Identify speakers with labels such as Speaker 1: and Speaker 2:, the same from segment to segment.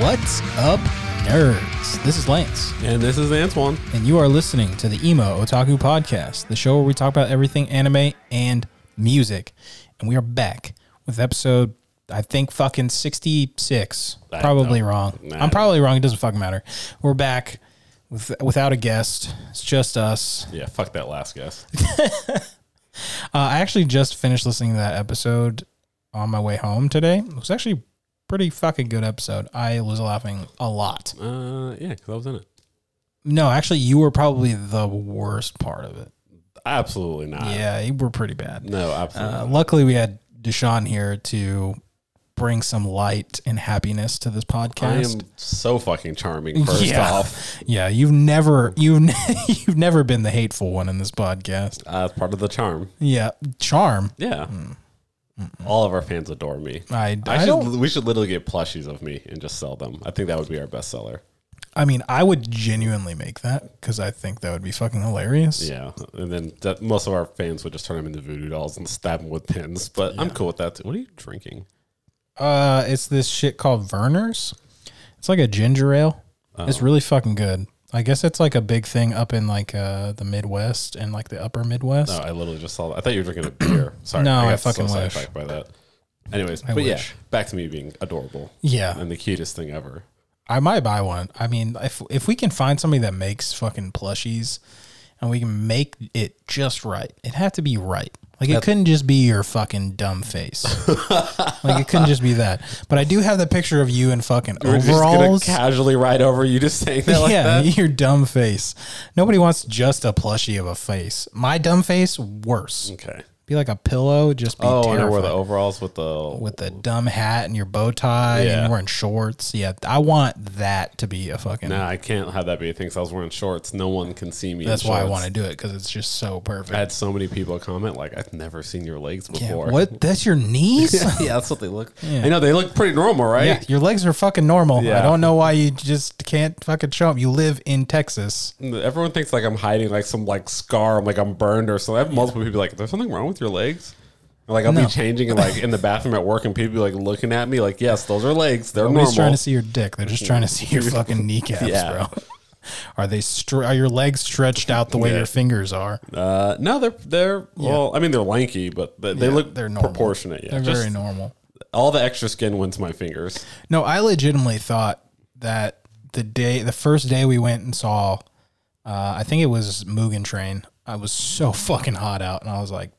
Speaker 1: What's up, nerds? This is Lance,
Speaker 2: And this is Antoine.
Speaker 1: and you are listening to the Emo Otaku Podcast, the show where we talk about everything anime and music. And we are back with episode, I think, fucking 66.
Speaker 2: I
Speaker 1: probably
Speaker 2: don't-
Speaker 1: wrong.
Speaker 2: Nah.
Speaker 1: I'm probably wrong. It doesn't fucking matter. We're back with, without a guest, it's just us.
Speaker 2: Yeah, fuck that last guess.
Speaker 1: Uh, I actually just finished listening to that episode on my way home today. It was actually a pretty fucking good episode. I was laughing a lot.
Speaker 2: Uh, yeah, because I was in it.
Speaker 1: No, actually, you were probably the worst part of it.
Speaker 2: Absolutely not.
Speaker 1: yeah, you were pretty bad.
Speaker 2: No, absolutely.
Speaker 1: Uh,
Speaker 2: not.
Speaker 1: luckily, we had Deshaun here to bring some light and happiness to this
Speaker 2: I
Speaker 1: podcast.
Speaker 2: am so fucking charming. First
Speaker 1: yeah.
Speaker 2: off,
Speaker 1: yeah, you've never you've ne- you've never been the hateful one in this podcast.
Speaker 2: uh, it's part of the charm.
Speaker 1: Yeah, charm.
Speaker 2: Yeah. All of our fans adore me.
Speaker 1: I,
Speaker 2: I,
Speaker 1: I
Speaker 2: should.
Speaker 1: don't
Speaker 2: We should literally get plushies of me and just sell them. I think that would be our best seller.
Speaker 1: I mean, I would genuinely make that because I think that would be fucking hilarious.
Speaker 2: Yeah, and then that, most of our fans would just turn them into voodoo dolls and stab them with pins. But I'm cool with that. Too. What are you drinking?
Speaker 1: Uh, it's this shit called Verner's. It's like a ginger ale.
Speaker 2: Oh.
Speaker 1: It's really fucking good. I guess it's like a big thing up in like uh the Midwest and like the Upper Midwest.
Speaker 2: No, Oh, I literally just saw that. I thought you were drinking a beer. Sorry.
Speaker 1: No, I
Speaker 2: got
Speaker 1: fucking
Speaker 2: so
Speaker 1: wish.
Speaker 2: sidetracked by that. Anyways, but yeah,
Speaker 1: wish.
Speaker 2: back to me being adorable
Speaker 1: Yeah,
Speaker 2: and the cutest thing ever.
Speaker 1: I might buy one. I mean, if if we can find somebody that makes fucking plushies, and we can make it just right, it had to be right. Like it couldn't just be your fucking dumb face. like it couldn't just be that. But I do have the picture of you in fucking
Speaker 2: We're
Speaker 1: overalls.
Speaker 2: just gonna casually ride over you just saying that like
Speaker 1: yeah,
Speaker 2: that.
Speaker 1: your dumb face. Nobody wants just a plushie of a face. My dumb face, worse.
Speaker 2: Okay.
Speaker 1: Be like a pillow, just be
Speaker 2: Oh, and I
Speaker 1: terrifying.
Speaker 2: wore the overalls with the
Speaker 1: with the dumb hat and your bow tie and
Speaker 2: Yeah.
Speaker 1: you're wearing shorts. Yeah, I want that to be a fucking.
Speaker 2: Nah, I can't have that be a thing. 'cause I was wearing shorts. No one can see me. in
Speaker 1: that's why I
Speaker 2: shorts.
Speaker 1: want to do it because it's just so perfect.
Speaker 2: I had so many people comment like, "I've never seen your legs
Speaker 1: Yeah,
Speaker 2: before."
Speaker 1: what? That's your knees?
Speaker 2: yeah, that's what they look. I know they look pretty normal, right?
Speaker 1: Yeah, your legs are fucking normal. I
Speaker 2: Yeah.
Speaker 1: don't know why you just can't fucking show them. You live in Texas.
Speaker 2: Everyone thinks like I'm hiding like some like scar, I'm like I'm burned or something. I have multiple people like, "There's something wrong with your legs." And, like I'll
Speaker 1: No.
Speaker 2: be changing and like in the bathroom at work, and people be like looking at me like, "Yes, those are legs. They're
Speaker 1: Nobody's trying
Speaker 2: normal."
Speaker 1: to see your dick. They're just trying to see your fucking kneecaps,
Speaker 2: Yeah.
Speaker 1: bro. Are they stre- are your legs stretched out the way
Speaker 2: Yeah.
Speaker 1: your fingers are?
Speaker 2: uh, no, they're they're well. I mean, they're lanky, but they, they
Speaker 1: Yeah,
Speaker 2: look
Speaker 1: they're
Speaker 2: they're
Speaker 1: normal.
Speaker 2: proportionate. Yeah,
Speaker 1: They're
Speaker 2: Just
Speaker 1: very normal.
Speaker 2: all the extra skin went to my fingers.
Speaker 1: No, I legitimately thought that the day, the first day we went and saw, uh, I think it was Mugen Train. I was so fucking hot out, and I was like,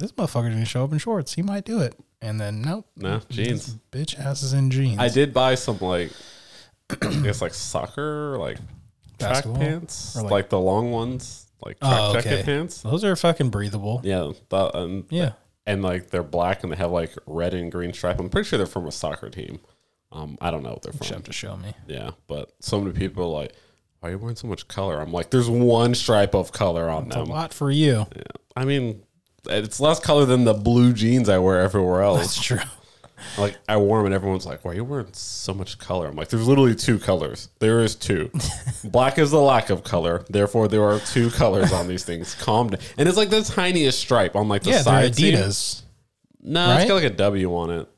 Speaker 1: "This motherfucker's gonna show up in shorts. He might do it." And then nope,
Speaker 2: No jeans.
Speaker 1: bitch ass is in jeans.
Speaker 2: I did buy some like I guess like soccer like
Speaker 1: Basketball?
Speaker 2: track pants,
Speaker 1: Or, like-
Speaker 2: like, the long ones, like track
Speaker 1: Oh, okay.
Speaker 2: jacket pants.
Speaker 1: Those are fucking breathable.
Speaker 2: Yeah, the, and
Speaker 1: Yeah.
Speaker 2: and like they're black and they have like red and green stripe. I'm pretty sure they're from a soccer team. Um, I don't know what they're from.
Speaker 1: You have to show me.
Speaker 2: Yeah, but so many people are like, "Why are you wearing so much color?" I'm like, "There's one stripe of color on
Speaker 1: A
Speaker 2: them."
Speaker 1: lot for you.
Speaker 2: Yeah. I mean, it's less color than the blue jeans I wear everywhere else.
Speaker 1: That's true.
Speaker 2: like I wore them, and everyone's like, "Why are you wearing so much color?" I'm like, "There's literally two colors. There is two. Black is the lack of color. Therefore, there are two colors on these things. Calm down." And it's like the tiniest stripe on like the
Speaker 1: Yeah, they're
Speaker 2: side. seam.
Speaker 1: Adidas.
Speaker 2: No,
Speaker 1: Right?
Speaker 2: it's got like a W on it.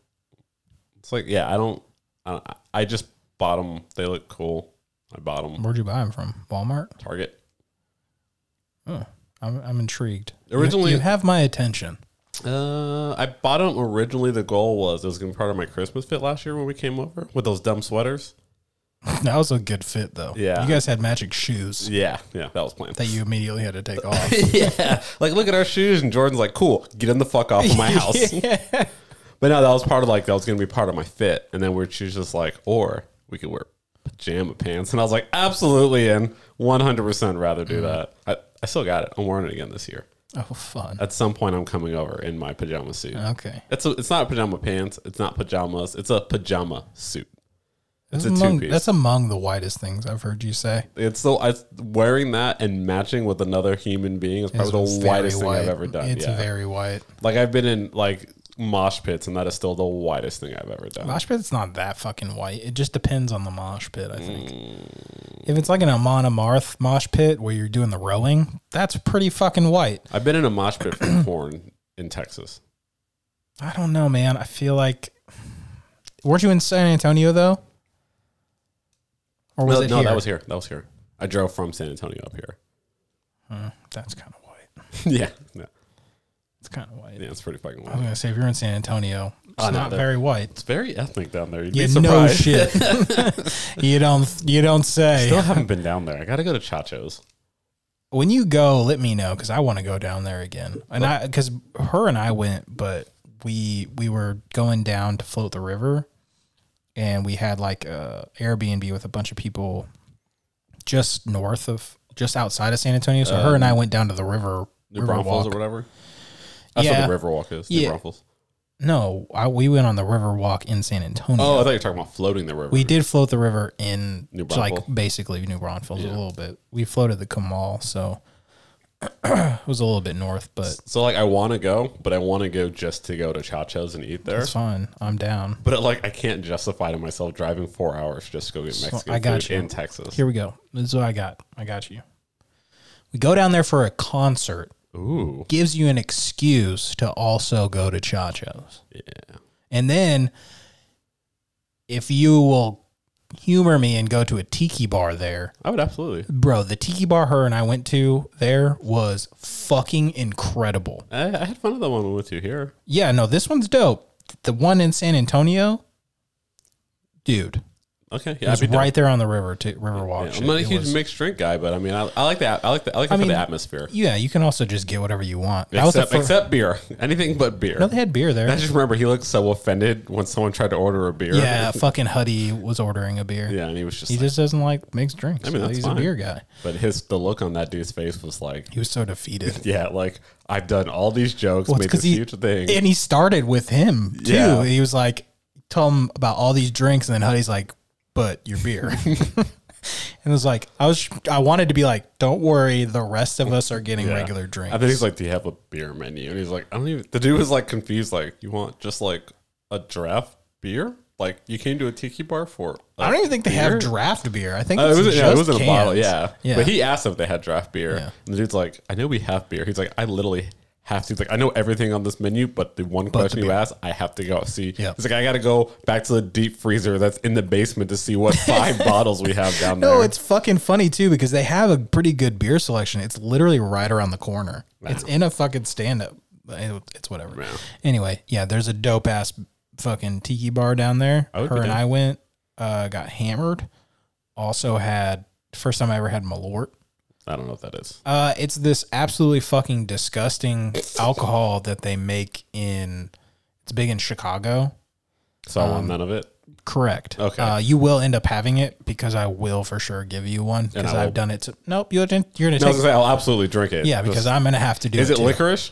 Speaker 2: It's like yeah, I don't. I, don't, I just bought them. They look cool. I bought them.
Speaker 1: Where'd you buy them from? Walmart.
Speaker 2: Target.
Speaker 1: Oh, I'm, I'm intrigued. You-
Speaker 2: Originally-
Speaker 1: you, have my attention.
Speaker 2: Uh, I bought them originally. The goal was it was gonna be part of my Christmas fit last year when we came over with those dumb sweaters.
Speaker 1: That was a good fit, though.
Speaker 2: Yeah.
Speaker 1: you guys had magic shoes
Speaker 2: Yeah, yeah, that was planned.
Speaker 1: that you immediately had to take off.
Speaker 2: yeah, like look at our shoes, and Jordan's like, "Cool, get in the fuck off of my house." But no, that was part of like that was gonna be part of my fit, and then we're she's just like, or we could wear pajama pants, and I was like, absolutely, and one hundred percent rather
Speaker 1: Mm.
Speaker 2: do that. I, I still got it. I'm wearing it again this year.
Speaker 1: Oh, fun.
Speaker 2: At some point, I'm coming over in my pajama suit.
Speaker 1: Okay.
Speaker 2: It's a, it's not pajama pants. It's not pajamas. It's a pajama suit.
Speaker 1: That's
Speaker 2: a
Speaker 1: among,
Speaker 2: two-piece.
Speaker 1: that's among the whitest things I've heard you say.
Speaker 2: It's so I wearing that and matching with another human being is probably
Speaker 1: It's
Speaker 2: the
Speaker 1: very
Speaker 2: whitest thing I've
Speaker 1: white.
Speaker 2: ever done.
Speaker 1: It's
Speaker 2: yeah.
Speaker 1: very white.
Speaker 2: like I've been in like mosh pits, and that is still the whitest thing I've ever done.
Speaker 1: Mosh pit's not that fucking white. It just depends on the mosh pit, I think.
Speaker 2: Mm.
Speaker 1: If it's like an Amon Amarth mosh pit where you're doing the rowing, that's pretty fucking white.
Speaker 2: I've been in a mosh pit for porn in Texas.
Speaker 1: I don't know, man. I feel like. Weren't you in San Antonio, though? Or was
Speaker 2: No,
Speaker 1: it
Speaker 2: no
Speaker 1: here?
Speaker 2: that was here. That was here. I drove from San Antonio up here.
Speaker 1: Uh, That's kind of white.
Speaker 2: yeah. No.
Speaker 1: It's kind of white.
Speaker 2: Yeah, it's pretty fucking
Speaker 1: I was
Speaker 2: wild.
Speaker 1: gonna say if you're in San Antonio, it's
Speaker 2: Oh, no,
Speaker 1: not
Speaker 2: that-
Speaker 1: very white.
Speaker 2: It's very ethnic down there. You'd
Speaker 1: You
Speaker 2: be
Speaker 1: know
Speaker 2: surprised.
Speaker 1: shit. you don't. You don't say.
Speaker 2: Still haven't been down there. I gotta go to Chacho's.
Speaker 1: when you go, let me know because I want to go down there again. And I because her and I went, but we we were going down to float the river, and we had like a Airbnb with a bunch of people just north of just outside of San Antonio. So her and
Speaker 2: Oh.
Speaker 1: I went down to the river.
Speaker 2: New
Speaker 1: river
Speaker 2: Braunfels
Speaker 1: walk.
Speaker 2: or whatever. That's
Speaker 1: Yeah.
Speaker 2: what the Riverwalk is. New
Speaker 1: Yeah.
Speaker 2: Braunfels.
Speaker 1: No, I, we went on the river walk in San Antonio.
Speaker 2: Oh, I thought you were talking about floating the river.
Speaker 1: We did float the river in
Speaker 2: New
Speaker 1: like
Speaker 2: Braunfels.
Speaker 1: basically New Braunfels a little bit. We floated the Kamal, so it was a little bit north, but
Speaker 2: so like I want to go, but I want to go just to go to Chacho's and eat there.
Speaker 1: it's fine. I'm down.
Speaker 2: But like I can't justify to myself driving four hours just to go get Mexican
Speaker 1: I got
Speaker 2: food
Speaker 1: you.
Speaker 2: in Texas.
Speaker 1: Here we go. This is what I got. I got you. We go down there for a concert.
Speaker 2: Ooh,
Speaker 1: Gives you an excuse to also go to Chacho's.
Speaker 2: yeah.
Speaker 1: And then if you will humor me and go to a tiki bar there,
Speaker 2: I would absolutely.
Speaker 1: bro, the tiki bar her and I went to there was fucking incredible.
Speaker 2: I, I had fun with that one we went to here.
Speaker 1: Yeah, no, this one's dope. The one in San Antonio, dude,
Speaker 2: Okay,
Speaker 1: it
Speaker 2: yeah, I'd
Speaker 1: was
Speaker 2: be down.
Speaker 1: right there on the river to Riverwalk.
Speaker 2: Yeah,
Speaker 1: shit.
Speaker 2: I'm not a
Speaker 1: It
Speaker 2: huge
Speaker 1: was-
Speaker 2: mixed drink guy, but I mean, I, I like that. I like the, I like it
Speaker 1: I
Speaker 2: for
Speaker 1: mean,
Speaker 2: the atmosphere.
Speaker 1: yeah, you can also just get whatever you want. That was the
Speaker 2: Except,
Speaker 1: first.
Speaker 2: except beer, anything but beer.
Speaker 1: no, they had beer there.
Speaker 2: I just remember he looked so offended when someone tried to order a beer.
Speaker 1: yeah, fucking Huddy was ordering a beer.
Speaker 2: yeah, and he was just.
Speaker 1: He
Speaker 2: Like,
Speaker 1: just doesn't like mixed drinks.
Speaker 2: I mean, that's
Speaker 1: he's
Speaker 2: fine.
Speaker 1: a beer guy.
Speaker 2: but his the look on that dude's face was like,
Speaker 1: He was so defeated.
Speaker 2: yeah, like I've done all these jokes,
Speaker 1: Well, it's
Speaker 2: made this
Speaker 1: 'cause he-
Speaker 2: huge thing.
Speaker 1: and he started with him too.
Speaker 2: Yeah.
Speaker 1: He was like, told him about all these drinks, and then Huddy's like, "But your beer." and it was like, I was, I wanted to be like, "Don't worry, the rest of us are getting
Speaker 2: Yeah.
Speaker 1: regular drinks."
Speaker 2: And then he's like, "Do you have a beer menu?" And he's like, "I don't even." The dude was like confused, like, "You want just like a draft beer? Like you came to a tiki bar for?" a
Speaker 1: I don't even think they have
Speaker 2: beer?"
Speaker 1: draft beer. I think
Speaker 2: Uh,
Speaker 1: it's
Speaker 2: it was,
Speaker 1: just
Speaker 2: yeah, it was in a bottle,
Speaker 1: cans.
Speaker 2: yeah.
Speaker 1: yeah.
Speaker 2: But he asked if they had draft beer,
Speaker 1: Yeah.
Speaker 2: and the dude's like, "I know we have beer." He's like, "I literally have to." He's like, "I know everything on this menu, but the one question you asked, I have to go see."
Speaker 1: Yeah.
Speaker 2: He's like, "I got to go back to the deep freezer that's in the basement to see what five bottles we have down there."
Speaker 1: no, Oh, it's fucking funny too because they have a pretty good beer selection. It's literally right around the corner. It's in a fucking stand up. It's whatever.
Speaker 2: Yeah.
Speaker 1: Anyway, yeah, there's a dope ass fucking tiki bar down there.
Speaker 2: would
Speaker 1: Her
Speaker 2: be
Speaker 1: and
Speaker 2: down.
Speaker 1: I went, uh, got hammered. Also had first time I ever had Malort.
Speaker 2: I don't know what that is.
Speaker 1: Uh, it's this absolutely fucking disgusting alcohol that they make in. It's big in Chicago.
Speaker 2: So I
Speaker 1: Um,
Speaker 2: want none of it.
Speaker 1: Correct.
Speaker 2: Okay.
Speaker 1: Uh, you will end up having it because I will for sure give you one because
Speaker 2: I will-
Speaker 1: I've done it. To, nope, you're gonna, you're gonna
Speaker 2: No, I was
Speaker 1: take.
Speaker 2: gonna say I'll absolutely drink it.
Speaker 1: yeah, because
Speaker 2: Just-
Speaker 1: I'm gonna have to do.
Speaker 2: is it
Speaker 1: too.
Speaker 2: licorice?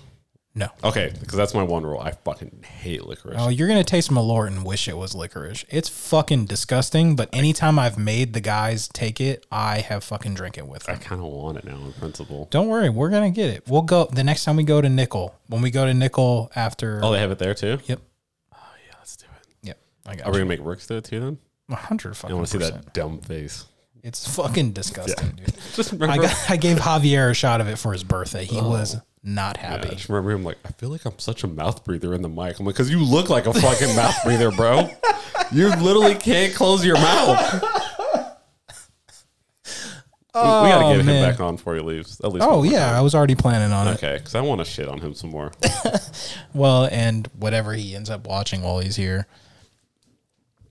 Speaker 1: No.
Speaker 2: Okay, because that's my one rule. I fucking hate licorice.
Speaker 1: Oh, you're gonna taste Malort and wish it was licorice. It's fucking disgusting. But anytime I've made the guys take it, I have fucking drink it with
Speaker 2: I
Speaker 1: them.
Speaker 2: kind of want it now in principle.
Speaker 1: Don't worry, we're gonna get it. We'll go the next time we go to Nickel. When we go to Nickel after.
Speaker 2: Oh, they have it there too.
Speaker 1: Yep.
Speaker 2: Yeah, let's do it.
Speaker 1: Yep. I got
Speaker 2: Are we gonna make Ricks do it too then?
Speaker 1: you. hundred
Speaker 2: I
Speaker 1: fucking
Speaker 2: want to see
Speaker 1: percent.
Speaker 2: that dumb face.
Speaker 1: It's fucking disgusting, dude.
Speaker 2: Just
Speaker 1: I,
Speaker 2: remember,
Speaker 1: got, I gave Javier a shot of it for his birthday.
Speaker 2: Oh.
Speaker 1: He was not happy.
Speaker 2: I just remember him like, I feel like I'm such a mouth breather in the mic. I'm like, because you look like a fucking mouth breather, bro. You literally can't close your mouth. We- we,
Speaker 1: Oh,
Speaker 2: gotta get
Speaker 1: man.
Speaker 2: him back on before he leaves. At least.
Speaker 1: Oh
Speaker 2: one more
Speaker 1: yeah, I was already planning on
Speaker 2: time.
Speaker 1: it.
Speaker 2: Okay, because I want to shit on him some more.
Speaker 1: Well, and whatever he ends up watching while he's here,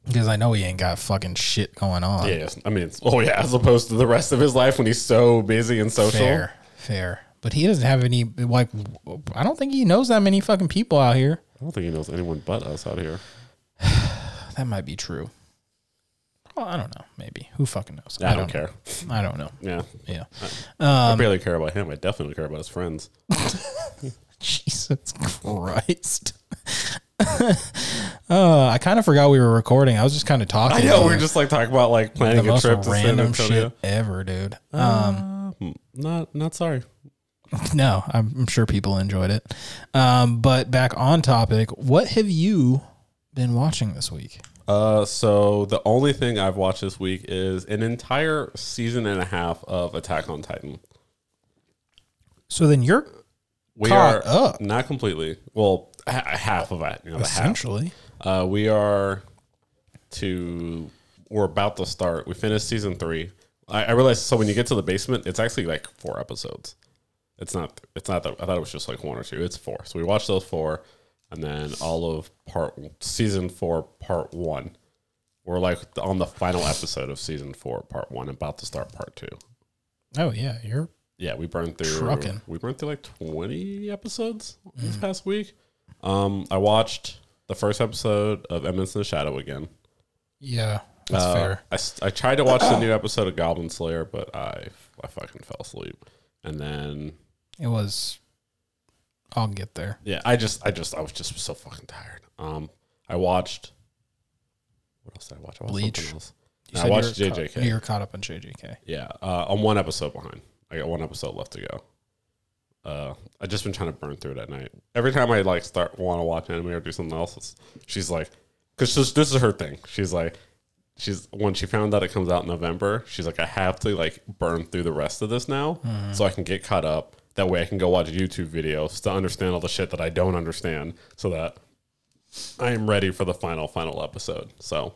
Speaker 1: because I know he ain't got fucking shit going on.
Speaker 2: yeah, I mean, it's, oh yeah, as opposed to the rest of his life when he's so busy and social.
Speaker 1: fair, fair. But he doesn't have any like. I don't think he knows that many fucking people out here.
Speaker 2: I don't think he knows anyone but us out here.
Speaker 1: That might be true. Well, I don't know. Maybe who fucking knows?
Speaker 2: I, don't, care. Uh.
Speaker 1: care. I don't know.
Speaker 2: Yeah,
Speaker 1: Yeah. Um,
Speaker 2: I barely care about him. I definitely don't care about his friends.
Speaker 1: Jesus Christ. uh, I kind of forgot we were recording. I was just kind of talking.
Speaker 2: I know
Speaker 1: to
Speaker 2: we're
Speaker 1: you.
Speaker 2: just like talking about like
Speaker 1: the
Speaker 2: planning a
Speaker 1: most
Speaker 2: trip to San
Speaker 1: random
Speaker 2: Antonio.
Speaker 1: shit um, ever, dude.
Speaker 2: Mm, Not, not sorry.
Speaker 1: No, I'm, I'm sure people enjoyed it. Um, but back on topic, what have you been watching this week?
Speaker 2: Uh, so the only thing I've watched this week is an entire season and a half of Attack on Titan.
Speaker 1: So then you're
Speaker 2: We
Speaker 1: Caught
Speaker 2: are
Speaker 1: up.
Speaker 2: not completely. Well, ha- half of it. You know, the half.
Speaker 1: essentially
Speaker 2: Uh, we are Uh, to we're about to start. We finished season three. I, I realized so when you get to the basement, it's actually like four episodes. It's not. It's not that. I thought it was just like one or two. It's four. So we watched those four, and then all of part season four, part one. We're like on the final episode of season four, part one, about to start part two.
Speaker 1: Oh yeah, you're
Speaker 2: Yeah, we burned through.
Speaker 1: Truckin'.
Speaker 2: We burned through like twenty episodes
Speaker 1: Mm.
Speaker 2: this past week. Um, I watched the first episode of Eminence in the Shadow again.
Speaker 1: yeah. That's
Speaker 2: Uh,
Speaker 1: fair.
Speaker 2: I, s- I tried to watch the new episode of Goblin Slayer, but I I fucking fell asleep. And then
Speaker 1: It was. I'll get there.
Speaker 2: yeah, I just I just I was just so fucking tired. Um, I watched. What else did I watch? I watched
Speaker 1: Bleach.
Speaker 2: something else.
Speaker 1: You
Speaker 2: I
Speaker 1: said you
Speaker 2: watched
Speaker 1: were caught-
Speaker 2: JJK.
Speaker 1: you were caught up on JJK.
Speaker 2: Yeah, uh, I'm one episode behind. I got one episode left to go. Uh, I just been trying to burn through it at night. Every time I like start want to watch anime or do something else, it's, she's like, because this, this is her thing. She's like, she's when she found out it comes out in November, she's like, I have to like burn through the rest of this now so I can get caught up. That way I can go watch YouTube videos to understand all the shit that I don't understand, so that I am ready for the final final episode. So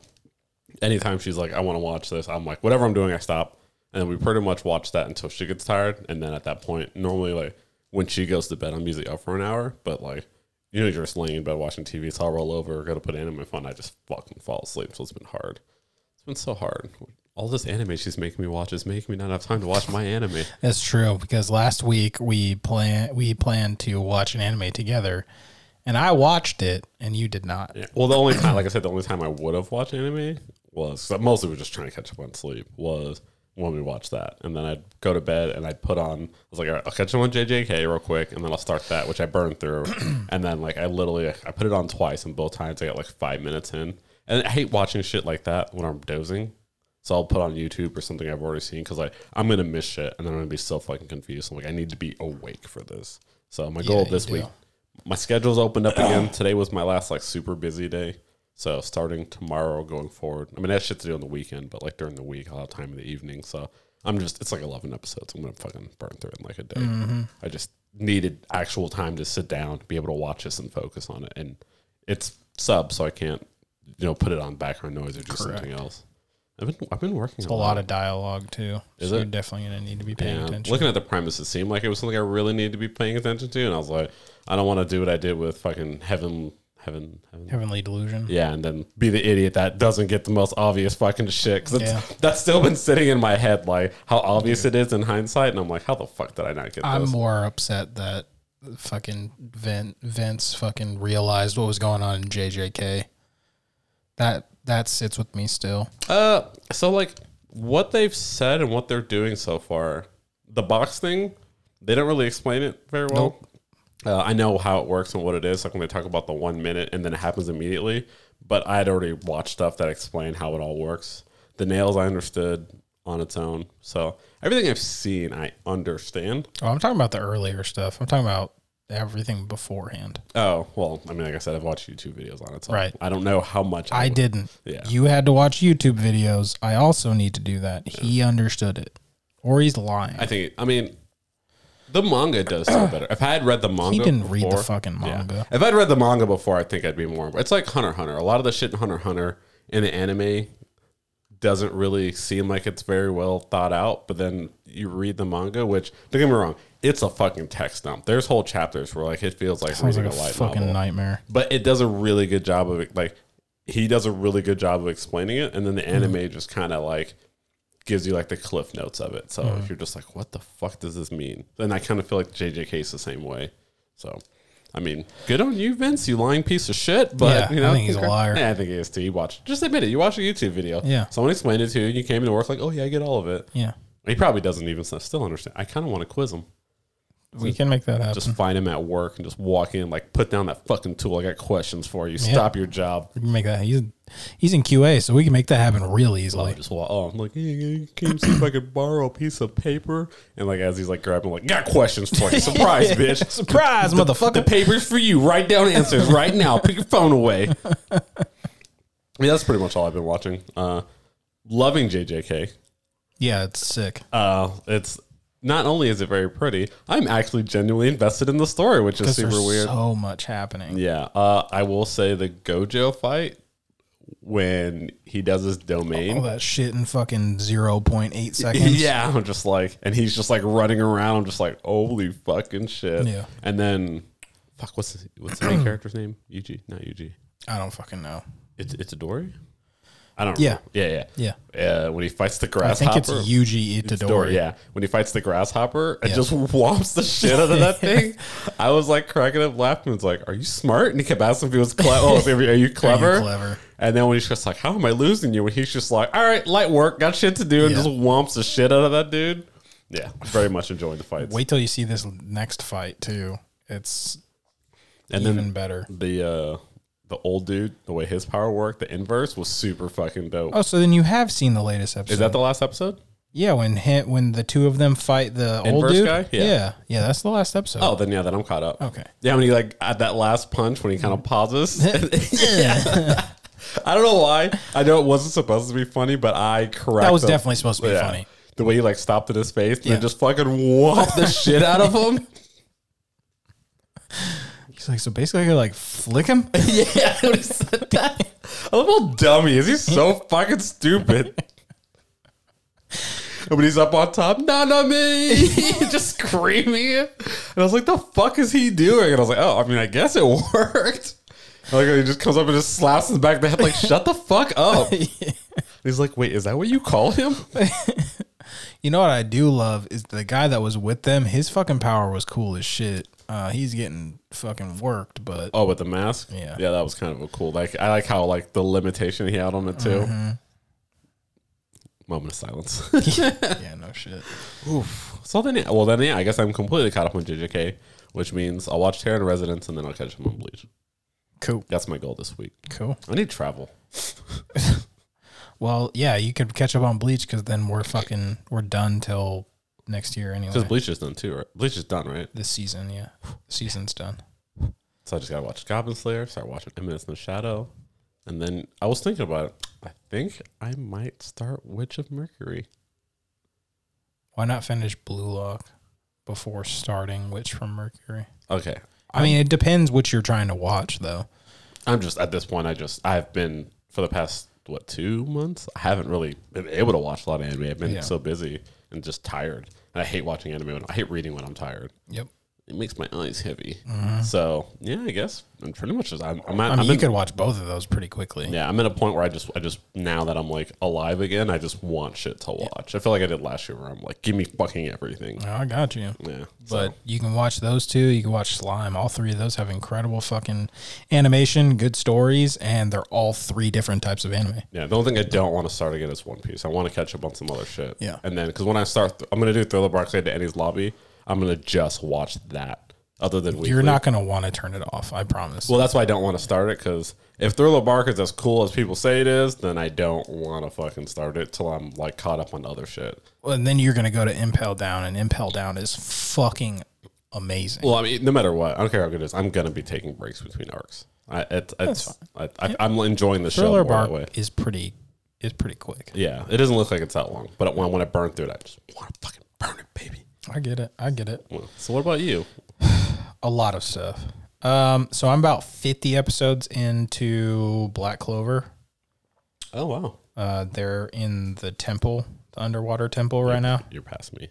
Speaker 2: anytime she's like, I want to watch this, I'm like, whatever I'm doing, I stop. And we pretty much watch that until she gets tired. And then at that point, normally like when she goes to bed, I'm usually up for an hour. But like, you know, you're just laying in bed watching TV. So I'll roll over, go to put anime on. I just fucking fall asleep. So it's been hard. It's been so hard. All this anime she's making me watch is making me not have time to watch my anime.
Speaker 1: That's true because last week we plan we planned to watch an anime together, and I watched it and you did not.
Speaker 2: Yeah. Well, the only time, like I said, the only time I would have watched anime was 'cause I mostly was just trying to catch up on sleep. Was when we watched that, and then I'd go to bed and I'd put on. I was like, all right, I'll catch up on JJK real quick, and then I'll start that, which I burned through, and then like I literally I put it on twice, and both times I got like five minutes in, and I hate watching shit like that when I'm dozing. So I'll put on YouTube or something I've already seen because like I'm gonna miss shit and I'm gonna be so fucking confused. I'm like I need to be awake for this. So my goal
Speaker 1: you
Speaker 2: this
Speaker 1: do.
Speaker 2: week, my schedule's opened up again. Today was my last like super busy day. So starting tomorrow going forward, I mean that shit to do on the weekend, but like during the week I'll have time in the evening. So I'm just it's like 11 episodes. I'm gonna fucking burn through it in like a day.
Speaker 1: Mm-hmm.
Speaker 2: I just needed actual time to sit down, be able to watch this and focus on it. And it's sub, so I can't you know put it on background noise or do something else. I've been I've been working
Speaker 1: A lot of dialogue too.
Speaker 2: Is
Speaker 1: so
Speaker 2: it?
Speaker 1: you're definitely gonna need to be paying
Speaker 2: Yeah,
Speaker 1: attention.
Speaker 2: Looking at the premise, it seemed like it was something I really needed to be paying attention to, and I was like, I don't want to do what I did with fucking heaven, heaven, heaven.
Speaker 1: Heavenly Delusion.
Speaker 2: Yeah, and then be the idiot that doesn't get the most obvious fucking shit because
Speaker 1: Yeah.
Speaker 2: that's still been sitting in my head, like how obvious it is in hindsight, and I'm like, how the fuck did I not get
Speaker 1: I'm
Speaker 2: this?
Speaker 1: more upset that fucking Vin, Vince fucking realized what was going on in JJK. That that sits with me still.
Speaker 2: Uh, so like what they've said and what they're doing so far, the box thing, they don't really explain it very well. Uh, I know how it works and what it is. Like when they talk about the one minute and then it happens immediately, but I had already watched stuff that explained how it all works. The nails I understood on its own. So everything I've seen, I understand.
Speaker 1: Oh, I'm talking about the earlier stuff. I'm talking about everything beforehand.
Speaker 2: Oh well, I mean, like I said, I've watched YouTube videos on it. So
Speaker 1: Right.
Speaker 2: I don't know how much
Speaker 1: I
Speaker 2: would-
Speaker 1: didn't.
Speaker 2: Yeah.
Speaker 1: You had to watch YouTube videos. I also need to do that. He understood it. Or he's lying.
Speaker 2: I think. I mean, the manga does sound better. If I had read the manga,
Speaker 1: he didn't read the
Speaker 2: before-
Speaker 1: fucking manga.
Speaker 2: Yeah. If I'd read the manga before, I think I'd be more. It's like Hunter x Hunter. A lot of the shit in Hunter x Hunter in the anime doesn't really seem like it's very well thought out. But then you read the manga, which don't get me wrong, it's a fucking text dump. There's whole chapters where like it feels like
Speaker 1: Sounds
Speaker 2: reading
Speaker 1: like a
Speaker 2: a light
Speaker 1: fucking
Speaker 2: novel
Speaker 1: nightmare.
Speaker 2: but it does a really good job of it. Like he does a really good job of explaining it, and then the anime
Speaker 1: Mm-hmm.
Speaker 2: just kind of like gives you like the cliff notes of it. So
Speaker 1: Mm-hmm.
Speaker 2: if you're just like, what the fuck does this mean? Then I kind of feel like JJK is the same way. So. I mean, good on you, Vince. You lying piece of shit. But
Speaker 1: Yeah,
Speaker 2: you know,
Speaker 1: I think he's a
Speaker 2: okay.
Speaker 1: liar.
Speaker 2: Yeah, I think he is too. You watched, just admit it. You watched a YouTube video.
Speaker 1: Yeah.
Speaker 2: someone explained it to you. and You came into work like, oh yeah, I get all of it.
Speaker 1: Yeah.
Speaker 2: He probably doesn't even still understand. I kind of want to quiz him
Speaker 1: We can make that happen.
Speaker 2: just find him at work and just walk in, like put down that fucking tool. I got questions for you. Stop your job.
Speaker 1: we can make that. He's he's in QA, so we can make that happen real easily.
Speaker 2: I just walk. Oh, I'm like, hey, hey, can you see if I could borrow a piece of paper? And like as he's like grabbing, like got questions for you. Surprise, bitch.
Speaker 1: Surprise,
Speaker 2: The
Speaker 1: motherfucker.
Speaker 2: paper's for you. Write down answers right now. Put your phone away. yeah, that's pretty much all I've been watching. Uh, loving JJK.
Speaker 1: Yeah, it's sick.
Speaker 2: Uh, it's not only is it very pretty, I'm actually genuinely invested in the story, which is
Speaker 1: Because
Speaker 2: super
Speaker 1: there's
Speaker 2: weird.
Speaker 1: so much happening.
Speaker 2: Yeah, uh, I will say the Gojo fight when he does his domain.
Speaker 1: All that shit in fucking 0.8 seconds.
Speaker 2: Yeah, I'm just like, and he's just like running around. I'm just like, holy fucking shit.
Speaker 1: Yeah.
Speaker 2: And then, fuck, what's the, what's the main character's name? Yuji, not Yuji.
Speaker 1: I don't fucking know.
Speaker 2: It's it's Dory. I don't.
Speaker 1: Yeah.
Speaker 2: Know. Yeah. Yeah.
Speaker 1: Yeah.
Speaker 2: Yeah. when he fights the
Speaker 1: I
Speaker 2: grasshopper.
Speaker 1: think it's Yuji
Speaker 2: Dory,
Speaker 1: Itadori.
Speaker 2: yeah. When he fights the grasshopper and just whomps the shit out of that thing, I was like cracking up laughing. It's like, are you smart? And he kept asking if he was clever. Oh, if- are you clever?
Speaker 1: clever?
Speaker 2: And then when he's just like, how am I losing you? When he's just like, all right, light work, got shit to do, and just whomps the shit out of that dude. Yeah, very much enjoying the fights.
Speaker 1: Wait till you see this next fight too. It's
Speaker 2: and
Speaker 1: even
Speaker 2: then
Speaker 1: better.
Speaker 2: the uh, the old dude, the way his power worked, the inverse was super fucking dope.
Speaker 1: Oh, so then you have seen the latest episode.
Speaker 2: Is that the last episode?
Speaker 1: yeah, when he, when the two of them fight the old
Speaker 2: Inverse
Speaker 1: dude.
Speaker 2: guy? Yeah.
Speaker 1: Yeah. yeah, that's the last episode.
Speaker 2: Oh, then yeah, then I'm caught up.
Speaker 1: Okay. Mm-hmm.
Speaker 2: Yeah, when he like at that last punch when he kind of pauses. Yeah. I don't know why. I know it wasn't supposed to be funny, but I correct.
Speaker 1: That was definitely supposed to be funny.
Speaker 2: The way he like stopped in his face and
Speaker 1: Yeah.
Speaker 2: then just fucking whopped the shit out of him.
Speaker 1: He's like, so basically, I could like flick him.
Speaker 2: yeah, when he said that. I love how dumb he is. He's so fucking stupid. And when he's up on top, not not me, just screaming. And I was like, the fuck is he doing? And I was like, oh, I mean, I guess it worked. And like, he just comes up and just slaps his back of the head, like, shut the fuck up. And he's like, wait, is that what you call him?
Speaker 1: You know what I do love is the guy that was with them. His fucking power was cool as shit. Uh, he's getting fucking worked, but
Speaker 2: Oh, with the mask?
Speaker 1: Yeah.
Speaker 2: Yeah, that was kind of a cool. Like, I like how, like, the limitation he had on it, too. Moment of silence. Oh.
Speaker 1: yeah, no shit.
Speaker 2: So then, yeah, well then, yeah, I guess I'm completely caught up on JJK, which means I'll watch Terran Residence and then I'll catch him on Bleach.
Speaker 1: Cool,
Speaker 2: That's my goal this week.
Speaker 1: cool.
Speaker 2: I need travel.
Speaker 1: Well, yeah, you could catch up on Bleach because then we're fucking we're done till next year anyway.
Speaker 2: Because Bleach is done too, right? Bleach is done, right?
Speaker 1: this season, yeah, season's done.
Speaker 2: So I just gotta watch Goblin Slayer, start watching Eminence in the Shadow, and then I was thinking about it. I think I might start Witch of Mercury.
Speaker 1: Why not finish Blue Lock before starting Witch from Mercury?
Speaker 2: Okay,
Speaker 1: I mean, it depends what you're trying to watch, though.
Speaker 2: I'm just at this point. I just I've been for the past what two months. I haven't really been able to watch a lot of anime. I've been
Speaker 1: Yeah.
Speaker 2: so busy and just tired. And I hate watching anime. When, I hate reading when I'm tired.
Speaker 1: Yep.
Speaker 2: it makes my eyes heavy. So yeah, I guess I'm pretty much just I'm, I'm, at,
Speaker 1: Mm-hmm. I mean,
Speaker 2: I'm
Speaker 1: you
Speaker 2: in,
Speaker 1: could watch both of those pretty quickly.
Speaker 2: yeah I'm at a point where I just I just now that I'm like alive again, I just want shit to watch. I feel like I did last year where I'm like, give me fucking everything.
Speaker 1: Oh, I got you.
Speaker 2: Yeah,
Speaker 1: But
Speaker 2: so
Speaker 1: you can watch those two. You can watch Slime. All three of those have incredible fucking animation, good stories, and they're all three different types of anime.
Speaker 2: yeah, the only thing I don't want to start again is One Piece. I want to catch up on some other shit.
Speaker 1: Yeah.
Speaker 2: and then because when I start, I'm gonna do Thriller Barclay to Eddie's Lobby. I'm gonna just watch that. Other than weekly.
Speaker 1: You're not going to want to turn it off. I promise.
Speaker 2: Well, that's why I don't want to start it because if Thriller Bark is as cool as people say it is, then I don't want to fucking start it till I'm like caught up on other shit.
Speaker 1: Well, and then you're going to go to Impel Down, and Impel Down is fucking amazing.
Speaker 2: Well, I mean, no matter what, I don't care how good it is. I'm gonna be taking breaks between arcs. I, it, it's, I, I, I'm enjoying the show
Speaker 1: Thriller
Speaker 2: more that way.
Speaker 1: Bark is pretty is pretty quick.
Speaker 2: Yeah, it doesn't look like it's that long, but when, when I burn through it, I just want to fucking burn it, baby.
Speaker 1: I get it. I get it.
Speaker 2: Well, So, what about you?
Speaker 1: a lot of stuff. Um, so I'm about 50 episodes into Black Clover.
Speaker 2: Oh wow,
Speaker 1: Uh, they're in the temple, the underwater temple right now.
Speaker 2: you're past me.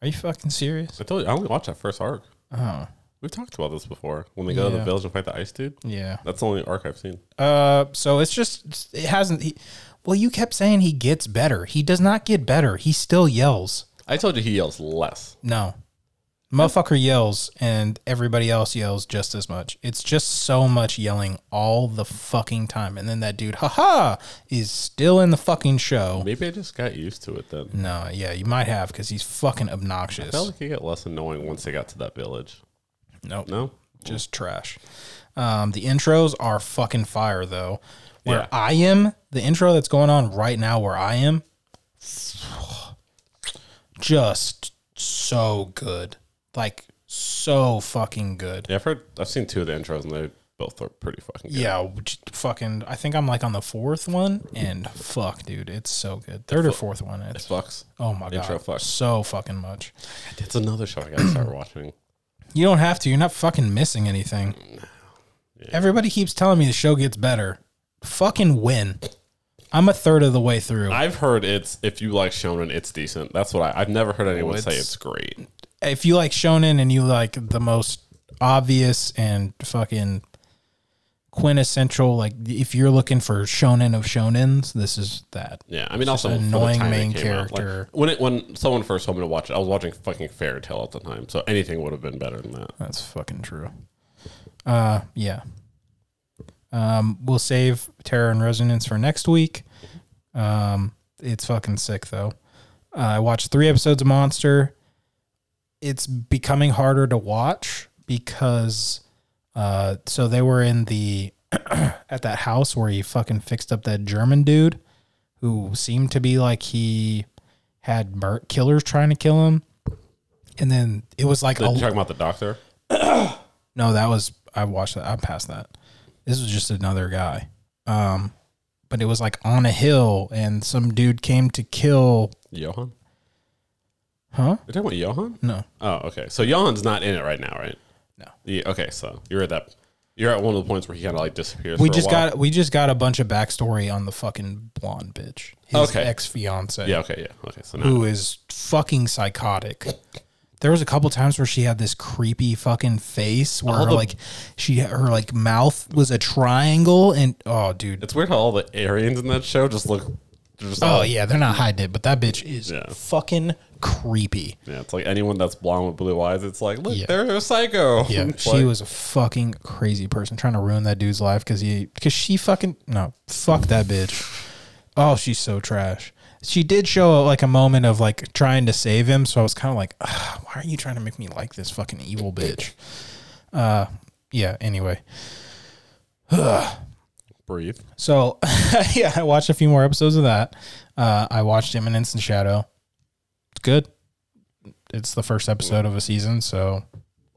Speaker 1: Are you fucking serious?
Speaker 2: I told you I only watched that first arc.
Speaker 1: Oh,
Speaker 2: We've talked about this before when they go to the
Speaker 1: Yeah.
Speaker 2: village and fight the ice dude.
Speaker 1: yeah.
Speaker 2: That's the only arc I've seen.
Speaker 1: Uh, so it's just it hasn't. He, well, you kept saying he gets better. He does not get better. He still yells.
Speaker 2: I told you he yells less.
Speaker 1: No, motherfucker yells, and everybody else yells just as much. It's just so much yelling all the fucking time. And then that dude, haha, is still in the fucking show.
Speaker 2: Maybe I just got used to it then.
Speaker 1: No, yeah, you might have because he's fucking
Speaker 2: I felt
Speaker 1: obnoxious.
Speaker 2: like he got less annoying once they got to that village.
Speaker 1: Nope,
Speaker 2: No,
Speaker 1: just trash. Um, the intros are fucking fire though. Where
Speaker 2: Yeah.
Speaker 1: I am, the intro that's going on right now, where I am, just so good, like so fucking good.
Speaker 2: yeah, I've heard. I've seen two of the intros, and they both are pretty fucking. Good.
Speaker 1: Yeah, which fucking. I think I'm like on the fourth one, and fuck, dude, it's so good. Third or fourth one, it's
Speaker 2: fucks.
Speaker 1: oh my
Speaker 2: Intro
Speaker 1: god,
Speaker 2: fuck.
Speaker 1: so fucking much.
Speaker 2: It's another show I gotta start watching.
Speaker 1: You don't have to. You're not fucking missing anything. Everybody keeps telling me the show gets better. fucking win. I'm a third of the way through.
Speaker 2: I've heard it's if you like shonen, it's decent. That's what I, I've never heard anyone say
Speaker 1: Oh, it's-
Speaker 2: it's great.
Speaker 1: if you like shonen and you like the most obvious and fucking quintessential, like if you're looking for shonen of shonens, this is that.
Speaker 2: Yeah, I mean, also
Speaker 1: an
Speaker 2: for the
Speaker 1: annoying
Speaker 2: time it
Speaker 1: main
Speaker 2: came out, like,
Speaker 1: character.
Speaker 2: when it when someone first told me to watch it, I was watching fucking Fairy Tale at the time, so anything would have been better than that.
Speaker 1: That's fucking true. Uh, yeah. Um, we'll save Terror and Resonance for next week. Um, it's fucking sick though. Uh, I watched three episodes of Monster. It's becoming harder to watch because, uh, so they were in the at that house where he fucking fixed up that German dude who seemed to be like he had mur- killers trying to kill him. And then it was like
Speaker 2: Did
Speaker 1: a
Speaker 2: you talking about the doctor?
Speaker 1: no, that was I watched that. I'm past that. This was just another guy. Um, but it was like on a hill, and some dude came to kill.
Speaker 2: Johan?
Speaker 1: Huh?
Speaker 2: You're talking about Johan?
Speaker 1: No.
Speaker 2: Oh, okay. So Johan's not in it right now, right?
Speaker 1: No.
Speaker 2: Yeah, okay, so you're at that. You're at one of the points where he kind of like disappears.
Speaker 1: We
Speaker 2: for a
Speaker 1: just
Speaker 2: while.
Speaker 1: got we just got a bunch of backstory on the fucking blonde bitch, his
Speaker 2: Okay.
Speaker 1: ex fiance,
Speaker 2: Yeah. Okay. Yeah. Okay. So now.
Speaker 1: who is fucking psychotic. There was a couple times where she had this creepy fucking face where her,
Speaker 2: the-
Speaker 1: like she her like mouth was a triangle and oh dude
Speaker 2: It's weird how all the Aryans in that show just look. they're Just
Speaker 1: oh
Speaker 2: all,
Speaker 1: yeah they're not hiding it but that bitch is
Speaker 2: Yeah.
Speaker 1: fucking creepy.
Speaker 2: yeah. It's like anyone that's blonde with blue eyes. It's like, look,
Speaker 1: Yeah.
Speaker 2: they're a psycho.
Speaker 1: Yeah,
Speaker 2: It's
Speaker 1: she
Speaker 2: like,
Speaker 1: was a fucking crazy person trying to ruin that dude's life because he because she fucking no fuck that bitch. Oh, she's so trash. She did show uh, like a moment of like trying to save him, so I was kind of like, "Ugh, why are you trying to make me like this fucking evil bitch? Uh, yeah. Anyway,
Speaker 2: breathe.
Speaker 1: so yeah, I watched a few more episodes of that. Uh, I watched him in Instant Shadow. It's good. It's the first episode of a season, so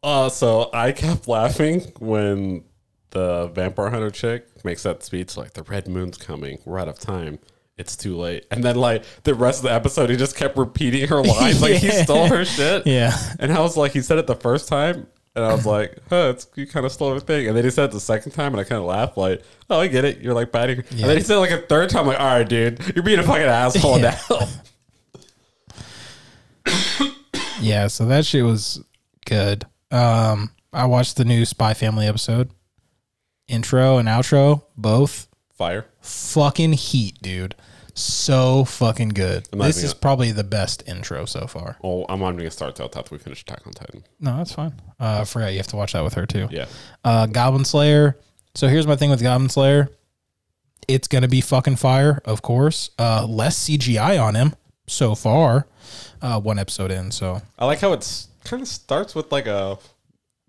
Speaker 2: Uh, so I kept laughing when the vampire hunter chick makes that speech like the red moon's coming, we're out of time, it's too late. And then like the rest of the episode he just kept repeating her lines like he
Speaker 1: Yeah.
Speaker 2: stole her shit.
Speaker 1: yeah.
Speaker 2: And I was like, he said it the first time and I was like, huh, it's you kinda stole her thing. And then he said it the second time and I kinda laughed like, Oh, I get it. You're like biting. And then he said it like a third time, like, all right, dude, you're being a fucking asshole
Speaker 1: Yeah.
Speaker 2: now.
Speaker 1: Yeah, so that shit was good. Um, I watched the new Spy Family episode, intro and outro, both
Speaker 2: Fire.
Speaker 1: fucking heat, dude. So fucking good.
Speaker 2: not
Speaker 1: This
Speaker 2: even
Speaker 1: is
Speaker 2: gonna-
Speaker 1: probably the best intro so far.
Speaker 2: Oh, I'm not even gonna start till after we finish Attack on Titan.
Speaker 1: No, that's fine. Uh, I forgot you have to watch that with her too.
Speaker 2: Yeah.
Speaker 1: Uh, Goblin Slayer. So here's my thing with Goblin Slayer. It's gonna be fucking fire, of course. Uh, less CGI on him so far. Uh, one episode in. So
Speaker 2: I like how it's kind of starts with like a.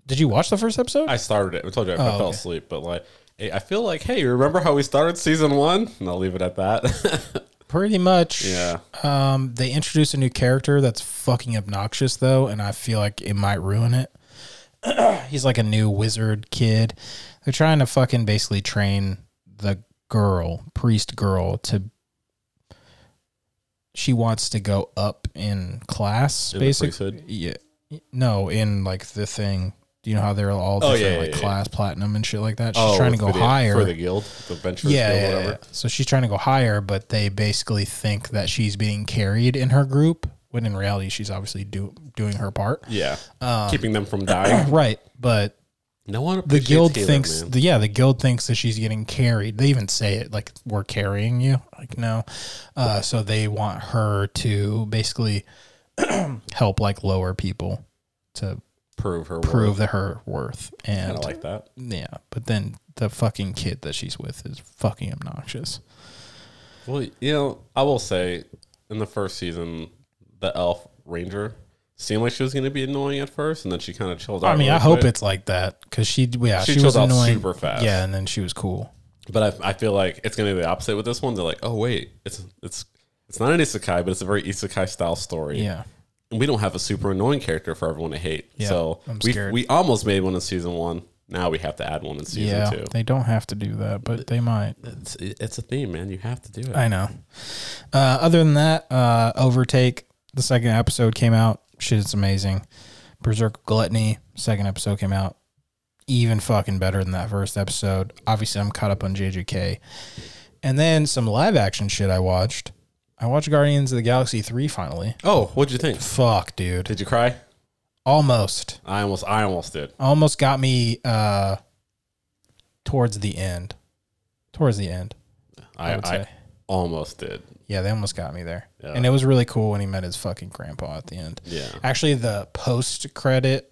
Speaker 1: did you watch the first episode?
Speaker 2: I started it. I told you I, I fell
Speaker 1: Oh, okay.
Speaker 2: asleep, but like I I feel like, hey, remember how we started season one? And I'll leave it at that.
Speaker 1: Pretty much.
Speaker 2: Yeah.
Speaker 1: Um, they introduced a new character that's fucking obnoxious though, and I feel like it might ruin it. He's like a new wizard kid. They're trying to fucking basically train the girl, priest girl, to she wants to go up in class,
Speaker 2: In the
Speaker 1: basically.
Speaker 2: priesthood?
Speaker 1: Yeah. No, in like the thing. Do you know how they're all
Speaker 2: Oh,
Speaker 1: different,
Speaker 2: yeah,
Speaker 1: like
Speaker 2: yeah, yeah.
Speaker 1: class platinum and shit like that? She's trying to
Speaker 2: Oh, for
Speaker 1: go
Speaker 2: the-
Speaker 1: higher
Speaker 2: for the guild, the adventurers
Speaker 1: yeah,
Speaker 2: guild,
Speaker 1: yeah,
Speaker 2: whatever.
Speaker 1: yeah. So she's trying to go higher, but they basically think that she's being carried in her group, when in reality she's obviously do, doing her part.
Speaker 2: Yeah, keeping them from dying.
Speaker 1: Right, but
Speaker 2: No one.
Speaker 1: Um, the guild thinks,
Speaker 2: thinks.
Speaker 1: the, yeah, the guild thinks that she's getting carried. They even say it like we're carrying you, like no. Uh, so they want her to basically help like lower people to
Speaker 2: prove her.
Speaker 1: prove that her worth and
Speaker 2: Kind of like that.
Speaker 1: yeah. But then the fucking kid that she's with is fucking obnoxious.
Speaker 2: Well, you know, I will say, in the first season, the elf ranger seemed like she was going to be annoying at first, and then she kind of chilled out.
Speaker 1: I mean, I
Speaker 2: really
Speaker 1: hope
Speaker 2: quick.
Speaker 1: it's like that because she, yeah,
Speaker 2: She
Speaker 1: she, was
Speaker 2: chilled out
Speaker 1: annoying
Speaker 2: super fast.
Speaker 1: Yeah, and then she was cool.
Speaker 2: But I, I feel like it's gonna be the opposite with this one. They're like, oh wait, it's it's it's not an isekai, but it's a very isekai style story.
Speaker 1: Yeah,
Speaker 2: And we don't have a super annoying character for everyone to hate.
Speaker 1: Yeah,
Speaker 2: so
Speaker 1: I'm
Speaker 2: we
Speaker 1: scared.
Speaker 2: we almost made one in season one. Now we have to add one in season
Speaker 1: yeah.
Speaker 2: two.
Speaker 1: They don't have to do that, but they might.
Speaker 2: It's, it's a theme, man. You have to do it.
Speaker 1: I know. Uh, other than that, uh, Overtake, the second episode came out. Shit, it's amazing. Berserk Gluttony, second episode came out. even fucking better than that first episode. Obviously, I'm caught up on JJK. And then some live action shit I watched. I watched Guardians of the Galaxy 3 finally.
Speaker 2: Oh, what'd you think?
Speaker 1: Fuck, dude.
Speaker 2: Did you cry?
Speaker 1: Almost.
Speaker 2: I almost, I almost did.
Speaker 1: Almost got me uh towards the end. Towards the end, I
Speaker 2: I,
Speaker 1: would
Speaker 2: I
Speaker 1: say.
Speaker 2: almost did.
Speaker 1: Yeah, they almost got me there.
Speaker 2: Yeah.
Speaker 1: And it was really cool when he met his fucking grandpa at the end.
Speaker 2: Yeah.
Speaker 1: Actually, the post credit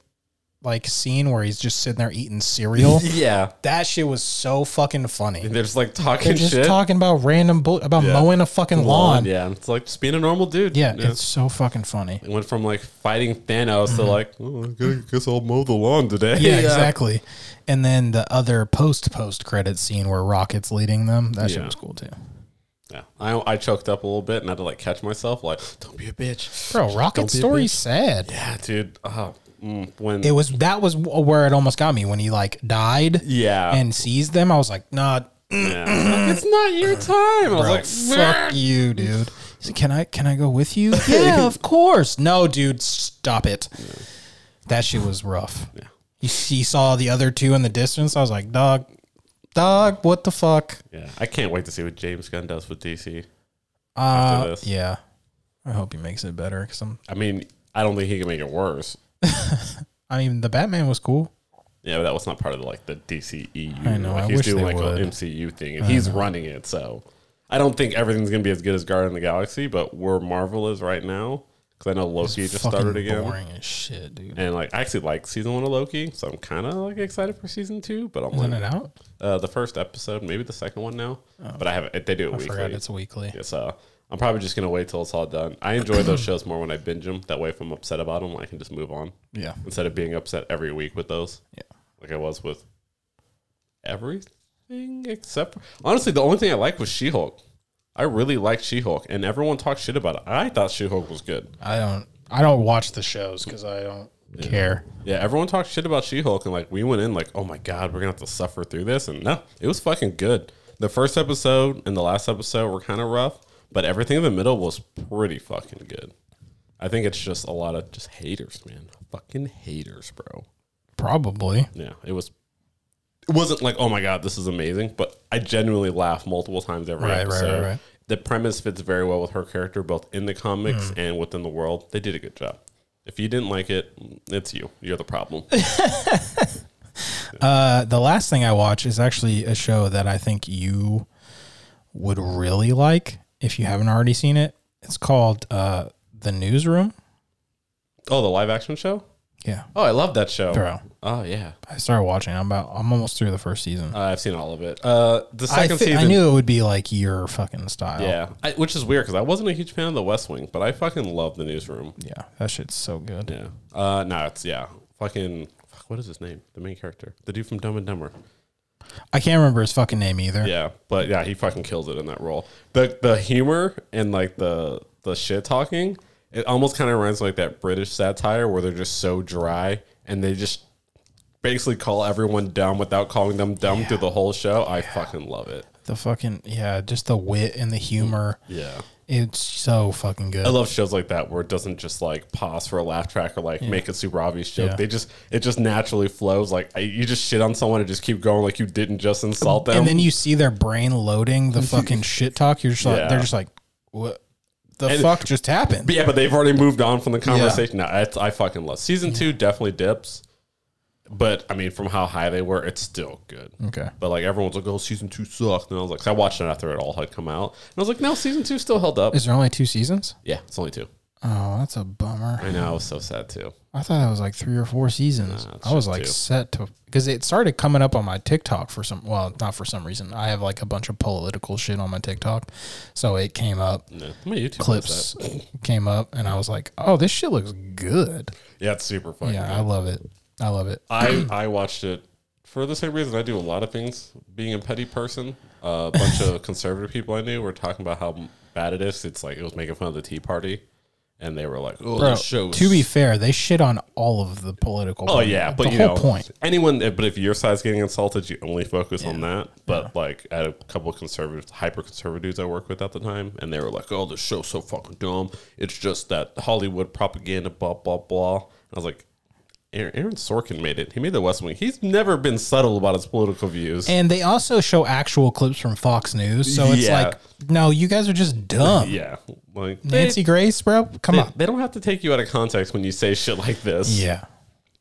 Speaker 1: like scene where he's just sitting there eating cereal.
Speaker 2: yeah.
Speaker 1: that shit was so fucking funny.
Speaker 2: And they're just like talking
Speaker 1: They're just
Speaker 2: shit.
Speaker 1: talking about random bull about
Speaker 2: Yeah.
Speaker 1: mowing a fucking lawn. Yeah,
Speaker 2: Yeah. It's like just being a normal dude.
Speaker 1: it's so fucking funny.
Speaker 2: It went from like fighting Thanos to like, oh, I gu- guess I'll mow the lawn today.
Speaker 1: Mm-hmm. Yeah, exactly. And then the other post post credit scene where Rocket's leading them. That shit
Speaker 2: Yeah.
Speaker 1: was cool too.
Speaker 2: Yeah. I, I choked up a little bit and had to like catch myself. Like, don't be a bitch.
Speaker 1: Bro, Rocket's
Speaker 2: be a
Speaker 1: story's
Speaker 2: bitch.
Speaker 1: sad.
Speaker 2: Yeah, dude. Oh, mm, when
Speaker 1: It was that was where it almost got me when he like died
Speaker 2: yeah,
Speaker 1: and sees them. I was like, nah,
Speaker 2: yeah. it's not your time. I was
Speaker 1: bro,
Speaker 2: like,
Speaker 1: fuck you, dude. He's like, can I can I go with you? yeah, of course. No, dude, stop it. That shit was rough. Yeah. You, see- saw the other two in the distance. I was like, dog, dog, what the fuck?
Speaker 2: yeah. I can't wait to see what James Gunn does with DC.
Speaker 1: Uh,
Speaker 2: this.
Speaker 1: yeah. I hope he makes it better because I'm.
Speaker 2: I mean, I don't think he can make it worse.
Speaker 1: I mean, the Batman was cool.
Speaker 2: Yeah, but that was not part of like the DCEU.
Speaker 1: I know,
Speaker 2: Like,
Speaker 1: I
Speaker 2: he's
Speaker 1: wish
Speaker 2: doing
Speaker 1: they
Speaker 2: like
Speaker 1: would.
Speaker 2: an MCU thing, and he's running it. So I don't think everything's gonna be as good as Guardian of the Galaxy, but where Marvel is right now, because I know Loki just
Speaker 1: Fucking
Speaker 2: started again.
Speaker 1: Boring as shit, dude.
Speaker 2: And like, I actually like season one of Loki, so I'm kind of like excited for season two. But I'm
Speaker 1: Isn't
Speaker 2: like,
Speaker 1: it out?
Speaker 2: uh, the first episode, maybe the second one now. But I haven't. They do it
Speaker 1: I
Speaker 2: weekly.
Speaker 1: forgot it's weekly.
Speaker 2: Yeah, so I'm probably just gonna wait till it's all done. I enjoy those shows more when I binge them. That way, if I'm upset about them, I can just move on
Speaker 1: Yeah.
Speaker 2: instead of being upset every week with those.
Speaker 1: Yeah.
Speaker 2: like I was with everything except for, honestly, the only thing I liked was She Hulk. I really liked She Hulk, and everyone talked shit about it. I thought She Hulk was good.
Speaker 1: I don't. I don't watch the shows because I don't care.
Speaker 2: Yeah, everyone talked shit about She Hulk, and like we went in like, oh my god, we're gonna have to suffer through this, and no, it was fucking good. The first episode and the last episode were kind of rough, but everything in the middle was pretty fucking good. I think it's just a lot of just haters, man, fucking haters, bro.
Speaker 1: Probably.
Speaker 2: Yeah, it was. It wasn't like, oh my god, this is amazing, but I genuinely laugh multiple times every
Speaker 1: Right, right,
Speaker 2: episode.
Speaker 1: right, right.
Speaker 2: The premise fits very well with her character, both in the comics
Speaker 1: Hmm.
Speaker 2: and within the world. They did a good job. If you didn't like it, it's you. You're the problem.
Speaker 1: Uh, the last thing I watch is actually a show that I think you would really like if you haven't already seen it. It's called uh, The Newsroom.
Speaker 2: Oh, the live action show?
Speaker 1: Yeah,
Speaker 2: Oh, I love that show.
Speaker 1: bro.
Speaker 2: Oh yeah,
Speaker 1: I started watching. I'm about. I'm almost through the first season.
Speaker 2: uh, I've seen all of it. Uh, the
Speaker 1: I,
Speaker 2: second
Speaker 1: thi- I
Speaker 2: season.
Speaker 1: knew it would be like your fucking style.
Speaker 2: Yeah, I, which is weird because I wasn't a huge fan of The West Wing, but I fucking love the newsroom.
Speaker 1: Yeah, that shit's so good.
Speaker 2: Yeah. Uh, no, it's yeah, fucking. Fuck, what is his name? The main character, the dude from Dumb and Dumber.
Speaker 1: I can't remember his fucking name either.
Speaker 2: Yeah, but yeah, he fucking kills it in that role. The the humor and like the the shit talking, it almost kind of reminds me like that British satire where they're just so dry and they just basically call everyone dumb without calling them dumb through the whole show. I fucking love it.
Speaker 1: The fucking yeah, just the wit and the humor.
Speaker 2: Yeah.
Speaker 1: It's so fucking good.
Speaker 2: I love shows like that where it doesn't just like pause for a laugh track or like make a super obvious joke.
Speaker 1: Yeah.
Speaker 2: They just it just naturally flows. Like I, you just shit on someone and just keep going like you didn't just insult them.
Speaker 1: and then you see their brain loading the fucking shit talk. You're just like,
Speaker 2: Yeah.
Speaker 1: they're just like, what the fuck just happened?
Speaker 2: But yeah, but they've already moved on from the conversation. No, it's, I fucking love season two. Definitely dips, but I mean, from how high they were, it's still good.
Speaker 1: Okay.
Speaker 2: But like everyone's like, "Oh, season two sucked," and I was like, 'cause "I watched it after it all had come out," and I was like, "No, season two still held up."
Speaker 1: Is there only two seasons?
Speaker 2: yeah, it's only two.
Speaker 1: Oh, that's a bummer.
Speaker 2: I know, I was so sad too.
Speaker 1: I thought it was like three or four seasons.
Speaker 2: Nah, it's
Speaker 1: I was
Speaker 2: just
Speaker 1: like
Speaker 2: two.
Speaker 1: set to because it started coming up on my TikTok for some. Well, not for some reason. I have like a bunch of political shit on my TikTok, so it came up.
Speaker 2: No, my YouTube does
Speaker 1: Clips came up, and I was like, "Oh, this shit looks good."
Speaker 2: that. Yeah, it's super fun.
Speaker 1: Yeah, I love it. I love it.
Speaker 2: I I watched it for the same reason I do a lot of things. Being a petty person, uh, a bunch of conservative people I knew were talking about how bad it is. It's like it was making fun of the Tea Party, and they were like, "Oh,
Speaker 1: Bro,
Speaker 2: this show." is
Speaker 1: to be fair, they shit on all of the political.
Speaker 2: Oh yeah, but
Speaker 1: the
Speaker 2: you
Speaker 1: whole
Speaker 2: know,
Speaker 1: point.
Speaker 2: anyone. But if your side's getting insulted, you only focus on that. But like, I had a couple of conservative, hyper conservative dudes I work with at the time, and they were like, "Oh, this show's so fucking dumb. It's just that Hollywood propaganda, blah blah blah." And I was like, Aaron, Aaron Sorkin made it. He made The West Wing. He's never been subtle about his political views.
Speaker 1: And they also show actual clips from Fox News. So it's
Speaker 2: Yeah.
Speaker 1: like, no, you guys are just dumb.
Speaker 2: yeah, like
Speaker 1: Nancy Grace, bro, come
Speaker 2: They,
Speaker 1: on.
Speaker 2: they don't have to take you out of context when you say shit like this.
Speaker 1: Yeah.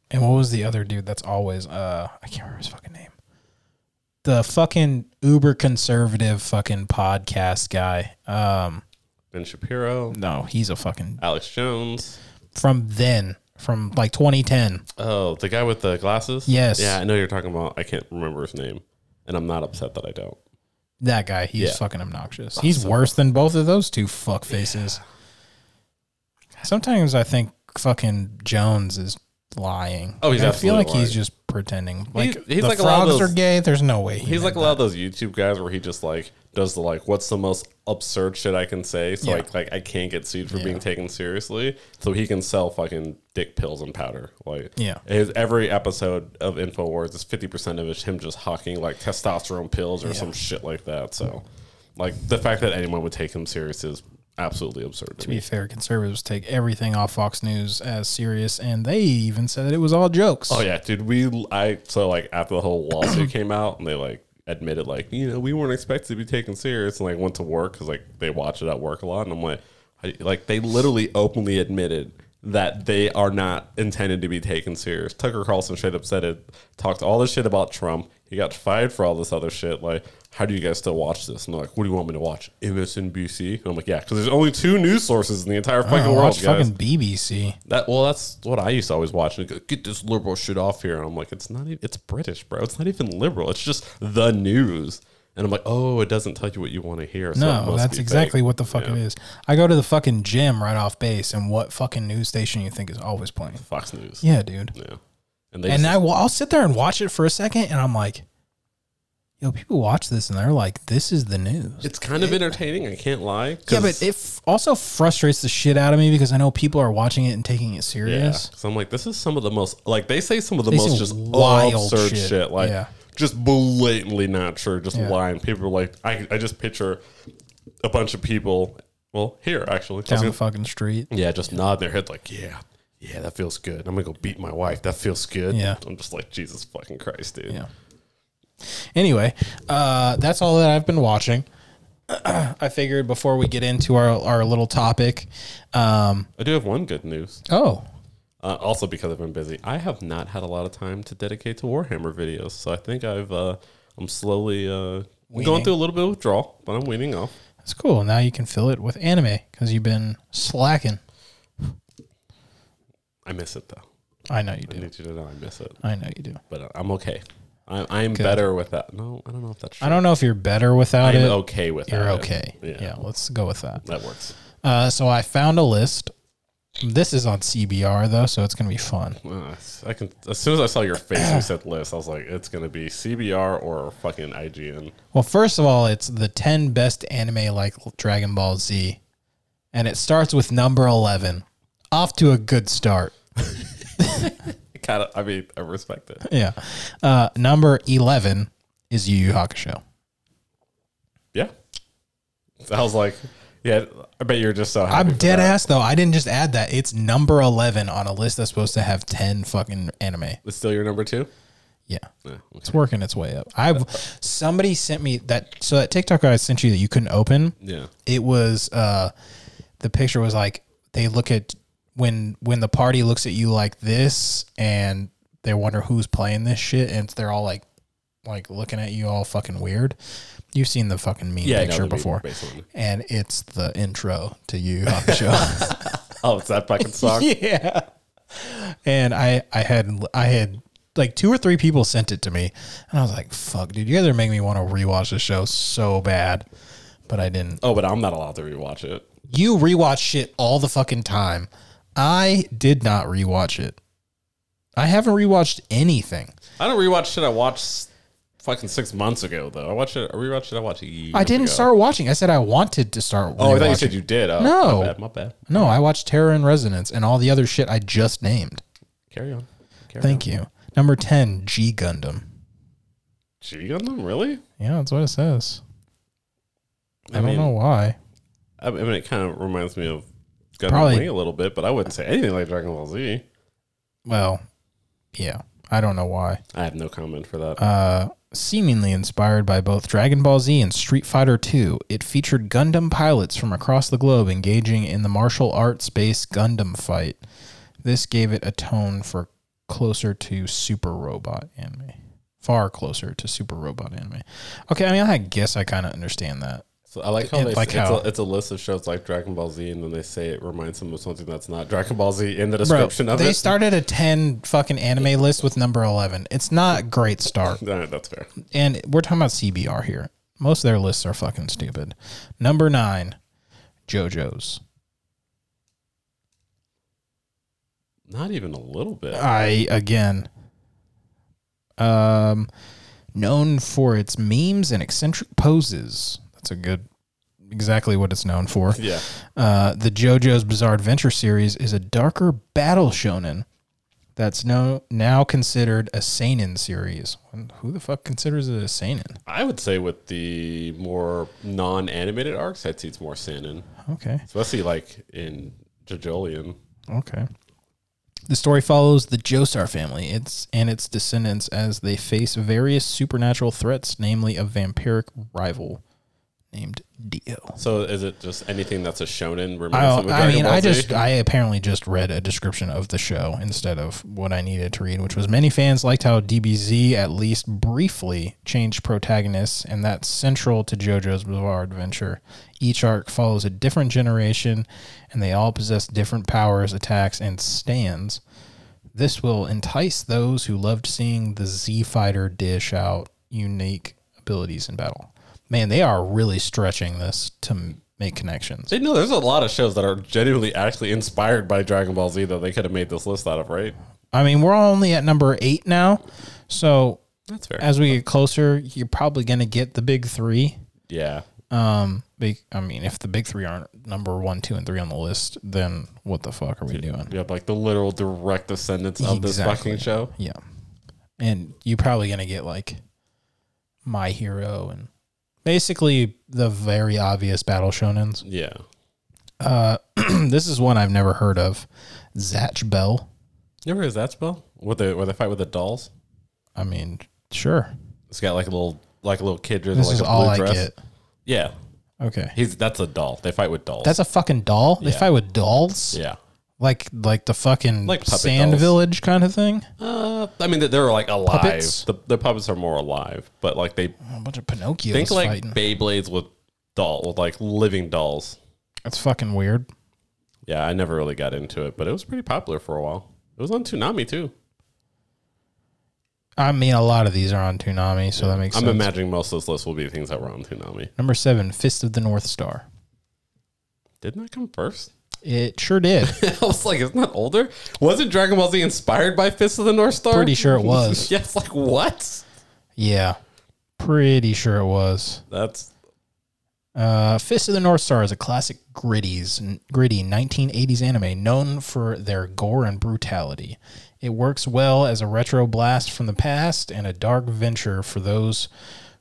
Speaker 1: And what was the other dude that's always uh I can't remember his fucking name. The fucking uber conservative fucking podcast guy. Um
Speaker 2: Ben Shapiro,
Speaker 1: no, he's a fucking
Speaker 2: Alex Jones.
Speaker 1: from then, from like 2010.
Speaker 2: Oh, the guy with the glasses.
Speaker 1: Yes.
Speaker 2: Yeah, I know you're talking about. I can't remember his name, and I'm not upset that I don't.
Speaker 1: That guy, he's
Speaker 2: Yeah.
Speaker 1: fucking obnoxious. He's worse than both of those two fuck faces. Sometimes I think fucking Jones is lying.
Speaker 2: Oh, he's
Speaker 1: I feel
Speaker 2: absolutely
Speaker 1: like he's
Speaker 2: lying.
Speaker 1: just pretending. Like
Speaker 2: He's- he's
Speaker 1: the
Speaker 2: like a lot of
Speaker 1: frogs
Speaker 2: those-
Speaker 1: are gay. There's no way. He
Speaker 2: He's
Speaker 1: meant
Speaker 2: like a lot of those YouTube guys where he just like does the like, what's the most absurd shit I can say? So
Speaker 1: Yeah.
Speaker 2: like, like I can't get sued for being taken seriously. So he can sell fucking dick pills and powder. Like,
Speaker 1: Yeah.
Speaker 2: his every episode of Infowars is fifty percent of it him just hawking like testosterone pills or some shit like that. So, like the fact that anyone would take him serious is absolutely absurd to
Speaker 1: to be
Speaker 2: me.
Speaker 1: fair, conservatives take everything off Fox News as serious, and they even said it was all jokes.
Speaker 2: Oh yeah, dude. We I so like after the whole lawsuit came out and they like admitted like you know we weren't expected to be taken serious and like went to work because like they watch it at work a lot and I'm like I, like they literally openly admitted that they are not intended to be taken serious. Tucker Carlson straight up said it. Talked all this shit about Trump. He got fired for all this other shit. Like, how do you guys still watch this? And they're like, what do you want me to watch? MSNBC? And I'm like, yeah, because there's only two news sources in the entire
Speaker 1: Oh, I
Speaker 2: fucking world,
Speaker 1: watch
Speaker 2: guys.
Speaker 1: fucking BBC.
Speaker 2: That well, that's what I used to always watch. And go, get this liberal shit off here, and I'm like, it's not, e- it's British, bro. It's not even liberal. It's just the news, and I'm like, oh, it doesn't tell you what you want to hear. So it
Speaker 1: No,
Speaker 2: must
Speaker 1: that's
Speaker 2: be
Speaker 1: exactly
Speaker 2: fake.
Speaker 1: what the fuck it is. I go to the fucking gym right off base, and what fucking news station you think is always playing?
Speaker 2: Fox News. Yeah,
Speaker 1: Yeah, dude.
Speaker 2: and they
Speaker 1: and
Speaker 2: just,
Speaker 1: I will, I'll sit there and watch it for a second, and I'm like, yo, people watch this, and they're like, this is the news.
Speaker 2: it's kind of entertaining. I can't lie. 'cause-
Speaker 1: yeah, but it f- also frustrates the shit out of me because I know people are watching it and taking it
Speaker 2: Yeah.
Speaker 1: serious.
Speaker 2: 'Cause I'm like, this is some of the most like they say some of the
Speaker 1: They
Speaker 2: most
Speaker 1: say
Speaker 2: just
Speaker 1: wild
Speaker 2: absurd shit,
Speaker 1: shit.
Speaker 2: like
Speaker 1: Yeah.
Speaker 2: just blatantly not true, just lying. People are like, I, I just picture a bunch of people. Well, here actually, I was
Speaker 1: Down
Speaker 2: gonna-
Speaker 1: the fucking street.
Speaker 2: Yeah, just nod their head like, yeah, yeah, that feels good. I'm gonna go beat my wife. That feels good.
Speaker 1: Yeah.
Speaker 2: I'm just like Jesus fucking Christ, dude.
Speaker 1: Yeah. Anyway, uh, that's all that I've been watching. I figured before we get into our, our little topic. Um,
Speaker 2: I do have one good news.
Speaker 1: oh,
Speaker 2: Uh, also, because I've been busy, I have not had a lot of time to dedicate to Warhammer videos. So I think I've uh, I'm slowly uh, going
Speaker 1: Weaning.
Speaker 2: through a little bit of withdrawal, but I'm weaning off.
Speaker 1: that's cool. Now you can fill it with anime because you've been slacking.
Speaker 2: I miss it though.
Speaker 1: I know you
Speaker 2: I
Speaker 1: do.
Speaker 2: need you to know I miss it,
Speaker 1: I know you do.
Speaker 2: but uh, I'm okay. I, I'm better with that. No, I don't know if that's true.
Speaker 1: I don't know if you're better without
Speaker 2: I'm
Speaker 1: it.
Speaker 2: okay with
Speaker 1: You're
Speaker 2: that.
Speaker 1: okay.
Speaker 2: Yeah.
Speaker 1: Yeah. let's go with that.
Speaker 2: That works.
Speaker 1: Uh, so I found a list. This is on CBR though, so it's gonna be fun.
Speaker 2: Uh, I can. As soon as I saw your face, when you said list. I was like, it's gonna be CBR or fucking IGN.
Speaker 1: Well, first of all, it's the ten best anime like Dragon Ball Z, and it starts with number eleven. Off to a good start.
Speaker 2: Kind of. I mean, I respect it.
Speaker 1: Yeah, uh, number eleven is Yu Yu Hakusho.
Speaker 2: Yeah. So I was like, yeah. I bet you're just so happy.
Speaker 1: I'm
Speaker 2: for
Speaker 1: dead
Speaker 2: that.
Speaker 1: ass though. I didn't just add that. It's number eleven on a list that's supposed to have ten fucking anime.
Speaker 2: It's still your number two.
Speaker 1: Yeah.
Speaker 2: Yeah.
Speaker 1: It's working its way up. I've somebody sent me that so that TikTok I sent you that you couldn't open.
Speaker 2: Yeah.
Speaker 1: It was uh the picture was like they look at when when the party looks at you like this and they wonder who's playing this shit and they're all like like looking at you all fucking weird. You've seen the fucking meme
Speaker 2: Yeah. I know
Speaker 1: picture
Speaker 2: the meme
Speaker 1: before.
Speaker 2: based on-
Speaker 1: And it's the intro to you on the show.
Speaker 2: Oh, it's that fucking song.
Speaker 1: yeah. And I I had I had like two or three people sent it to me, and I was like, "Fuck, dude, you guys are making me want to rewatch the show so bad," but I didn't.
Speaker 2: Oh, but I'm not allowed to rewatch it.
Speaker 1: You rewatch shit all the fucking time. I did not rewatch it. I haven't rewatched anything.
Speaker 2: I don't rewatch shit I watched s- fucking six months ago though. I watched it. I rewatched shit I watched. Years
Speaker 1: I didn't
Speaker 2: ago.
Speaker 1: start watching. I said I wanted to start.
Speaker 2: Oh, I thought you
Speaker 1: rewatching.
Speaker 2: said you did. Oh,
Speaker 1: No.
Speaker 2: My bad. My bad.
Speaker 1: No, I watched Terror and Resonance and all the other shit I just named.
Speaker 2: Carry on. Carry on.
Speaker 1: Thank you. Number ten, G Gundam.
Speaker 2: G Gundam, really?
Speaker 1: Yeah, that's what it says. I,
Speaker 2: mean-
Speaker 1: don't know why.
Speaker 2: I mean, it kind of reminds me of Gundam
Speaker 1: Probably-
Speaker 2: Wing a little bit, but I wouldn't say anything like Dragon Ball Z.
Speaker 1: Well, Yeah, I don't know why.
Speaker 2: I have no comment for that.
Speaker 1: Uh, Seemingly inspired by both Dragon Ball Z and Street Fighter II, it featured Gundam pilots from across the globe engaging in the martial arts based Gundam fight. This gave it a tone for closer to Super Robot anime. Far closer to Super Robot anime. Okay, I mean, I guess I kind of understand that.
Speaker 2: so I like how
Speaker 1: it-
Speaker 2: they
Speaker 1: like
Speaker 2: it's,
Speaker 1: how-
Speaker 2: A, it's a list of shows like Dragon Ball Z, and then they say it reminds them of something that's not Dragon Ball Z in the description of
Speaker 1: they
Speaker 2: it.
Speaker 1: started a 10 fucking anime list with number 11. It's not a great start.
Speaker 2: No, that's fair.
Speaker 1: and we're talking about CBR here. Most of their lists are fucking stupid. Number nine, JoJo's.
Speaker 2: Not even a little bit.
Speaker 1: Uh, I again, um, known for its memes and eccentric poses. That's a good, exactly what it's known for.
Speaker 2: yeah,
Speaker 1: Uh, the JoJo's Bizarre Adventure series is a darker battle shonen that's no, now considered a seinen series. Who the fuck considers it a seinen?
Speaker 2: I would say with the more non-animated arcs, I'd see it's more seinen,
Speaker 1: Okay.
Speaker 2: especially like in Jojolian.
Speaker 1: Okay. The story follows the Joestar family its, and its descendants as they face various supernatural threats, namely a vampiric rival named Dio.
Speaker 2: So is it just anything that's a shonen? Reminds
Speaker 1: I,
Speaker 2: them of Dragon
Speaker 1: I mean,
Speaker 2: Ball
Speaker 1: I
Speaker 2: Z?
Speaker 1: just I apparently just read a description of the show instead of what I needed to read, which was many fans liked how DBZ at least briefly changed protagonists, and that's central to JoJo's Bizarre Adventure. Each arc follows a different generation, and they all possess different powers, attacks, and stands. This will entice those who loved seeing the Z Fighter dish out unique abilities in battle. Man, they are really stretching this to m- make connections.
Speaker 2: They know there's a lot of shows that are genuinely actually inspired by Dragon Ball Z that they could have made this list out of, right?
Speaker 1: I mean, we're only at number eight now. So
Speaker 2: That's fair.
Speaker 1: as we get closer, you're probably going to get the big three.
Speaker 2: yeah.
Speaker 1: Um, big, I mean, if the big three aren't number one, two, and three on the list, then what the fuck are we doing?
Speaker 2: You have like the literal direct descendants of this
Speaker 1: Exactly.
Speaker 2: fucking show.
Speaker 1: Yeah. And you're probably going to get like My Hero and basically the very obvious battle shonens.
Speaker 2: Yeah.
Speaker 1: this is one I've never heard of Zatch Bell.
Speaker 2: You ever heard of that spell? With the where they fight with the dolls?
Speaker 1: I mean, sure.
Speaker 2: It's got like a little like a little kid dressed in,
Speaker 1: This
Speaker 2: like
Speaker 1: is
Speaker 2: a blue
Speaker 1: all I
Speaker 2: dress.
Speaker 1: get.
Speaker 2: Yeah.
Speaker 1: Okay.
Speaker 2: He's that's a doll. They fight with dolls.
Speaker 1: That's a fucking doll. They
Speaker 2: Yeah.
Speaker 1: fight with dolls.
Speaker 2: yeah.
Speaker 1: like like the fucking
Speaker 2: Like puppet
Speaker 1: sand
Speaker 2: dolls.
Speaker 1: village kind of thing.
Speaker 2: Uh, I mean, they- they're like alive.
Speaker 1: Puppets?
Speaker 2: The, the puppets are more alive, but like they
Speaker 1: A bunch of Pinocchios
Speaker 2: think like
Speaker 1: fighting.
Speaker 2: Beyblades with doll with like living dolls.
Speaker 1: That's fucking weird.
Speaker 2: Yeah, I never really got into it, but it was pretty popular for a while. It was on Toonami too.
Speaker 1: I mean, a lot of these are on Toonami, so that makes
Speaker 2: I'm
Speaker 1: sense.
Speaker 2: imagining most of this list will be things that were on Toonami.
Speaker 1: Number seven, Fist of the North Star.
Speaker 2: Didn't that come first?
Speaker 1: It sure did.
Speaker 2: I was like, isn't that older? Wasn't Dragon Ball Z inspired by Fist of the North Star?
Speaker 1: Pretty sure it was.
Speaker 2: yes, like what?
Speaker 1: yeah, pretty sure it was.
Speaker 2: That's
Speaker 1: Uh, Fist of the North Star is a classic gritties, gritty 1980s anime known for their gore and brutality. It works well as a retro blast from the past and a dark venture for those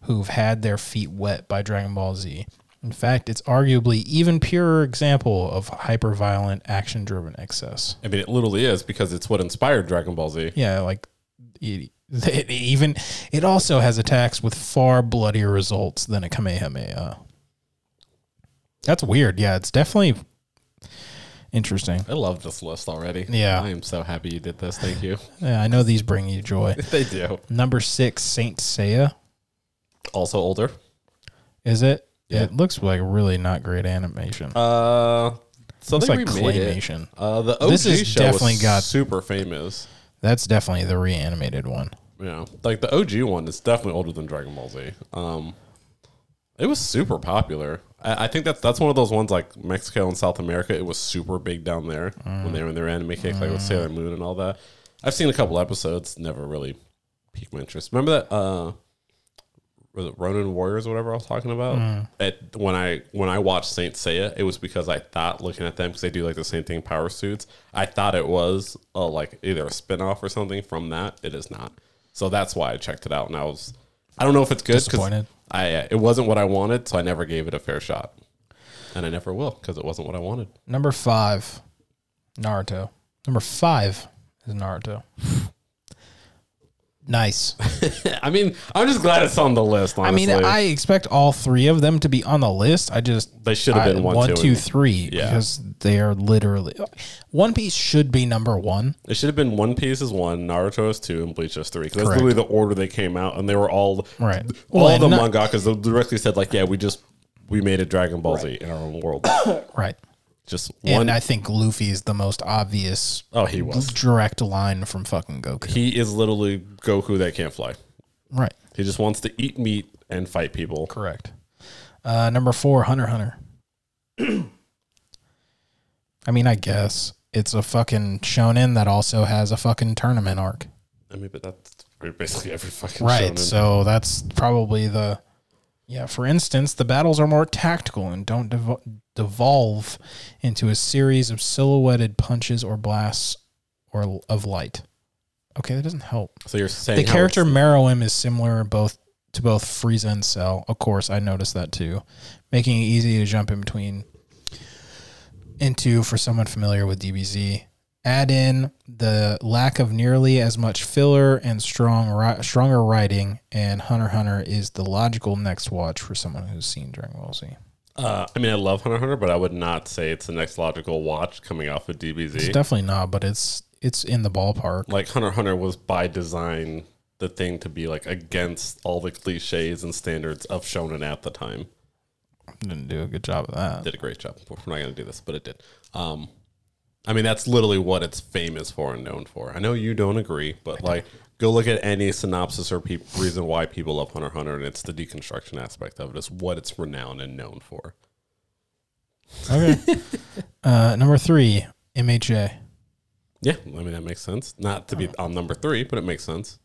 Speaker 1: who've had their feet wet by Dragon Ball Z. In fact, it's arguably even purer example of hyper-violent, action-driven excess.
Speaker 2: I mean it literally is because it's what inspired Dragon Ball Z.
Speaker 1: Yeah, like it, it even it also has attacks with far bloodier results than a Kamehameha. That's weird. Yeah, it's definitely interesting.
Speaker 2: I love this list already.
Speaker 1: Yeah.
Speaker 2: I am so happy you did this. Thank you.
Speaker 1: Yeah, I know these bring you joy.
Speaker 2: they do.
Speaker 1: Number six, Saint Seiya.
Speaker 2: Also older.
Speaker 1: Is it?
Speaker 2: Yeah.
Speaker 1: It looks like really not great animation.
Speaker 2: Uh so
Speaker 1: Looks
Speaker 2: they
Speaker 1: like
Speaker 2: remade it.
Speaker 1: claymation.
Speaker 2: Uh the OG
Speaker 1: This is
Speaker 2: show
Speaker 1: definitely
Speaker 2: was
Speaker 1: got-
Speaker 2: super famous.
Speaker 1: That's definitely the reanimated one.
Speaker 2: Yeah, like the OG one is definitely older than Dragon Ball Z. Um, it was super popular. I, I think that's that's one of those ones like Mexico and South America. It was super big down there when they were in their anime kick, like with Sailor Moon and all that. I've seen a couple episodes, never really piqued my interest. Remember that uh, was it Ronin Warriors, or whatever I was talking about?
Speaker 1: Mm.
Speaker 2: At when I when I watched Saint Seiya, it was because I thought looking at them because they do like the same thing, power suits. I thought it was uh, like either a spin off or something from that. It is not, so that's why I checked it out, and I was I don't know if it's good 'cause
Speaker 1: Disappointed.
Speaker 2: I uh, it wasn't what I wanted, so I never gave it a fair shot, and I never will because it wasn't what I wanted.
Speaker 1: Number five, Naruto. Number five is Naruto. Nice.
Speaker 2: I mean, I'm just glad it's on the list.
Speaker 1: I
Speaker 2: Honestly.
Speaker 1: mean, I expect all three of them to be on the list. I just
Speaker 2: They should have
Speaker 1: I-
Speaker 2: been one, two,
Speaker 1: two,
Speaker 2: and-
Speaker 1: three
Speaker 2: Yeah.
Speaker 1: because they are literally One Piece should be number one.
Speaker 2: it should have been One Piece is one, Naruto is two, and Bleach is three. Because that's
Speaker 1: Correct.
Speaker 2: literally the order they came out, and they were all
Speaker 1: Right.
Speaker 2: All
Speaker 1: Well,
Speaker 2: the
Speaker 1: and not-
Speaker 2: mangakas directly said like, yeah, we just we made a Dragon Ball Z in our own world.
Speaker 1: Right.
Speaker 2: just one.
Speaker 1: And I think Luffy is the most obvious
Speaker 2: oh, he was.
Speaker 1: direct line from fucking Goku.
Speaker 2: He is literally Goku that can't fly.
Speaker 1: Right.
Speaker 2: He just wants to eat meat and fight people.
Speaker 1: Correct. Uh, number four, Hunter x Hunter. I mean, I guess it's a fucking shonen that also has a fucking tournament arc.
Speaker 2: I mean, but that's basically every fucking
Speaker 1: Right.
Speaker 2: shonen.
Speaker 1: So that's probably the. Yeah, for instance, the battles are more tactical and don't devo- devolve into a series of silhouetted punches or blasts or l- of light. Okay, that doesn't help.
Speaker 2: So you're saying
Speaker 1: The
Speaker 2: how
Speaker 1: character
Speaker 2: it's-
Speaker 1: Meruem is similar both to both Frieza and Cell. Of course, I noticed that too, making it easy to jump in between into for someone familiar with DBZ. Add in the lack of nearly as much filler and strong ri- stronger writing, and Hunter x Hunter is the logical next watch for someone who's seen Dragon Ball Z.
Speaker 2: Uh, I mean, I love Hunter x Hunter, but I would not say it's the next logical watch coming off of DBZ.
Speaker 1: It's definitely not, but it's it's in the ballpark.
Speaker 2: like Hunter x Hunter was by design the thing to be like against all the cliches and standards of shonen at the time.
Speaker 1: Didn't do a good job of that.
Speaker 2: Did a great job. We're not gonna do this, but it did. Um, I mean, that's literally what it's famous for and known for. I know you don't agree, but like, go look at any synopsis or peop reason why people love Hunter x Hunter, and it's the deconstruction aspect of it. It's what it's renowned and known for.
Speaker 1: Okay. uh, number three, MHA.
Speaker 2: Yeah, I mean that makes sense. Not to be on number three, but it makes sense.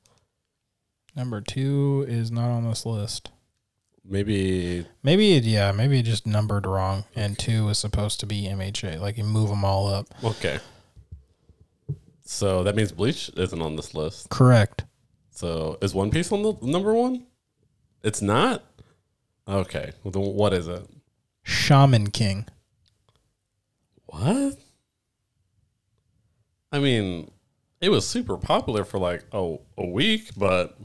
Speaker 1: Number two is not on this list.
Speaker 2: Maybe
Speaker 1: Maybe it, yeah, maybe it just numbered wrong, and two is supposed to be MHA. Like you move them all up.
Speaker 2: okay. So that means Bleach isn't on this list.
Speaker 1: Correct.
Speaker 2: So is One Piece on the number one? It's not. Okay. Well, then what is it?
Speaker 1: Shaman King.
Speaker 2: What? I mean, it was super popular for like oh a week, but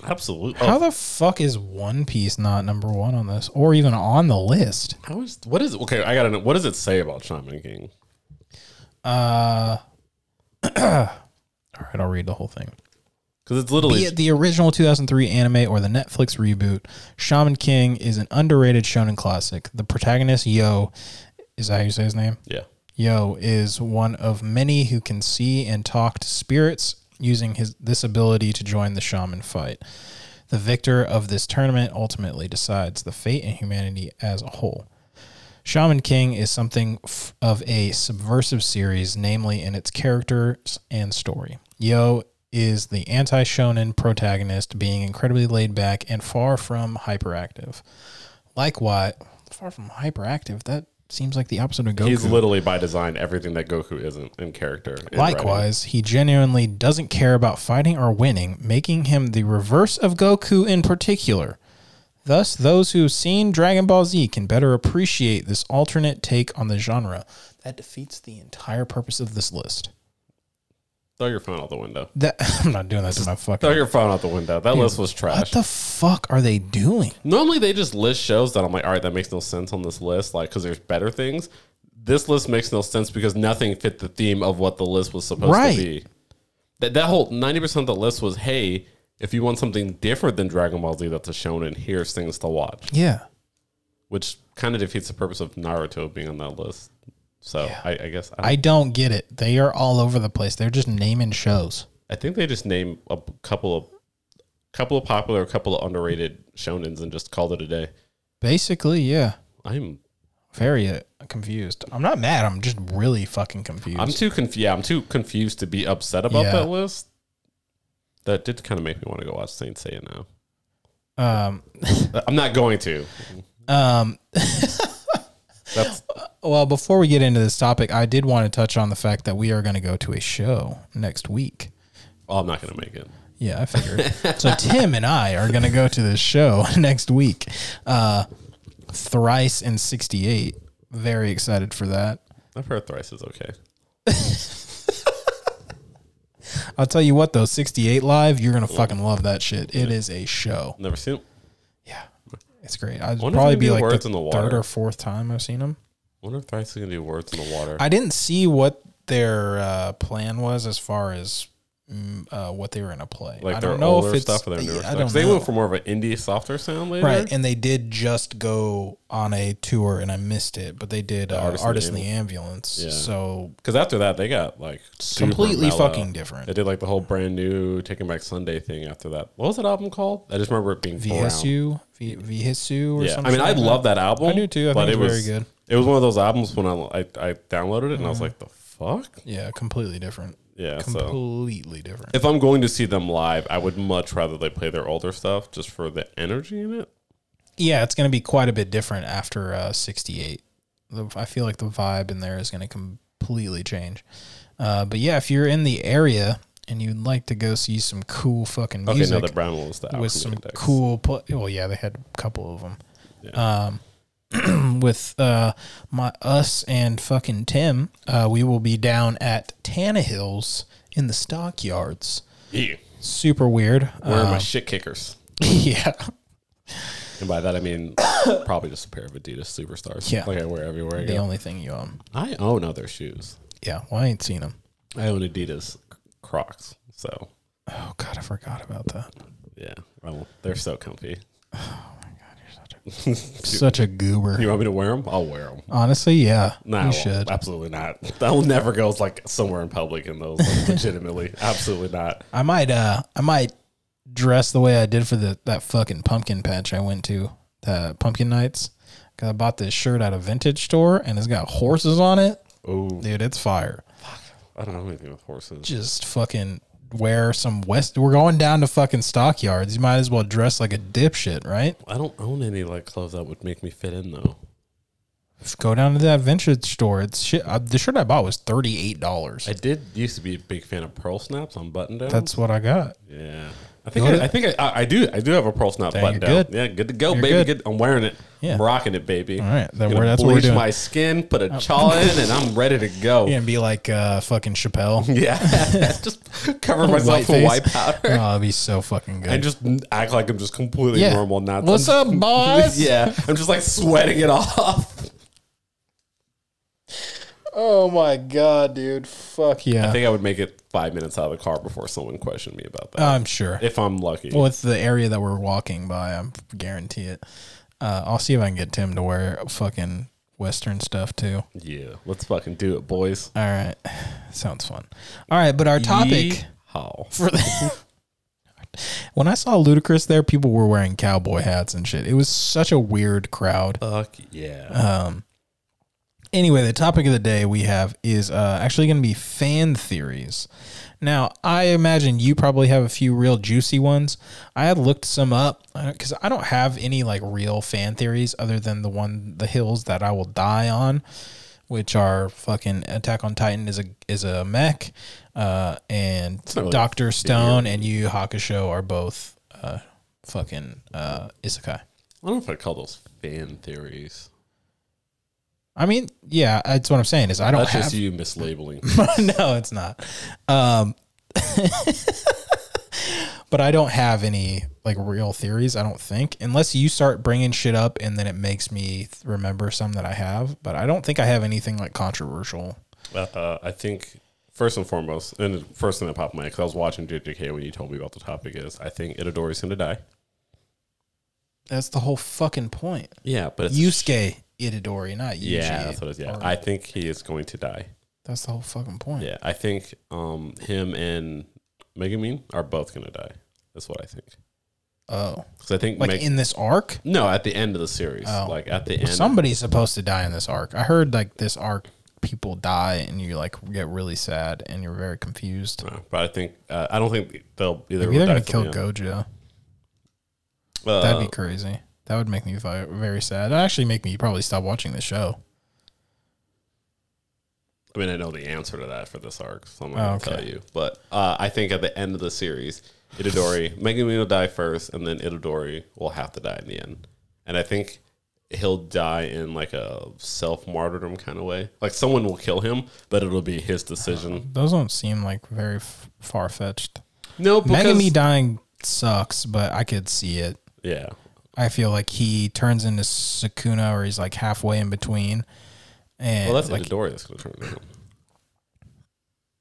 Speaker 2: oh, absolutely.
Speaker 1: How the fuck is One Piece not number one on this, or even on the list?
Speaker 2: how is what is okay? I gotta know what does it say about Shaman King?
Speaker 1: Uh, all right, I'll read the whole thing.
Speaker 2: Because it's literally
Speaker 1: Be it the original 2003 anime or the Netflix reboot, Shaman King is an underrated shonen classic. The protagonist Yo, is that how you say his name?
Speaker 2: yeah.
Speaker 1: Yo is one of many who can see and talk to spirits using his this ability to join the shaman fight. The victor of this tournament ultimately decides the fate and humanity as a whole. Shaman King is something f- of a subversive series, namely in its characters and story. Yo is the anti shonen protagonist, being incredibly laid back and far from hyperactive. Likewise, far from hyperactive, that seems like the opposite of Goku.
Speaker 2: He's literally by design everything that Goku isn't in character. and writing.
Speaker 1: Likewise, he genuinely doesn't care about fighting or winning, making him the reverse of Goku in particular. Thus, those who've seen Dragon Ball Z can better appreciate this alternate take on the genre. That defeats the entire purpose of this list.
Speaker 2: Throw your phone out the window.
Speaker 1: That I'm not doing that to my fucking.
Speaker 2: Throw your phone out the window. That list was trash.
Speaker 1: What the fuck are they doing?
Speaker 2: Normally they just list shows that I'm like, all right, that makes no sense on this list, like because there's better things. This list makes no sense because nothing fit the theme of what the list was supposed
Speaker 1: Right.
Speaker 2: to be. That that whole ninety percent of the list was, hey, if you want something different than Dragon Ball Z that's a shonen, here's things to watch,
Speaker 1: Yeah,
Speaker 2: which kind of defeats the purpose of Naruto being on that list. So I, I guess I,
Speaker 1: I don't get it. They are all over the place. They're just naming shows.
Speaker 2: I think they just named a p- couple of couple of popular, a couple of underrated shonens, and just called it a day.
Speaker 1: Basically, yeah.
Speaker 2: I'm
Speaker 1: Very uh, confused. I'm not mad. I'm just really fucking confused.
Speaker 2: I'm too confused. Yeah, I'm too confused to be upset about
Speaker 1: Yeah.
Speaker 2: that list. That did kind of make me want to go watch Saint Seiya now.
Speaker 1: um,
Speaker 2: I'm not going to.
Speaker 1: um,
Speaker 2: That's
Speaker 1: Well, before we get into this topic, I did want to touch on the fact that we are going to go to a show next week.
Speaker 2: oh, I'm not going to make it.
Speaker 1: Yeah, I figured. so Tim and I are going to go to this show next week. Uh, thrice and 68. Very excited for that.
Speaker 2: I've heard thrice is okay.
Speaker 1: I'll tell you what though, 68 live, you're gonna fucking love that shit. It is a show.
Speaker 2: Never seen it.
Speaker 1: Yeah, it's great. I'd
Speaker 2: Wonder if
Speaker 1: probably
Speaker 2: they
Speaker 1: be
Speaker 2: do
Speaker 1: like
Speaker 2: Words
Speaker 1: the,
Speaker 2: in the
Speaker 1: third
Speaker 2: Water.
Speaker 1: or fourth time I've seen them.
Speaker 2: Wonder if they're actually gonna do words in the water.
Speaker 1: I didn't see what their uh, plan was as far as mm, uh, what they were gonna play.
Speaker 2: like
Speaker 1: I
Speaker 2: their
Speaker 1: don't know
Speaker 2: older
Speaker 1: if it's
Speaker 2: stuff or their newer
Speaker 1: I
Speaker 2: stuff.
Speaker 1: don't
Speaker 2: 'Cause They
Speaker 1: know.
Speaker 2: went for more of an indie, softer sound later.
Speaker 1: Right, and they did just go on a tour, and I missed it, but they did uh,
Speaker 2: Artist
Speaker 1: Artist,
Speaker 2: in the
Speaker 1: in the Ambulance.
Speaker 2: Yeah.
Speaker 1: So
Speaker 2: Because after that, they got like super
Speaker 1: completely
Speaker 2: mellow.
Speaker 1: fucking
Speaker 2: They
Speaker 1: different.
Speaker 2: did like the whole brand new Taking Back Sunday thing after that. What was that album called? I just remember it being four round.
Speaker 1: VSU, v, VSU or
Speaker 2: Yeah,
Speaker 1: something.
Speaker 2: I mean, I love that album.
Speaker 1: I do too. I
Speaker 2: but
Speaker 1: think
Speaker 2: it
Speaker 1: it's
Speaker 2: was
Speaker 1: very good.
Speaker 2: It was one of those albums when I I, I downloaded it and I was like, the fuck.
Speaker 1: Yeah, completely different.
Speaker 2: Yeah. so
Speaker 1: completely different.
Speaker 2: if I'm going to see them live, I would much rather they play their older stuff just for the energy in it.
Speaker 1: Yeah, it's going to be quite a bit different after uh, 68. The, I feel like the vibe in there is going to completely change. Uh, but yeah, if you're in the area and you'd like to go see some cool fucking
Speaker 2: Okay,
Speaker 1: music
Speaker 2: no, the brown one was the Alchemy
Speaker 1: with some
Speaker 2: Index.
Speaker 1: cool, pl- well, yeah, they had a couple of them. Um, with uh, my us and fucking Tim, uh, we will be down at Tannehill's in the stockyards.
Speaker 2: Yeah.
Speaker 1: Super weird.
Speaker 2: Where are
Speaker 1: Uh,
Speaker 2: my shit kickers?
Speaker 1: yeah.
Speaker 2: And by that I mean probably just a pair of Adidas Superstars.
Speaker 1: Yeah.
Speaker 2: like I wear everywhere I
Speaker 1: The
Speaker 2: go.
Speaker 1: only thing you own.
Speaker 2: I own other shoes.
Speaker 1: Yeah. Well, I ain't seen them.
Speaker 2: I own Adidas Crocs. So
Speaker 1: Oh God, I forgot about that.
Speaker 2: yeah, well, they're so comfy.
Speaker 1: Such a goober.
Speaker 2: You want me to wear them? I'll wear them.
Speaker 1: Honestly, yeah,
Speaker 2: No, I
Speaker 1: you
Speaker 2: won't.
Speaker 1: should.
Speaker 2: absolutely not. I will never go like somewhere in public in those. Like, legitimately, absolutely not.
Speaker 1: I might, uh, I might dress the way I did for the that fucking pumpkin patch I went to, the pumpkin nights. Cause I bought this shirt at a vintage store and it's got horses on it.
Speaker 2: Oh,
Speaker 1: Dude, it's fire.
Speaker 2: I don't know anything with horses.
Speaker 1: Just fucking wear some west. We're going down to fucking stockyards. You might as well dress like a dipshit, right?
Speaker 2: I don't own any like clothes that would make me fit in though.
Speaker 1: Go down to that vintage store. It's shit. Uh, the shirt I bought was thirty eight dollars.
Speaker 2: I did used to be a big fan of pearl snaps on button down.
Speaker 1: That's what I got.
Speaker 2: yeah. I think
Speaker 1: You know
Speaker 2: I, I think I, I do I do have a pearl snap button
Speaker 1: you're
Speaker 2: down.
Speaker 1: good.
Speaker 2: Yeah, good to go,
Speaker 1: You're
Speaker 2: baby.
Speaker 1: good.
Speaker 2: Good. I'm wearing it.
Speaker 1: Yeah.
Speaker 2: I'm rocking it, baby.
Speaker 1: All right, then
Speaker 2: Gonna
Speaker 1: we're- that's what we're
Speaker 2: bleach
Speaker 1: doing. Uh,
Speaker 2: my skin, put a chaw in, and I'm ready to go.
Speaker 1: You're gonna be like uh, fucking Chappelle.
Speaker 2: Yeah, just cover myself with
Speaker 1: face.
Speaker 2: white powder
Speaker 1: Oh, that'd be so fucking good.
Speaker 2: and just act like I'm just completely
Speaker 1: Yeah.
Speaker 2: normal. Not
Speaker 1: What's up, boss?
Speaker 2: yeah, I'm just like sweating it off.
Speaker 1: Oh my god, dude. Fuck yeah.
Speaker 2: I think I would make it five minutes out of the car before someone questioned me about that.
Speaker 1: I'm sure.
Speaker 2: if I'm lucky,
Speaker 1: Well, it's the area that we're walking by. I guarantee it. Uh, I'll see if I can get Tim to wear fucking Western stuff too.
Speaker 2: yeah, let's fucking do it, boys.
Speaker 1: All right, sounds fun. All right, but our topic
Speaker 2: How?
Speaker 1: for the. When I saw Ludacris there, people were wearing cowboy hats and shit. It was such a weird crowd.
Speaker 2: Fuck yeah.
Speaker 1: anyway, the topic of the day we have is uh, actually going to be fan theories. Now, I imagine you probably have a few real juicy ones. I had looked some up because I don't have any like real fan theories other than the one, the hills that I will die on, which are fucking Attack on Titan is a is a mech, uh, and
Speaker 2: not really
Speaker 1: Doctor Stone and Yu Yu Hakusho are both uh, fucking uh, isekai.
Speaker 2: I don't know if I call those fan theories.
Speaker 1: I mean, yeah, that's what I'm saying is I don't
Speaker 2: That's
Speaker 1: have
Speaker 2: just you mislabeling.
Speaker 1: no, it's not. Um, but I don't have any like real theories. I don't think, unless you start bringing shit up, and then it makes me th- remember some that I have. But I don't think I have anything like controversial.
Speaker 2: uh, I think first and foremost, and the first thing that popped in my head because I was watching JJK when you told me about the topic is I think Itadori's gonna die.
Speaker 1: That's the whole fucking point.
Speaker 2: Yeah, but it's
Speaker 1: Yusuke Itadori, not Yuji.
Speaker 2: Yeah, that's what it is. Yeah, I think he is going to die.
Speaker 1: that's the whole fucking point.
Speaker 2: Yeah, I think um, him and Megumin are both going to die. That's what I think.
Speaker 1: Oh,
Speaker 2: Because I think
Speaker 1: like
Speaker 2: Meg-
Speaker 1: in Oh. this arc,
Speaker 2: no, at the end of the series, like at the end,
Speaker 1: somebody's supposed to die in this arc. I heard like this arc, people die, and you like get really sad, and you're very confused.
Speaker 2: Uh, but I think uh, I don't think they'll either.
Speaker 1: Maybe they're
Speaker 2: will
Speaker 1: gonna
Speaker 2: die
Speaker 1: kill
Speaker 2: till the end.
Speaker 1: Gojo.
Speaker 2: Uh,
Speaker 1: That'd be crazy. That would make me vi- very sad. That'd actually make me probably stop watching the show.
Speaker 2: I mean, I know the answer to that for this arc, so I'm not
Speaker 1: Oh,
Speaker 2: going to
Speaker 1: okay.
Speaker 2: tell you. But uh, I think at the end of the series, Itadori, Megumin will die first, and then Itadori will have to die in the end. And I think he'll die in like a self martyrdom kind of way. Like someone will kill him, but it'll be his decision.
Speaker 1: Those don't seem like very f- far fetched.
Speaker 2: No, because
Speaker 1: Megami dying sucks, but I could see it.
Speaker 2: yeah,
Speaker 1: I feel like he turns into Sukuna, or he's like halfway in between, and
Speaker 2: well, that's
Speaker 1: like
Speaker 2: Itadori that's going to turn him.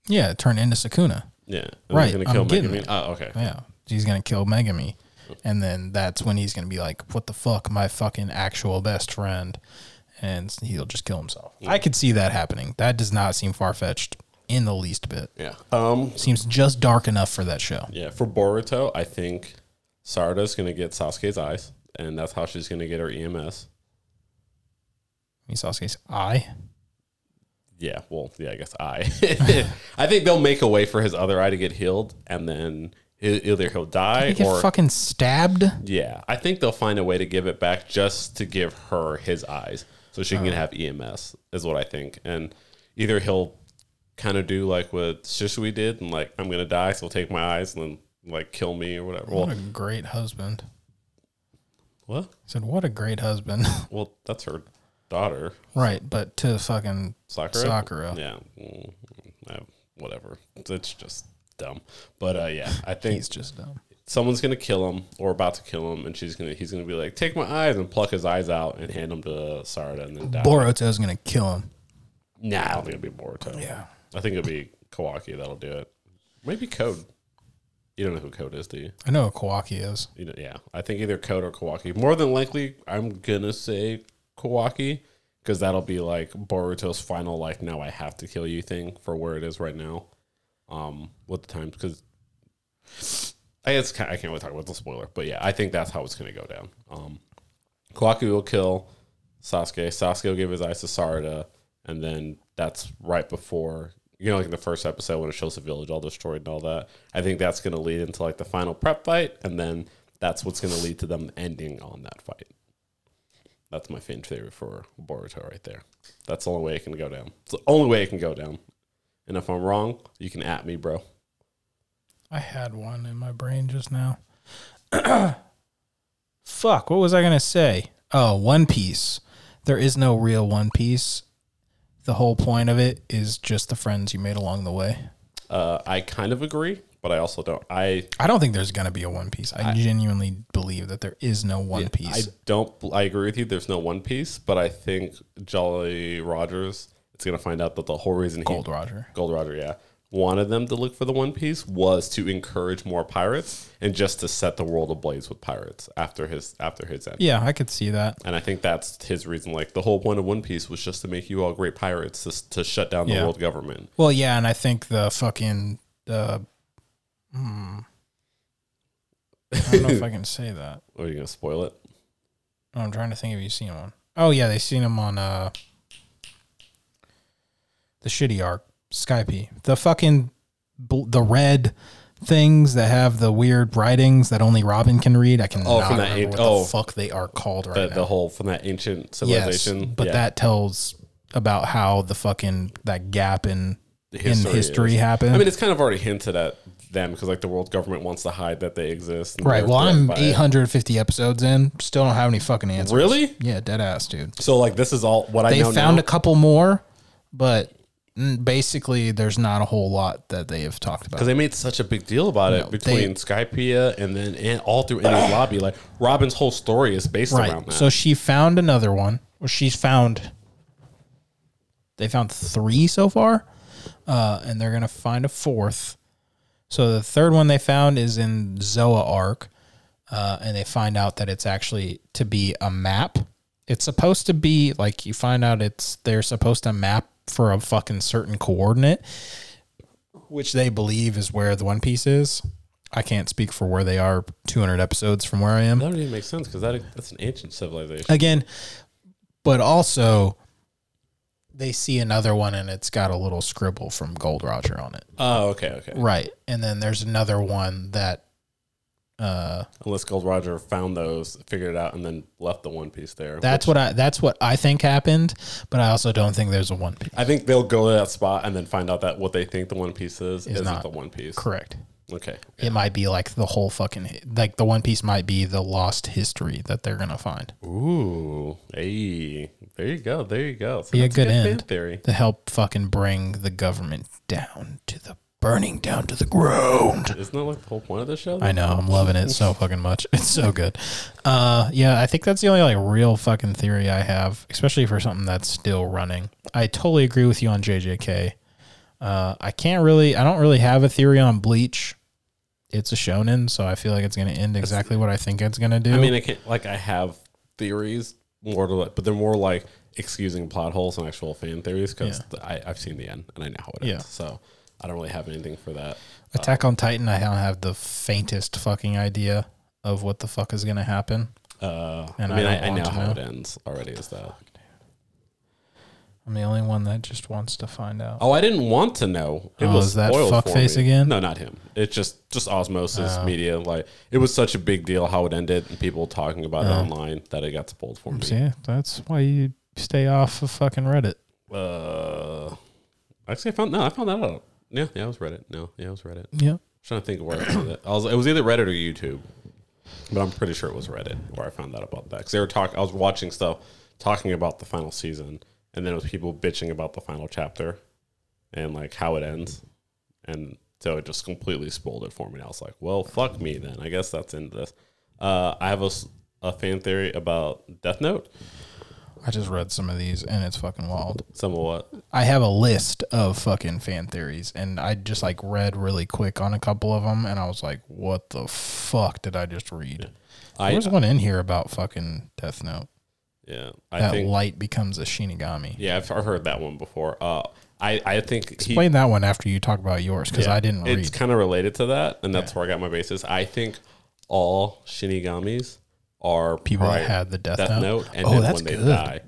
Speaker 1: yeah, turn into Sukuna.
Speaker 2: Yeah, and
Speaker 1: Right,
Speaker 2: He's going to
Speaker 1: I'm
Speaker 2: kill
Speaker 1: getting
Speaker 2: Megami.
Speaker 1: it.
Speaker 2: Oh, okay.
Speaker 1: Yeah, he's gonna kill Megami, and then that's when he's gonna be like, "What the fuck, my fucking actual best friend," and he'll just kill himself. I could see that happening. That does not seem far fetched in the least bit.
Speaker 2: Yeah. Um.
Speaker 1: Seems just dark enough for that show.
Speaker 2: Yeah. For Boruto, I think Sarada's going to get Sasuke's eyes, and that's how she's going to get her E EMS.
Speaker 1: I mean, Sasuke's eye.
Speaker 2: Yeah, well, yeah, I guess I. I think they'll make a way for his other eye to get healed, and then e- either he'll
Speaker 1: He
Speaker 2: die
Speaker 1: get
Speaker 2: or
Speaker 1: fucking stabbed.
Speaker 2: yeah. I think they'll find a way to give it back just to give her his eyes, so she
Speaker 1: Oh.
Speaker 2: can have EMS. Is what I think, and either he'll kind of do like what Shisui did, and like I'm gonna die, so take my eyes and then like kill me or whatever.
Speaker 1: What
Speaker 2: Well,
Speaker 1: a great husband.
Speaker 2: what?
Speaker 1: He said, "What a great husband."
Speaker 2: Well, that's her daughter,
Speaker 1: right, but to fucking
Speaker 2: Sakura.
Speaker 1: Sakura.
Speaker 2: Yeah, mm, uh, whatever. It's just dumb, but uh, yeah, I think
Speaker 1: He's just dumb.
Speaker 2: someone's gonna kill him or about to kill him, and she's gonna he's gonna be like, "Take my eyes," and pluck his eyes out and hand them to Sarada, and then die.
Speaker 1: Boruto's gonna kill him.
Speaker 2: nah, I don't think it'll be Boruto.
Speaker 1: Yeah.
Speaker 2: I think it'll be Kawaki that'll do it. Maybe Code. You don't know who Code is, do you?
Speaker 1: I know who Kawaki is.
Speaker 2: you know, yeah, I think either Code or Kawaki. More than likely, I'm gonna say Kawaki because that'll be like Boruto's final, like, "No, I have to kill you" thing for where it is right now. Um, with the times because I guess ki- I can't really talk about the spoiler, but yeah, I think that's how it's gonna go down. Um, Kawaki will kill Sasuke. Sasuke will give his eyes to Sarada, and then that's right before you know, like the first episode when it shows the village all destroyed and all that. I think that's going to lead into like the final prep fight, and then that's what's going to lead to them ending on that fight. That's my fan favorite for Boruto right there. That's the only way it can go down. It's the only way it can go down. And if I'm wrong, you can at me, bro.
Speaker 1: I had one in my brain just now. Fuck, what was I going to say? Oh, One Piece. There is no real One Piece. The whole point of it is just the friends you made along the way.
Speaker 2: Uh, I kind of agree, but I also don't. I
Speaker 1: I don't think there's going to be a One Piece. I, genuinely believe that there is no One
Speaker 2: I
Speaker 1: Piece.
Speaker 2: don't. I agree with you. There's no One Piece, but I think Jolly Rogers is going to find out that the whole reason
Speaker 1: Gold
Speaker 2: he
Speaker 1: Roger.
Speaker 2: Gold Roger, yeah, wanted them to look for the One Piece was to encourage more pirates and just to set the world ablaze with pirates after his after his end.
Speaker 1: Yeah, I could see that.
Speaker 2: And I think that's his reason. Like the whole point of One Piece was just to make you all great pirates, to, to shut down the
Speaker 1: Yeah.
Speaker 2: world government.
Speaker 1: Well, yeah, and I think the fucking. Uh, hmm. I don't know if I can say that.
Speaker 2: Are you gonna spoil it?
Speaker 1: Oh, I'm trying to think if you've seen him on. Oh yeah, they seen him on uh the shitty arc, Skype. The fucking bl- the red things that have the weird writings that only Robin can read. I can
Speaker 2: Oh,
Speaker 1: not
Speaker 2: from that
Speaker 1: remember what
Speaker 2: eight- oh.
Speaker 1: the fuck they are called right
Speaker 2: The,
Speaker 1: now.
Speaker 2: the whole from that ancient
Speaker 1: yes,
Speaker 2: civilization,
Speaker 1: but
Speaker 2: Yeah.
Speaker 1: that tells about how the fucking that gap in
Speaker 2: history
Speaker 1: in history
Speaker 2: is-
Speaker 1: happened.
Speaker 2: I mean, it's kind of already hinted at them because like the world government wants to hide that they exist. and
Speaker 1: right.
Speaker 2: they're
Speaker 1: Well,
Speaker 2: threatened
Speaker 1: I'm
Speaker 2: by it.
Speaker 1: 850 episodes in, still don't have any fucking answers.
Speaker 2: Really?
Speaker 1: Yeah, dead ass, dude.
Speaker 2: So like this is all what I
Speaker 1: they
Speaker 2: know
Speaker 1: found
Speaker 2: now.
Speaker 1: a couple more, but mm, basically, there's not a whole lot that they have talked about.
Speaker 2: because they made such a big deal about it
Speaker 1: No,
Speaker 2: between Skypea and then and all through Annie's lobby. Like Robin's whole story is based around
Speaker 1: Right.
Speaker 2: that.
Speaker 1: So she found another one, or she's found. They found three so far, uh, and they're gonna find a fourth. So the third one they found is in Zoa Arc, uh, and they find out that it's actually to be a map. It's supposed to be like you find out it's they're supposed to map for a fucking certain coordinate, which they believe is where the One Piece is. I can't speak for where they are 200 episodes from where I am
Speaker 2: that don't even make sense because that that's an ancient civilization.
Speaker 1: again but also they see another one and it's got a little scribble from gold roger on it
Speaker 2: Oh, okay, okay.
Speaker 1: right and then there's another one that uh
Speaker 2: Unless Gold Roger found those, figured it out, and then left the One Piece there.
Speaker 1: that's what i that's what i think happened but i also don't think there's a one piece
Speaker 2: I think they'll go to that spot and then find out that what they think the One Piece is is, not
Speaker 1: not.
Speaker 2: the One Piece.
Speaker 1: correct
Speaker 2: Okay.
Speaker 1: It might be like the whole fucking like the One Piece might be the lost history that they're gonna find.
Speaker 2: Ooh. Hey. There you go. There you go. So
Speaker 1: Be a
Speaker 2: that's
Speaker 1: good
Speaker 2: fan
Speaker 1: end.
Speaker 2: theory.
Speaker 1: to help fucking bring the government down to the burning down to the ground.
Speaker 2: Isn't that like the whole point of the show?
Speaker 1: I know, I'm loving it so fucking much. It's so good. Uh yeah, I think that's the only like real fucking theory I have, especially for something that's still running. I totally agree with you on JJK. Uh I can't really I don't really have a theory on Bleach. It's a shonen, so I feel like it's gonna end exactly what I think it's gonna do.
Speaker 2: I mean, uh, I can't, like I have theories more to like, but they're more like excusing plot holes and actual fan theories because I I've seen the end and I know how it
Speaker 1: Yeah.
Speaker 2: ends. So I don't really have anything for that.
Speaker 1: Attack on Titan, I don't have the faintest fucking idea of what the fuck is gonna happen.
Speaker 2: Uh,
Speaker 1: And
Speaker 2: I mean,
Speaker 1: I
Speaker 2: I,
Speaker 1: don't
Speaker 2: I,
Speaker 1: want
Speaker 2: know
Speaker 1: to
Speaker 2: how
Speaker 1: know.
Speaker 2: it ends already. Is that?
Speaker 1: I'm the only one that just wants to find out.
Speaker 2: Oh, I didn't want to know. It
Speaker 1: Oh,
Speaker 2: was
Speaker 1: is that
Speaker 2: spoiled for
Speaker 1: fuckface
Speaker 2: me.
Speaker 1: again? Oh.
Speaker 2: No, not him. It's just just osmosis media. Like it was such a big deal how it ended and people talking about it online that it got spoiled for me.
Speaker 1: See, that's why you stay off of fucking Reddit.
Speaker 2: Uh, actually, I found no. I found that out. Yeah, yeah, it was Reddit. No, yeah, it was Reddit.
Speaker 1: Yeah.
Speaker 2: trying to think of where I found it. I was, it was either Reddit or YouTube, but I'm pretty sure it was Reddit where I found out about that because they were talking. I was watching stuff talking about the final season, and then it was people bitching about the final chapter and like how it ends, and so it just completely spoiled it for me. And I was like, "Well, fuck me then. I guess that's into this." Uh, I have a, s- a fan theory about Death Note.
Speaker 1: I just read some of these and it's fucking wild.
Speaker 2: Some of what?
Speaker 1: I have a list of fucking fan theories and I just like read really quick on a couple of them and I was like, what the fuck did I just read?
Speaker 2: I
Speaker 1: There's one in here about fucking Death Note.
Speaker 2: yeah. I
Speaker 1: That
Speaker 2: think
Speaker 1: light becomes a Shinigami.
Speaker 2: yeah. I've, I've heard that one before. Uh, I I think he-
Speaker 1: Explain that one after you talk about yours because I didn't
Speaker 2: it's
Speaker 1: read.
Speaker 2: kind of related to that, and that's where I got my basis. I think all Shinigamis are
Speaker 1: People
Speaker 2: pri-
Speaker 1: that had the Death, Note.
Speaker 2: Death Note, and
Speaker 1: Oh,
Speaker 2: then
Speaker 1: that's
Speaker 2: when they
Speaker 1: good.
Speaker 2: die,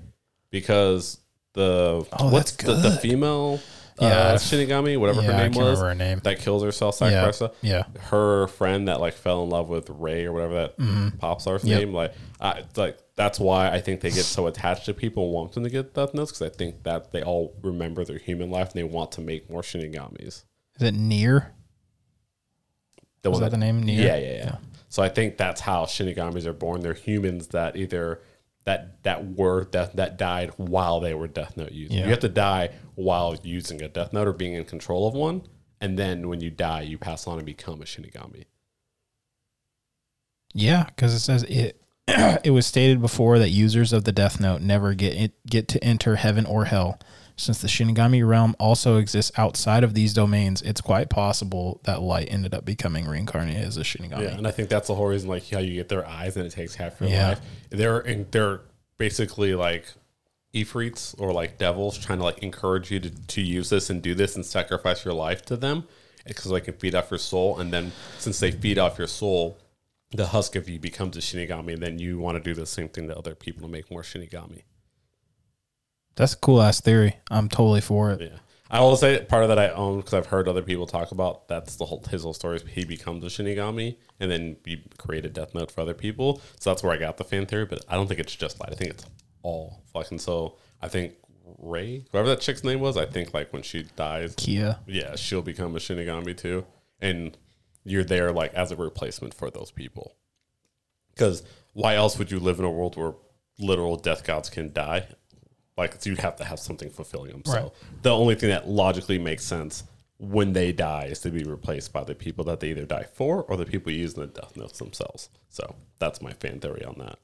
Speaker 2: because the
Speaker 1: Oh,
Speaker 2: what's
Speaker 1: that's
Speaker 2: The, the
Speaker 1: good.
Speaker 2: female
Speaker 1: Yeah.
Speaker 2: uh, Shinigami, whatever
Speaker 1: Yeah, I
Speaker 2: her name
Speaker 1: can't
Speaker 2: was,
Speaker 1: remember her name.
Speaker 2: that kills herself,
Speaker 1: Yeah.
Speaker 2: sacrifices herself.
Speaker 1: Yeah.
Speaker 2: Her friend that like fell in love with Ray or whatever that pop star's
Speaker 1: Mm-hmm. Yep.
Speaker 2: name, like, I, it's like that's why I think they get so attached to people and want them to get death notes because I think that they all remember their human life and they want to make more Shinigamis.
Speaker 1: Is it Near?
Speaker 2: The
Speaker 1: Was that
Speaker 2: one
Speaker 1: the name? Near?
Speaker 2: Yeah, yeah, yeah, So I think that's how Shinigamis are born. They're humans that either that that were that that died while they were Death Note users.
Speaker 1: Yeah.
Speaker 2: You have to die while using a Death Note or being in control of one, and then when you die, you pass on and become a Shinigami.
Speaker 1: Yeah, because it says it. it was stated before that users of the Death Note never get it, get to enter heaven or hell. Since the Shinigami realm also exists outside of these domains, it's quite possible that Light ended up becoming reincarnated as a Shinigami.
Speaker 2: Yeah, and I think that's the whole reason, like how you get their eyes and it takes half your
Speaker 1: Yeah.
Speaker 2: life. They're and they're basically like ifrits or like devils trying to like encourage you to, to use this and do this and sacrifice your life to them because they can feed off your soul. And then since they feed off your soul, the husk of you becomes a shinigami, and then you want to do the same thing to other people to make more shinigami.
Speaker 1: That's a cool ass theory. I'm totally for it.
Speaker 2: Yeah. I will say part of that I own because I've heard other people talk about that's the whole his whole story is he becomes a Shinigami and then he created Death Note for other people. So that's where I got the fan theory, but I don't think it's just light. I think it's all fucking so I think Ray, whoever that chick's name was, I think like when she dies,
Speaker 1: Kia.
Speaker 2: yeah, she'll become a Shinigami too. And you're there like as a replacement for those people. Because why else would you live in a world where literal death gods can die? Like so you'd have to have something fulfilling them. So the only thing that logically makes sense when they die is to be replaced by the people that they either die for or the people using the death notes themselves. So that's my fan theory on that.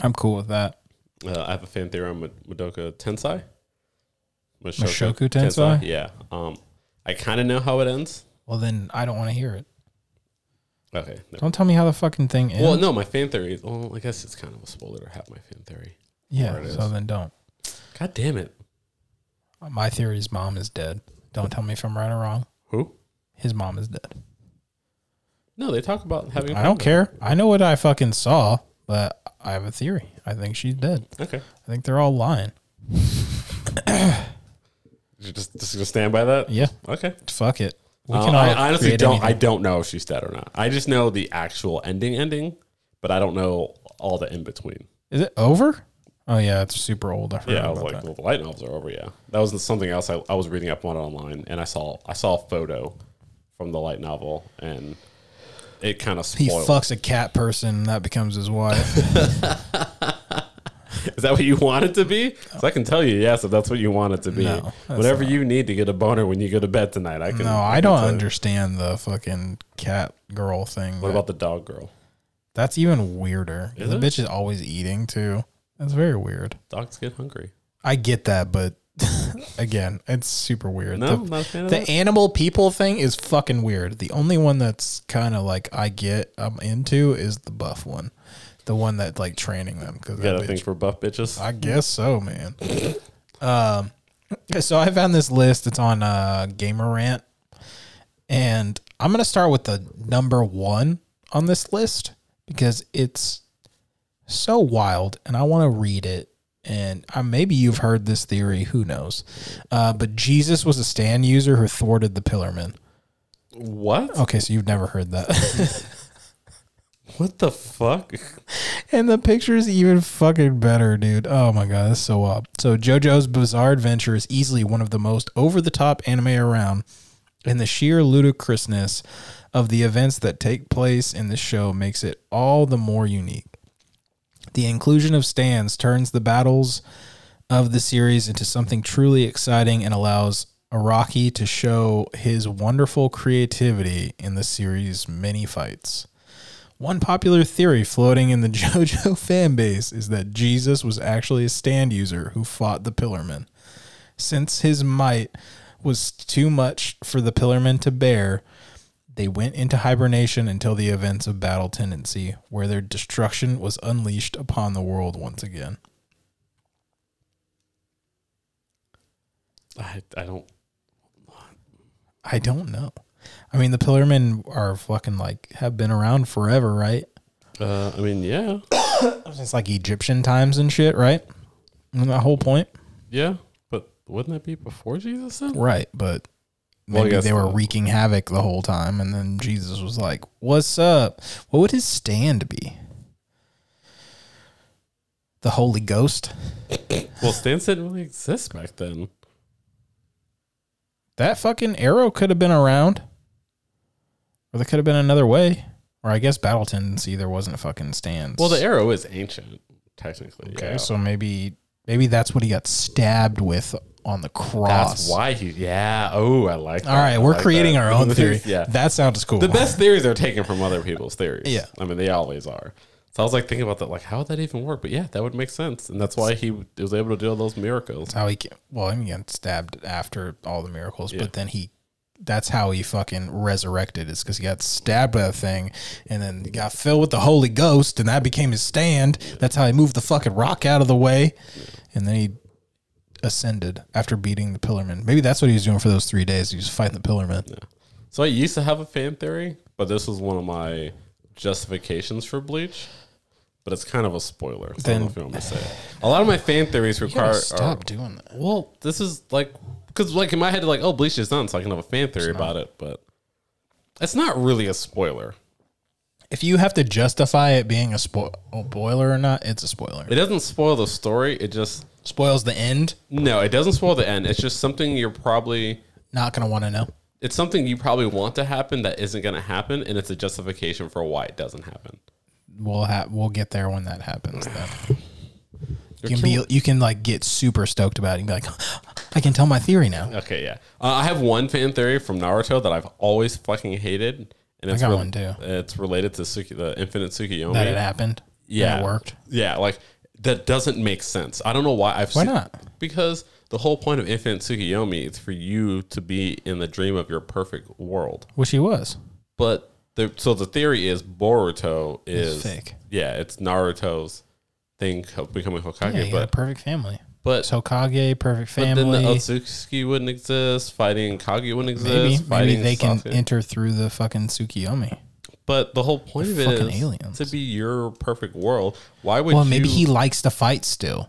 Speaker 1: I'm cool with that.
Speaker 2: Uh, I have a fan theory on Ma- Madoka Tensei.
Speaker 1: Mushoku Tensei?
Speaker 2: Yeah. Um, I kind of know how it ends.
Speaker 1: Well, then I don't want to hear it.
Speaker 2: Okay. never-
Speaker 1: Don't tell me how the fucking thing ends.
Speaker 2: Well, no, my fan theory. is- Well, I guess it's kind of a spoiler to have my fan theory. there
Speaker 1: yeah.
Speaker 2: it
Speaker 1: So
Speaker 2: is.
Speaker 1: then don't.
Speaker 2: God damn it.
Speaker 1: My theory is mom is dead. Don't tell me if I'm right or wrong.
Speaker 2: Who?
Speaker 1: His mom is dead.
Speaker 2: No, they talk about having. a
Speaker 1: I don't
Speaker 2: family.
Speaker 1: care. I know what I fucking saw, but I have a theory. I think she's dead.
Speaker 2: Okay.
Speaker 1: I think they're all lying.
Speaker 2: You're just just gonna stand by that.
Speaker 1: Yeah,
Speaker 2: Okay.
Speaker 1: fuck it. We
Speaker 2: Uh,
Speaker 1: can all
Speaker 2: I honestly
Speaker 1: create
Speaker 2: don't. I
Speaker 1: anything.
Speaker 2: don't know if she's dead or not. I just know the actual ending ending, but I don't know all the in between.
Speaker 1: Is it over? Oh yeah, it's super old. I forgot
Speaker 2: Yeah, I was
Speaker 1: about
Speaker 2: like,
Speaker 1: that.
Speaker 2: well, the light novels are over. Yeah, that was something else. I, I was reading up on it online, and I saw I saw a photo from the light novel, and it kind of
Speaker 1: He
Speaker 2: spoiled.
Speaker 1: fucks a cat person that becomes his wife.
Speaker 2: Is that what you want it to be? 'Cause I can tell you, yes, if that's what you want it to be.
Speaker 1: No, that's
Speaker 2: Whatever you need to get a boner when you go to bed tonight, I can.
Speaker 1: No, I
Speaker 2: can
Speaker 1: don't
Speaker 2: tell you.
Speaker 1: understand the fucking cat girl thing.
Speaker 2: What
Speaker 1: that-
Speaker 2: about the dog girl?
Speaker 1: that's even weirder.
Speaker 2: Is
Speaker 1: the
Speaker 2: it?
Speaker 1: bitch is always eating too. That's very weird.
Speaker 2: Dogs get hungry.
Speaker 1: I get that, but again, it's super weird.
Speaker 2: No,
Speaker 1: The-
Speaker 2: not a fan of
Speaker 1: The
Speaker 2: that.
Speaker 1: animal people thing is fucking weird. The only one that's kind of like I get I'm into is the buff one, the one that like training them because
Speaker 2: You got to think for buff bitches.
Speaker 1: I guess so, man. um, so I found this list. It's on uh, Gamer Rant, and I'm gonna start with the number one on this list because it's so wild, and I want to read it. And uh, maybe you've heard this theory. Who knows? Uh, but Jesus was a stand user who thwarted the Pillarmen.
Speaker 2: what?
Speaker 1: Okay, so you've never heard that.
Speaker 2: What the fuck?
Speaker 1: And the picture is even fucking better, dude. Oh my god, that's so wild. So JoJo's Bizarre Adventure is easily one of the most over-the-top anime around, and the sheer ludicrousness of the events that take place in the show makes it all the more unique. The inclusion of stands turns the battles of the series into something truly exciting and allows Araki to show his wonderful creativity in the series' many fights. One popular theory floating in the JoJo fan base is that Jesus was actually a stand user who fought the Pillarmen. Since his might was too much for the Pillarmen to bear, they went into hibernation until the events of Battle Tendency, where their destruction was unleashed upon the world once again.
Speaker 2: I, I don't.
Speaker 1: I don't know. I mean, the Pillarmen are fucking like have been around forever, right?
Speaker 2: Uh, I mean, yeah,
Speaker 1: Since like Egyptian times and shit, right? Isn't that whole point?
Speaker 2: yeah, but wouldn't that be before Jesus? Then?
Speaker 1: Right, but
Speaker 2: Well, I
Speaker 1: maybe
Speaker 2: guess
Speaker 1: they were
Speaker 2: the-
Speaker 1: wreaking havoc the whole time, and then Jesus was like, "What's up?" What would his stand be? The Holy Ghost.
Speaker 2: Well, Stan didn't really exist back then.
Speaker 1: That fucking arrow could have been around, or there could have been another way. Or I guess battle tendency there wasn't fucking stands.
Speaker 2: Well, the arrow is ancient, technically.
Speaker 1: okay,
Speaker 2: yeah.
Speaker 1: so maybe maybe that's what he got stabbed with on the cross.
Speaker 2: That's why he. Yeah. Oh, I like.
Speaker 1: All right, we're creating our own theory.
Speaker 2: yeah.
Speaker 1: that sounds cool.
Speaker 2: the best theories are taken from other people's theories.
Speaker 1: Yeah.
Speaker 2: I mean, they always are. So I was like thinking about that, like how would that even work? But yeah, that would make sense, and that's why he was able to do all those miracles.
Speaker 1: how he ca- well, I mean, he got stabbed after all the miracles,
Speaker 2: Yeah.
Speaker 1: but then he that's how he fucking resurrected is because he got stabbed by a thing and then he got filled with the Holy Ghost and that became his stand. That's how he moved the fucking rock out of the way. And then he ascended after beating the Pillarman. Maybe that's what he was doing for those three days. He was fighting the Pillarman.
Speaker 2: So I used to have a fan theory, but this was one of my justifications for Bleach. But it's kind of a spoiler. So I don't know
Speaker 1: Then-
Speaker 2: if you want me to say it. A lot of my fan theories require.
Speaker 1: Stop doing that.
Speaker 2: Are, well, this is like because like in my head, like oh, Bleach is done, so I can have a fan theory about it. But it's not really a spoiler.
Speaker 1: If you have to justify it being a spoil- oh, boiler or not, it's a spoiler.
Speaker 2: It doesn't spoil the story. It just
Speaker 1: Spoils the end.
Speaker 2: No, it doesn't spoil the end. It's just something you're probably
Speaker 1: Not going to want to know.
Speaker 2: it's something you probably want to happen that isn't going to happen and it's a justification for why it doesn't happen.
Speaker 1: we'll have we'll get there when that happens. Then you can be you can like get super stoked about it and be like, I can tell my theory now.
Speaker 2: Okay, yeah. Uh, I have one fan theory from Naruto that I've always fucking hated and it's
Speaker 1: got
Speaker 2: rel-
Speaker 1: one, too.
Speaker 2: It's related to Suki, the Infinite Tsukiyomi.
Speaker 1: That it happened. and
Speaker 2: yeah.
Speaker 1: it worked.
Speaker 2: Yeah, like that doesn't make sense. I don't know why I've
Speaker 1: Why
Speaker 2: seen-
Speaker 1: not?
Speaker 2: Because the whole point of Infinite Tsukiyomi is for you to be in the dream of your perfect world.
Speaker 1: Which he was.
Speaker 2: But the, so the theory is Boruto is
Speaker 1: fake.
Speaker 2: Yeah, it's Naruto's thing of becoming Hokage.
Speaker 1: Yeah, he got a
Speaker 2: but
Speaker 1: perfect family.
Speaker 2: but
Speaker 1: So Kage, perfect
Speaker 2: then the
Speaker 1: family.
Speaker 2: Otsutsuki wouldn't exist. Fighting Kage wouldn't
Speaker 1: maybe maybe
Speaker 2: exist. fighting
Speaker 1: they can
Speaker 2: Sasuke.
Speaker 1: enter through the fucking Tsukiyomi.
Speaker 2: but the whole point of it
Speaker 1: fucking
Speaker 2: is
Speaker 1: aliens.
Speaker 2: to be your perfect world. Why would
Speaker 1: Well, maybe
Speaker 2: you-
Speaker 1: he likes to fight still.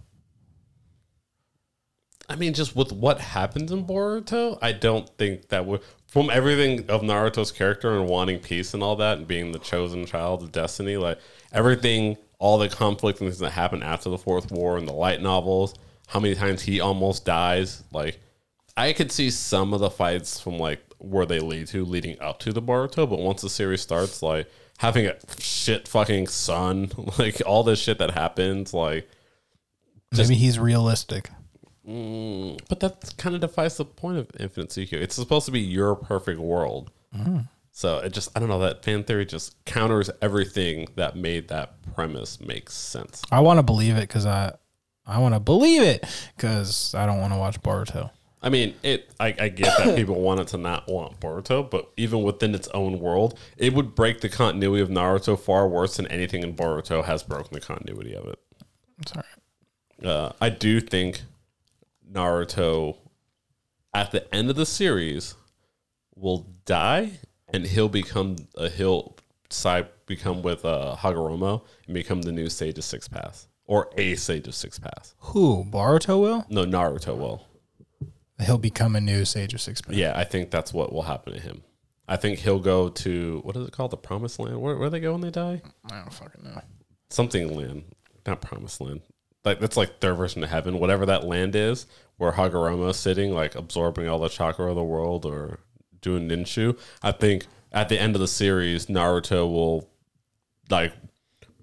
Speaker 2: I mean, just with what happens in Boruto, I don't think that would. From everything of Naruto's character and wanting peace and all that, and being the chosen child of destiny, like everything, all the conflict and things that happen after the Fourth War and the light novels, how many times he almost dies. Like, I could see some of the fights from like where they lead to leading up to the Boruto, but once the series starts, like having a shit fucking son, like all this shit that happens, like
Speaker 1: Maybe he's realistic.
Speaker 2: mm, but that kind of defies the point of Infinite CQ. It's supposed to be your perfect world. So it just I don't know that fan theory just counters everything that made that premise make sense.
Speaker 1: I want to believe it because I, I want to believe it because I don't want to watch Boruto.
Speaker 2: I mean, it. I, I get that people want it to not want Boruto, but even within its own world, it would break the continuity of Naruto far worse than anything in Boruto has broken the continuity of it.
Speaker 1: It's all right.
Speaker 2: Uh, I do think Naruto, at the end of the series, will die, and he'll become a he'll side become with uh, Hagoromo and become the new Sage of Six Paths or a Sage of Six Paths.
Speaker 1: Who Boruto will?
Speaker 2: No, Naruto will.
Speaker 1: He'll become a new Sage of Six Paths.
Speaker 2: Yeah, I think that's what will happen to him. I think he'll go to what is it called? The Promised Land. Where, where they go when they die?
Speaker 1: I don't fucking know.
Speaker 2: Something land, not Promised Land. Like that's like their version of heaven, whatever that land is, where Hagoromo's sitting, like absorbing all the chakra of the world or doing ninshu. I think at the end of the series, Naruto will like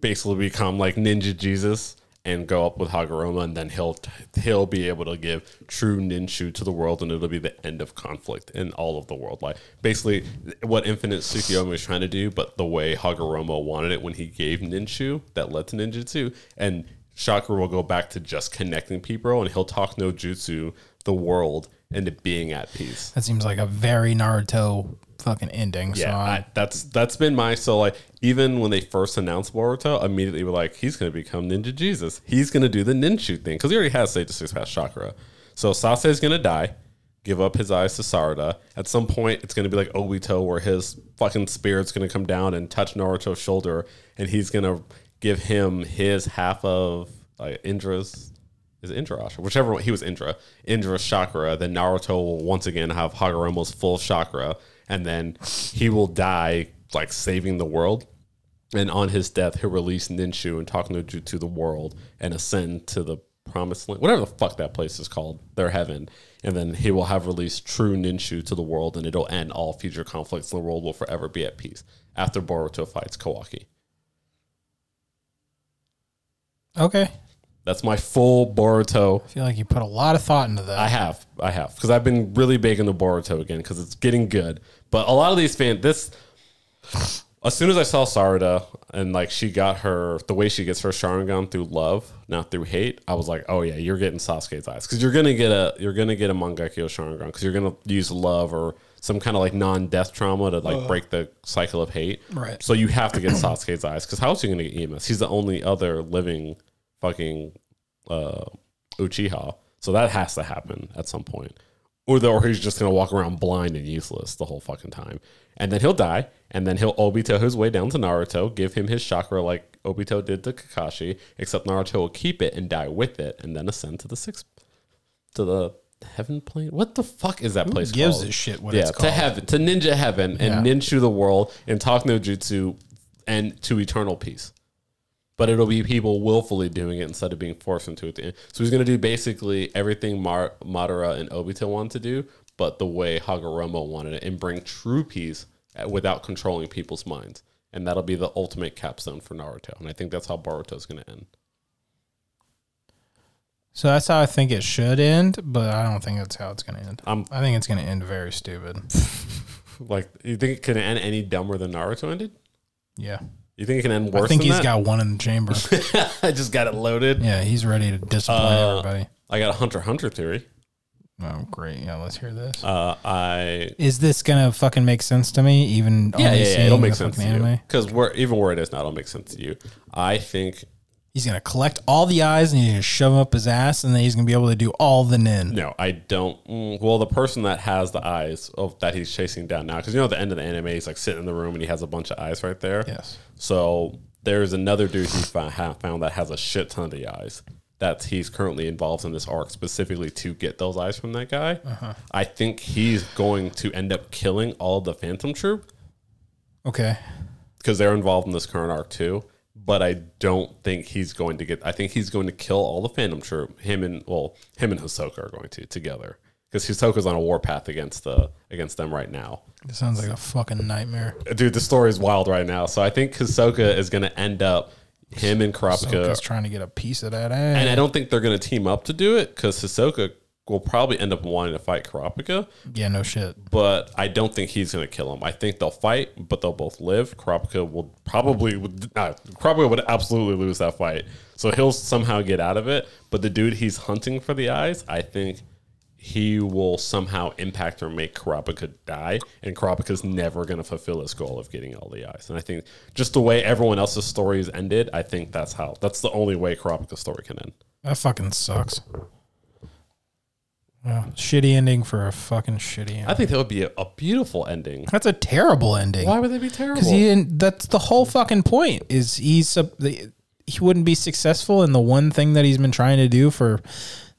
Speaker 2: basically become like Ninja Jesus and go up with Hagoroma, and then he'll he'll be able to give true Ninshu to the world, and it'll be the end of conflict in all of the world. Like basically, what Infinite Tsukuyomi was trying to do, but the way Hagoroma wanted it when he gave Ninshu, that led to Ninjutsu, and Chakra will go back to just connecting people, and he'll talk no jutsu the world into being at peace.
Speaker 1: That seems like a very Naruto fucking ending. so
Speaker 2: Yeah,
Speaker 1: I,
Speaker 2: I, that's that's been my so like even when they first announced Boruto, immediately were like, he's gonna become Ninja Jesus. He's gonna do the ninju thing because he already has Sage of Six Path Chakra. So Sasuke's gonna die, give up his eyes to Sarada. At some point, it's gonna be like Obito, where his fucking spirit's gonna come down and touch Naruto's shoulder, and he's gonna give him his half of like Indra's is it Indra Asha, whichever one, he was Indra, Indra's chakra, then Naruto will once again have Hagoromo's full chakra, and then he will die like saving the world. And on his death, he'll release Ninshu and talk Nuju to the world and ascend to the promised land, whatever the fuck that place is called, their heaven. And then he will have released true Ninshu to the world, and it'll end all future conflicts. The world will forever be at peace after Boruto fights Kawaki.
Speaker 1: okay.
Speaker 2: That's my full Boruto
Speaker 1: I feel like you put a lot of thought into that.
Speaker 2: I have, I have, because I've been really big into Boruto again because it's getting good. But a lot of these fans, this, as soon as I saw Sarada and like she got her the way she gets her Sharingan through love, not through hate, I was like, oh yeah, you're getting Sasuke's eyes because you're gonna get a you're gonna get a Mangekyo Sharingan because you're gonna use love or some kind of like non-death trauma to like break the cycle of hate.
Speaker 1: Right.
Speaker 2: So you have to get Sasuke's eyes because how else are you gonna get EMS? He's the only other living fucking uh, Uchiha. So that has to happen at some point. Or, the, or he's just going to walk around blind and useless the whole fucking time. And then he'll die. And then he'll Obito his way down to Naruto, give him his chakra like Obito did to Kakashi, except Naruto will keep it and die with it and then ascend to the sixth, to the heaven plane. What the fuck is that place
Speaker 1: gives
Speaker 2: called?
Speaker 1: a shit what
Speaker 2: yeah,
Speaker 1: it's
Speaker 2: to
Speaker 1: called.
Speaker 2: heaven, to ninja heaven and ninshu the world and talk no jutsu and to eternal peace but it'll be people willfully doing it instead of being forced into it. So he's going to do basically everything Mar- Madara and Obito wanted to do, but the way Hagoromo wanted it, and bring true peace uh, without controlling people's minds. And that'll be the ultimate capstone for Naruto. And I think that's how Boruto's going to end.
Speaker 1: so that's how I think it should end, but I don't think that's how it's going to end.
Speaker 2: I'm-
Speaker 1: I think it's going to end very stupid.
Speaker 2: Like, you think it can end any dumber than Naruto ended?
Speaker 1: Yeah.
Speaker 2: You think it can end worse?
Speaker 1: I think
Speaker 2: than
Speaker 1: he's
Speaker 2: that?
Speaker 1: got one in the chamber.
Speaker 2: I just got it loaded.
Speaker 1: yeah, he's ready to discipline
Speaker 2: Uh,
Speaker 1: everybody.
Speaker 2: I got a Hunter x Hunter theory.
Speaker 1: Oh, great. Yeah, let's hear this.
Speaker 2: Uh, I
Speaker 1: Is this going to fucking make sense to me, even
Speaker 2: yeah,
Speaker 1: only
Speaker 2: yeah, yeah
Speaker 1: seeing
Speaker 2: it'll make
Speaker 1: the
Speaker 2: sense to
Speaker 1: fucking anime?
Speaker 2: you because where even where it is now, it'll make sense to you. I think
Speaker 1: He's going to collect all the eyes and he's going to shove them up his ass, and then he's going to be able to do all the nin.
Speaker 2: No, I don't. mm, Well, the person that has the eyes of that he's chasing down now, because you know at the end of the anime, he's like sitting in the room and he has a bunch of eyes right there.
Speaker 1: Yes.
Speaker 2: So there's another dude he found, ha- found that has a shit ton of the eyes. That he's currently involved in this arc specifically to get those eyes from that guy.
Speaker 1: Uh-huh.
Speaker 2: I think he's going to end up killing all the Phantom Troop
Speaker 1: Okay.
Speaker 2: because they're involved in this current arc too. But I don't think he's going to get. I think he's going to kill all the Phantom Troop. Him and well, him and Hisoka are going to together because Hisoka's on a warpath against the against them right now.
Speaker 1: It sounds like a fucking nightmare.
Speaker 2: Dude, the story is wild right now. So I think Hisoka is going to end up him and Kurapika
Speaker 1: He's trying to get a piece of that
Speaker 2: and I
Speaker 1: ass.
Speaker 2: don't think they're going to team up to do it because Hisoka will probably end up wanting to fight Karapika,
Speaker 1: Yeah, no shit.
Speaker 2: but I don't think he's going to kill him. I think they'll fight, but they'll both live. Karapika will probably would uh, Kurapika would absolutely lose that fight, so he'll somehow get out of it. But the dude he's hunting for the eyes, I think he will somehow impact or make Karapika die, and Karapika's never going to fulfill his goal of getting all the eyes. And I think just the way everyone else's stories ended, I think that's how that's the only way Karapika's story can end.
Speaker 1: That fucking sucks. Well, shitty ending for a fucking shitty
Speaker 2: I
Speaker 1: ending.
Speaker 2: think that would be a, a beautiful ending.
Speaker 1: That's a terrible ending.
Speaker 2: Why would that be terrible?
Speaker 1: Because he didn't. That's the whole fucking point. Is he's sub- the, he wouldn't be successful in the one thing that he's been trying to do for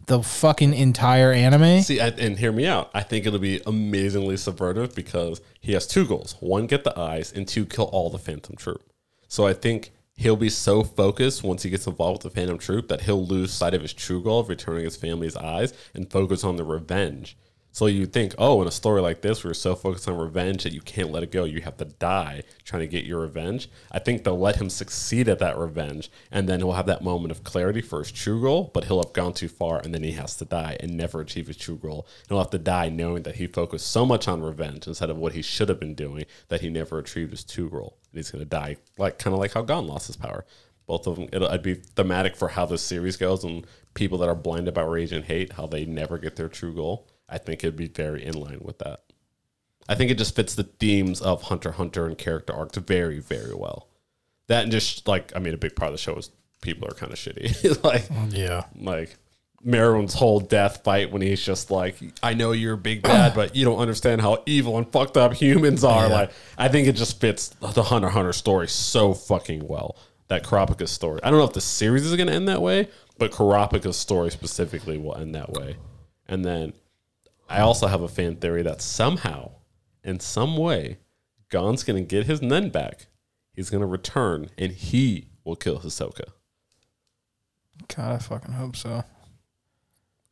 Speaker 1: the fucking entire anime.
Speaker 2: See, I, and hear me out. I think it'll be amazingly subvertive because he has two goals: one, get the eyes, and two, kill all the Phantom Troop. So I think he'll be so focused once he gets involved with the Phantom Troop that he'll lose sight of his true goal of returning his family's eyes and focus on the revenge. So you think, oh, in a story like this, we're so focused on revenge that you can't let it go. You have to die trying to get your revenge. I think they'll let him succeed at that revenge, and then he'll have that moment of clarity for his true goal. But he'll have gone too far, and then he has to die and never achieve his true goal. And he'll have to die knowing that he focused so much on revenge instead of what he should have been doing that he never achieved his true goal. And he's gonna die, like kind of like how Gon lost his power. Both of them, it'll I'd be thematic for how this series goes and people that are blinded by rage and hate, how they never get their true goal. I think it'd be very in line with that. I think it just fits the themes of Hunter x Hunter and character arcs very, very well. That and just like I mean, a big part of the show is people are kind of shitty. like
Speaker 1: Yeah.
Speaker 2: like Maroon's whole death fight when he's just like, I know you're a big bad, but you don't understand how evil and fucked up humans are. Like, I think it just fits the Hunter x Hunter story so fucking well. That Karapika's story. I don't know if the series is going to end that way, but Karapika's story specifically will end that way. And then I also have a fan theory that somehow, in some way, Gon's going to get his Nen back. He's going to return and he will kill Hisoka.
Speaker 1: God, I fucking hope so.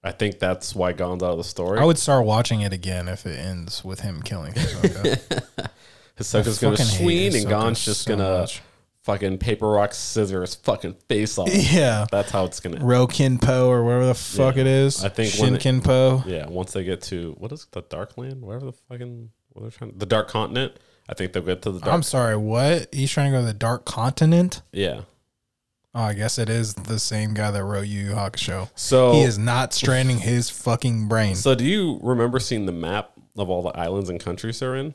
Speaker 2: I think that's why Gon's out of the story.
Speaker 1: I would start watching it again if it ends with him killing Hisoka.
Speaker 2: Hisoka's
Speaker 1: I
Speaker 2: gonna
Speaker 1: fucking hate
Speaker 2: swing and
Speaker 1: Hisoka
Speaker 2: Gon's just
Speaker 1: so
Speaker 2: gonna
Speaker 1: much.
Speaker 2: fucking paper rock scissors fucking face off.
Speaker 1: yeah.
Speaker 2: That's how it's gonna.
Speaker 1: Rokin Po or whatever the fuck
Speaker 2: Yeah.
Speaker 1: it is.
Speaker 2: I think when it-
Speaker 1: Shinkin Po.
Speaker 2: Yeah, once they get to what is it, the Dark Land, whatever the fucking what they're trying, the Dark Continent. I think they'll get to the Dark.
Speaker 1: I'm sorry, what? He's trying to go to the Dark Continent?
Speaker 2: yeah,
Speaker 1: Oh, I guess it is the same guy that wrote Yu Yu Hakusho.
Speaker 2: so
Speaker 1: He is not straining his fucking brain.
Speaker 2: so do you remember seeing the map of all the islands and countries they're in?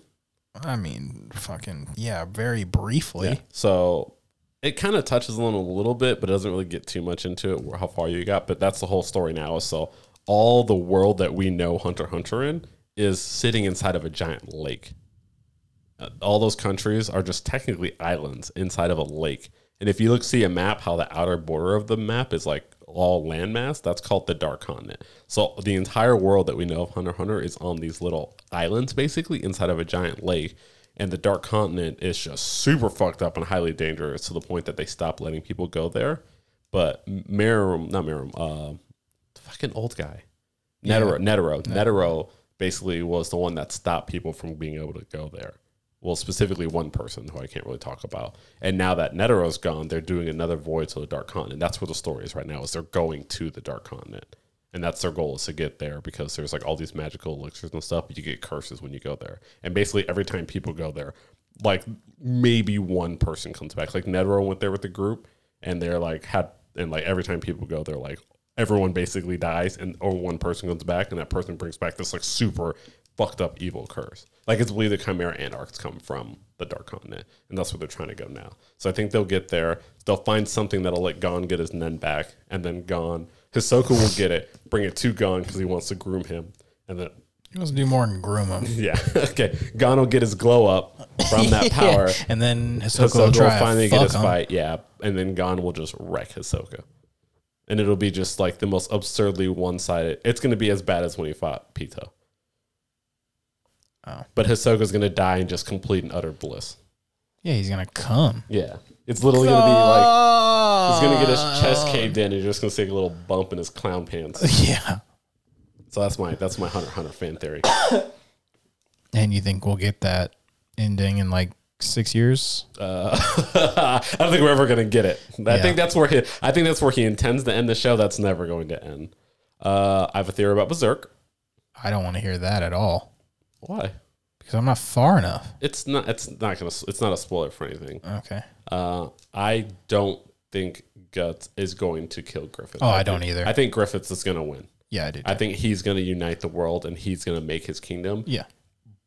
Speaker 1: I mean, fucking, yeah, very briefly.
Speaker 2: So it kind of touches on it a little bit, but it doesn't really get too much into it wh- how far you got. But that's the whole story now. is So all the world that we know Hunter x Hunter in is sitting inside of a giant lake. Uh, all those countries are just technically islands inside of a lake. And if you look see a map, how the outer border of the map is like all landmass, that's called the Dark Continent. So the entire world that we know of Hunter x Hunter is on these little islands, basically inside of a giant lake. And the Dark Continent is just super fucked up and highly dangerous to the point that they stop letting people go there. But Merum, not Merum, uh, the fucking old guy. Netero, Netero, Netero basically was the one that stopped people from being able to go there. Well, specifically one person who I can't really talk about. And now that Netero's gone, they're doing another voyage to the Dark Continent. That's where the story is right now. Is they're going to the Dark Continent, and that's their goal is to get there because there's like all these magical elixirs and stuff. But you get curses when you go there, and basically every time people go there, like maybe one person comes back. Like Netero went there with the group, and they're like had and like every time people go, they're like everyone basically dies and or one person comes back and that person brings back this like super fucked up evil curse. Like it's believed the Chimera Anarchs come from the Dark Continent, and that's where they're trying to go now. So I think they'll get there. They'll find something that'll let Gon get his Nen back, and then Gon Hisoka will get it, bring it to Gon because he wants to groom him, and then
Speaker 1: He wants to do more than groom him.
Speaker 2: yeah, okay, Gon will get his glow up from that power.
Speaker 1: And then Hisoka
Speaker 2: Hisoka
Speaker 1: will
Speaker 2: will
Speaker 1: try to
Speaker 2: finally get
Speaker 1: fuck
Speaker 2: his
Speaker 1: him.
Speaker 2: fight, yeah, and then Gon will just wreck Hisoka, and it'll be just like the most absurdly one-sided. It's going to be as bad as when he fought Pito.
Speaker 1: Oh.
Speaker 2: But Hisoka's going to die in just complete and utter bliss.
Speaker 1: Yeah, he's gonna come.
Speaker 2: Yeah, it's literally going to be like
Speaker 1: Oh,
Speaker 2: he's going to get his chest caved in, and you're just going to see a little bump in his clown pants.
Speaker 1: Yeah,
Speaker 2: So that's my that's my Hunter x Hunter fan theory.
Speaker 1: And you think we'll get that ending in like six years?
Speaker 2: Uh, I don't think we're ever gonna get it. I
Speaker 1: Yeah.
Speaker 2: think that's where he. I think that's where he intends to end the show. That's never going to end. Uh, I have a theory about Berserk.
Speaker 1: I don't want to hear that at all
Speaker 2: Why?
Speaker 1: because I'm not far enough.
Speaker 2: It's not. It's not gonna. It's not a spoiler for anything.
Speaker 1: Okay.
Speaker 2: Uh, I don't think Guts is going to kill Griffith.
Speaker 1: Oh, I don't either.
Speaker 2: I think Griffiths is gonna win.
Speaker 1: yeah, I did.
Speaker 2: I think he's gonna unite the world and he's gonna make his kingdom.
Speaker 1: yeah.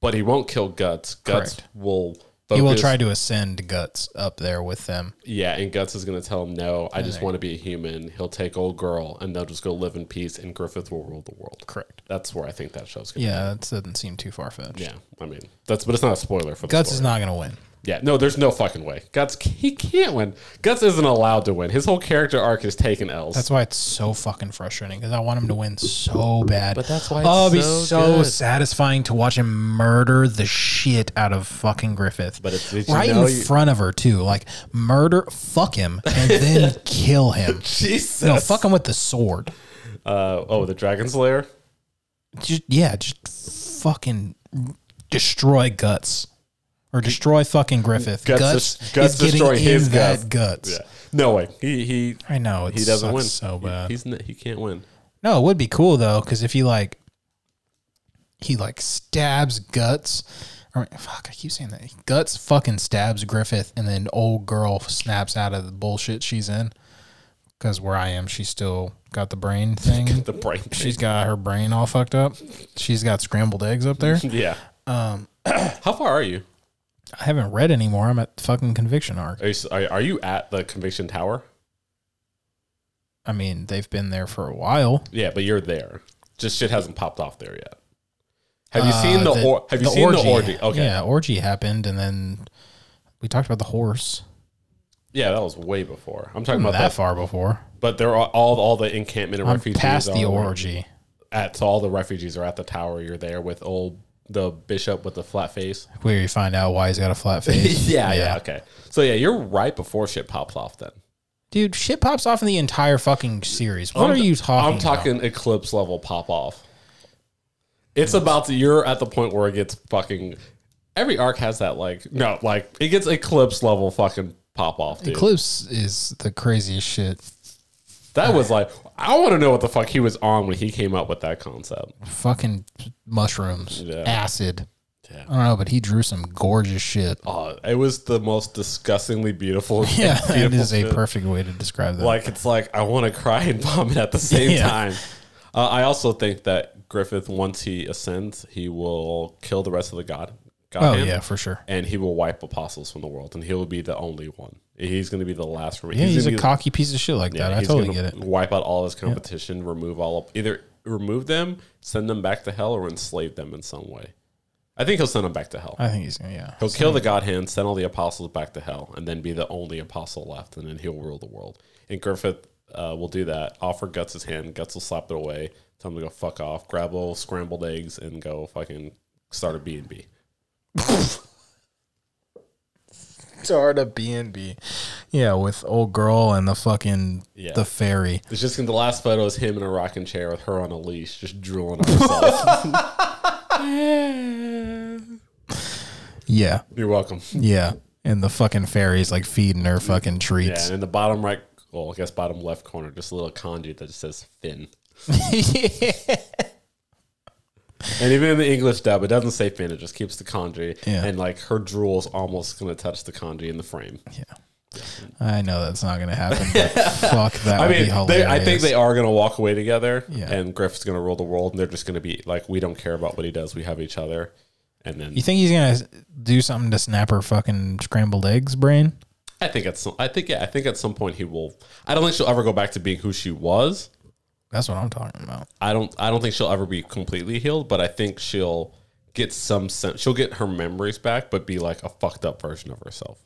Speaker 2: But he won't kill Guts. Guts
Speaker 1: Correct.
Speaker 2: will.
Speaker 1: He will
Speaker 2: focus-
Speaker 1: try to ascend guts up there with them.
Speaker 2: Yeah, and Guts is going to tell him, no, I just want to be a human. He'll take old girl, and they'll just go live in peace, and Griffith will rule the world.
Speaker 1: Correct.
Speaker 2: That's where I think that show's going to
Speaker 1: Yeah, that doesn't seem too far fetched.
Speaker 2: Yeah, I mean, that's, but it's not a spoiler for the
Speaker 1: Guts
Speaker 2: story.
Speaker 1: is not going to win.
Speaker 2: Yeah, no, there's no fucking way. Guts, he can't win. Guts isn't allowed to win. His whole character arc is taking L's.
Speaker 1: That's why it's so fucking frustrating because I want him to win so bad. But
Speaker 2: that's why it's
Speaker 1: oh, it'd be
Speaker 2: so
Speaker 1: so
Speaker 2: good.
Speaker 1: satisfying to watch him murder the shit out of fucking Griffith.
Speaker 2: But it's- did you
Speaker 1: right
Speaker 2: know
Speaker 1: in
Speaker 2: you-
Speaker 1: front of her too. Like murder, fuck him, and then kill him.
Speaker 2: Jesus.
Speaker 1: No, fuck him with the sword.
Speaker 2: Uh, oh, the Dragon Slayer?
Speaker 1: Just yeah, just fucking destroy guts. Or destroy fucking Griffith.
Speaker 2: Guts
Speaker 1: Guts,
Speaker 2: des- Guts
Speaker 1: is getting
Speaker 2: destroy
Speaker 1: in
Speaker 2: his
Speaker 1: that guts.
Speaker 2: Yeah. No way. He, he,
Speaker 1: I know it
Speaker 2: he doesn't
Speaker 1: sucks
Speaker 2: win.
Speaker 1: so
Speaker 2: He-
Speaker 1: bad.
Speaker 2: he's, n- he can't win.
Speaker 1: No, it would be cool though, because if he like, he like stabs guts. Or, fuck, I keep saying that. Guts fucking stabs Griffith, and then old girl snaps out of the bullshit she's in. Because where I am, she's still got the brain thing.
Speaker 2: The brain.
Speaker 1: she's got her brain all fucked up. She's got scrambled eggs up there.
Speaker 2: Yeah. Um, How far are you?
Speaker 1: I haven't read anymore. I'm at fucking conviction arc.
Speaker 2: Are you, are, are you at the Conviction Tower?
Speaker 1: I mean, they've been there for a while.
Speaker 2: Yeah, but you're there. Just shit hasn't popped off there yet. Have you
Speaker 1: Uh,
Speaker 2: seen the, or, have you seen the orgy? Okay. Yeah.
Speaker 1: Yeah, orgy happened, and then we talked about the horse.
Speaker 2: that was way before. I'm talking
Speaker 1: Not
Speaker 2: about
Speaker 1: that
Speaker 2: that.
Speaker 1: far before.
Speaker 2: But there are all all the encampment of
Speaker 1: I'm
Speaker 2: refugees.
Speaker 1: past
Speaker 2: all
Speaker 1: the
Speaker 2: around.
Speaker 1: orgy.
Speaker 2: At so all the refugees are at the tower. You're there with old the bishop with the flat face.
Speaker 1: Where you find out why he's got a flat face.
Speaker 2: yeah, yeah. Okay. So yeah, you're right before shit pops off. Then
Speaker 1: Dude, shit pops off in the entire fucking series. What
Speaker 2: I'm
Speaker 1: are
Speaker 2: t-
Speaker 1: you talking
Speaker 2: I'm talking eclipse level pop off. It's about to, you're at the point where it gets fucking. Every arc has that like no like it gets eclipse level fucking pop off. Dude.
Speaker 1: about? Eclipse is the craziest shit.
Speaker 2: That was like, I want to know what the fuck he was on when he came up with that concept.
Speaker 1: Fucking mushrooms.
Speaker 2: Yeah.
Speaker 1: Acid.
Speaker 2: Yeah.
Speaker 1: I don't know, but he drew some gorgeous shit.
Speaker 2: Uh, it was the most disgustingly beautiful.
Speaker 1: Yeah, that
Speaker 2: beautiful
Speaker 1: is a
Speaker 2: shit.
Speaker 1: perfect way to describe that.
Speaker 2: like it's like I want to cry and vomit at the same
Speaker 1: Yeah.
Speaker 2: time. Uh, I also think that Griffith, once he ascends, he will kill the rest of the god. god
Speaker 1: oh
Speaker 2: hand,
Speaker 1: yeah, for sure.
Speaker 2: and he will wipe apostles from the world, and he will be the only one. He's going to be the last. Rem-
Speaker 1: Yeah, he's,
Speaker 2: gonna
Speaker 1: a
Speaker 2: be-
Speaker 1: cocky piece of shit like that. I
Speaker 2: he's
Speaker 1: totally
Speaker 2: gonna
Speaker 1: get it.
Speaker 2: Wipe out all his competition, remove all of, either remove them, send them back to hell, or enslave them in some way. I think he'll send them back to hell.
Speaker 1: I think he's gonna yeah.
Speaker 2: He'll kill the God Hand, send all the apostles back to hell, and then be the only apostle left, and then he'll rule the world. And Griffith uh, will do that. Offer Guts his hand. Guts will slap it away. Tell him to go fuck off. Grab little scrambled eggs and go fucking start a B and B.
Speaker 1: Start a B and B. Yeah, with old girl and the fucking
Speaker 2: Yeah.
Speaker 1: the fairy.
Speaker 2: It's just gonna, the last photo is him in a rocking chair with her on a leash, just drooling on herself.
Speaker 1: Yeah.
Speaker 2: You're welcome.
Speaker 1: Yeah. And the fucking fairies like feeding her fucking
Speaker 2: Yeah, and
Speaker 1: treats.
Speaker 2: in the bottom right, well, I guess bottom left corner, just a little kanji that just says Finn. And even in the English dub, it doesn't say Finn; it just keeps the kanji.
Speaker 1: Yeah.
Speaker 2: And like her drool's almost gonna touch the kanji in the frame.
Speaker 1: I know that's not gonna happen. But fuck that.
Speaker 2: I
Speaker 1: would be
Speaker 2: mean,
Speaker 1: hilarious.
Speaker 2: they, I think they are gonna walk away together,
Speaker 1: Yeah.
Speaker 2: and Griff's gonna rule the world, and they're just gonna be like, we don't care about what he does; we have each other. And then
Speaker 1: You think he's gonna do something to snap her fucking scrambled eggs brain?
Speaker 2: I think at some, I think yeah, I think at some point he will. I don't think she'll ever go back to being who she was.
Speaker 1: That's what I'm talking about.
Speaker 2: I don't I don't think she'll ever be completely healed, but I think she'll get some sense. She'll get her memories back, but be like a fucked up version of herself.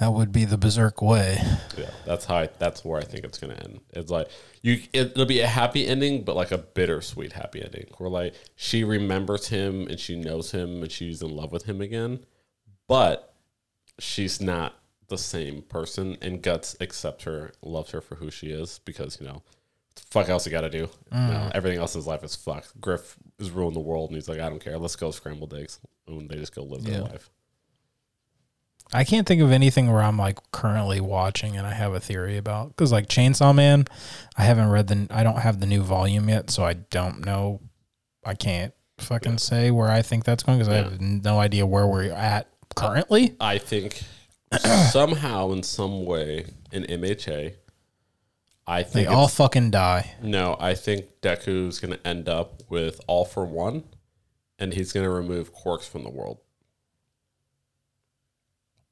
Speaker 1: That would be the berserk way.
Speaker 2: Yeah, that's how. I, that's where I think it's gonna end. It's like you. It'll be a happy ending, but like a bittersweet happy ending. Where like she remembers him and she knows him and she's in love with him again, but she's not the same person. And guts accepts her, loves her for who she is because you know fuck else you got to do? No, everything else in his life is fucked. Griff is ruined the world, and he's like, I don't care. Let's go scrambled eggs. And they just go live their
Speaker 1: Yeah.
Speaker 2: life.
Speaker 1: I can't think of anything where I'm like currently watching and I have a theory about because like Chainsaw Man, I haven't read the I don't have the new volume yet, so I don't know. I can't fucking say where I think that's going because I have no idea where we're at currently.
Speaker 2: I think somehow, in some way, in MHA, I
Speaker 1: They
Speaker 2: think
Speaker 1: all fucking die.
Speaker 2: No, I think Deku's going to end up with all for one, and he's going to remove quarks from the world.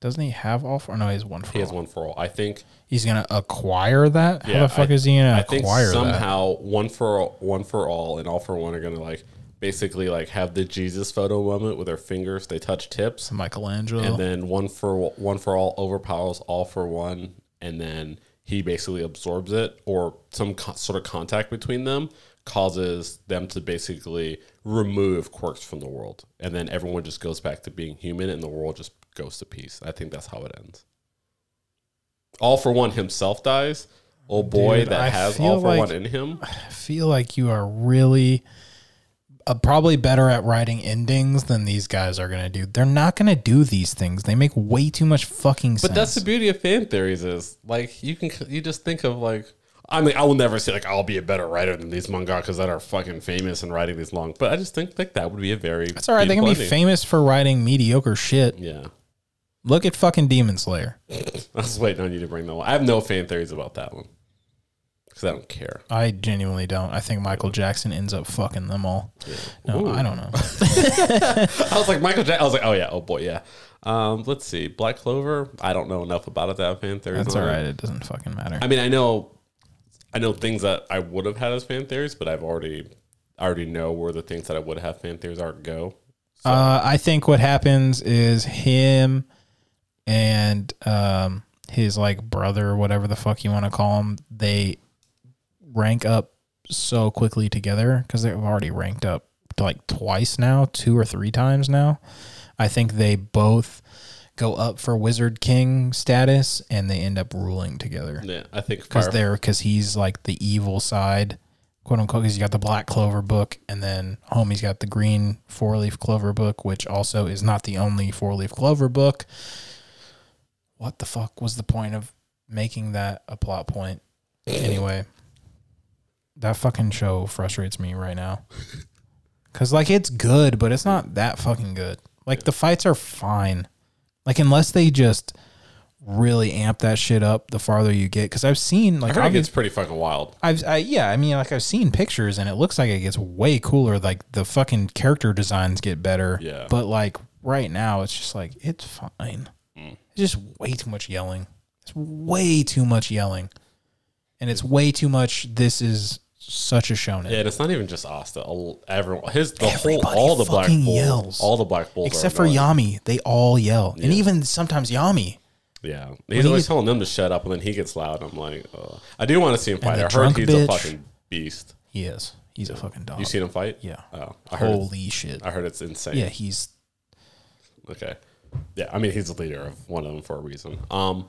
Speaker 1: Doesn't he have all four? No, he has one for
Speaker 2: He has
Speaker 1: all.
Speaker 2: one for all. I think.
Speaker 1: He's gonna acquire that. How
Speaker 2: Yeah,
Speaker 1: the fuck
Speaker 2: I-
Speaker 1: is he
Speaker 2: I
Speaker 1: gonna
Speaker 2: think
Speaker 1: acquire that?
Speaker 2: somehow one for all, one for all and all for one are going to like basically like have the Jesus photo moment with their fingers. They touch tips,
Speaker 1: Michelangelo.
Speaker 2: and then one for one for all overpowers all for one, and then he basically absorbs it, or some co- sort of contact between them causes them to basically remove quirks from the world, and then everyone just goes back to being human, and the world just goes to peace. I think that's how it ends. All for one himself dies. Oh boy,
Speaker 1: Dude,
Speaker 2: that
Speaker 1: I
Speaker 2: has
Speaker 1: feel
Speaker 2: all for
Speaker 1: like-
Speaker 2: one in him.
Speaker 1: I feel like you are really uh, probably better at writing endings than these guys are going to do. They're not going to do these things. They make way too much fucking sense.
Speaker 2: But that's the beauty of fan theories is like you can you just think of like I mean I will never say like I'll be a better writer than these mangakas that are fucking famous and writing these long. But I just think like that would be a very
Speaker 1: That's all right. They can be
Speaker 2: beautiful
Speaker 1: famous for writing mediocre shit.
Speaker 2: ending.
Speaker 1: Look at fucking Demon Slayer.
Speaker 2: Yeah, I was waiting on you to bring that one. I have no fan theories about that one because I don't care.
Speaker 1: I genuinely don't. I think Michael Jackson ends up fucking them all. No,
Speaker 2: Ooh.
Speaker 1: I don't know.
Speaker 2: I was like Michael Jackson. I was like, oh yeah, oh boy, yeah. Um, let's see, Black Clover. I don't know enough about it to have fan theories.
Speaker 1: That's
Speaker 2: on
Speaker 1: all
Speaker 2: it.
Speaker 1: right. It doesn't fucking matter.
Speaker 2: I mean, I know, I know things that I would have had as fan theories, but I've already, I already know where the things that I would have fan theories are go.
Speaker 1: Uh, I think what happens is him and um, his like brother, or whatever the fuck you want to call him, they rank up so quickly together because they've already ranked up like twice now, two or three times now. I think they both go up for Wizard King status and they end up ruling together
Speaker 2: Yeah, I think
Speaker 1: because
Speaker 2: Fire,
Speaker 1: they're because he's like the evil side, quote unquote. Because you got the Black Clover book, and then homie's got the Green Four Leaf Clover book, which also is not the only Four Leaf Clover book. What the fuck was the point of making that a plot point? Anyway, that fucking show frustrates me right now. Cause like it's good, but it's not that fucking good. Like the fights are fine. Like unless they just really amp that shit up the farther you get. Cause I've seen
Speaker 2: I
Speaker 1: like
Speaker 2: heard it
Speaker 1: obvi-
Speaker 2: gets pretty fucking wild.
Speaker 1: I've I, yeah, I mean like I've seen pictures and it looks like it gets way cooler. Like the fucking character designs get better.
Speaker 2: Yeah.
Speaker 1: But like right now, it's just like it's fine.
Speaker 2: Mm.
Speaker 1: It's just way too much yelling. It's way too much yelling, and it's way too much. This is such a shonen.
Speaker 2: Yeah, and it's not even just Asta. All- Everyone, his the
Speaker 1: Everybody
Speaker 2: whole, all the black
Speaker 1: fucking
Speaker 2: bulls,
Speaker 1: yells.
Speaker 2: all the black bulls, are
Speaker 1: Except for
Speaker 2: annoying.
Speaker 1: Yami, they all yell, and even sometimes Yami.
Speaker 2: Yeah, he's always telling them to shut up, and then he gets loud. I'm like, Ugh. I do want to see him fight.
Speaker 1: the
Speaker 2: I heard
Speaker 1: drunk
Speaker 2: he's a
Speaker 1: bitch.
Speaker 2: fucking beast.
Speaker 1: He is. He's a fucking dog.
Speaker 2: You seen him fight?
Speaker 1: Yeah.
Speaker 2: Oh, I heard. it's-
Speaker 1: Holy shit.
Speaker 2: I heard it's insane.
Speaker 1: Yeah, he's
Speaker 2: Okay. Yeah, I mean he's the leader of one of them for a reason. Um,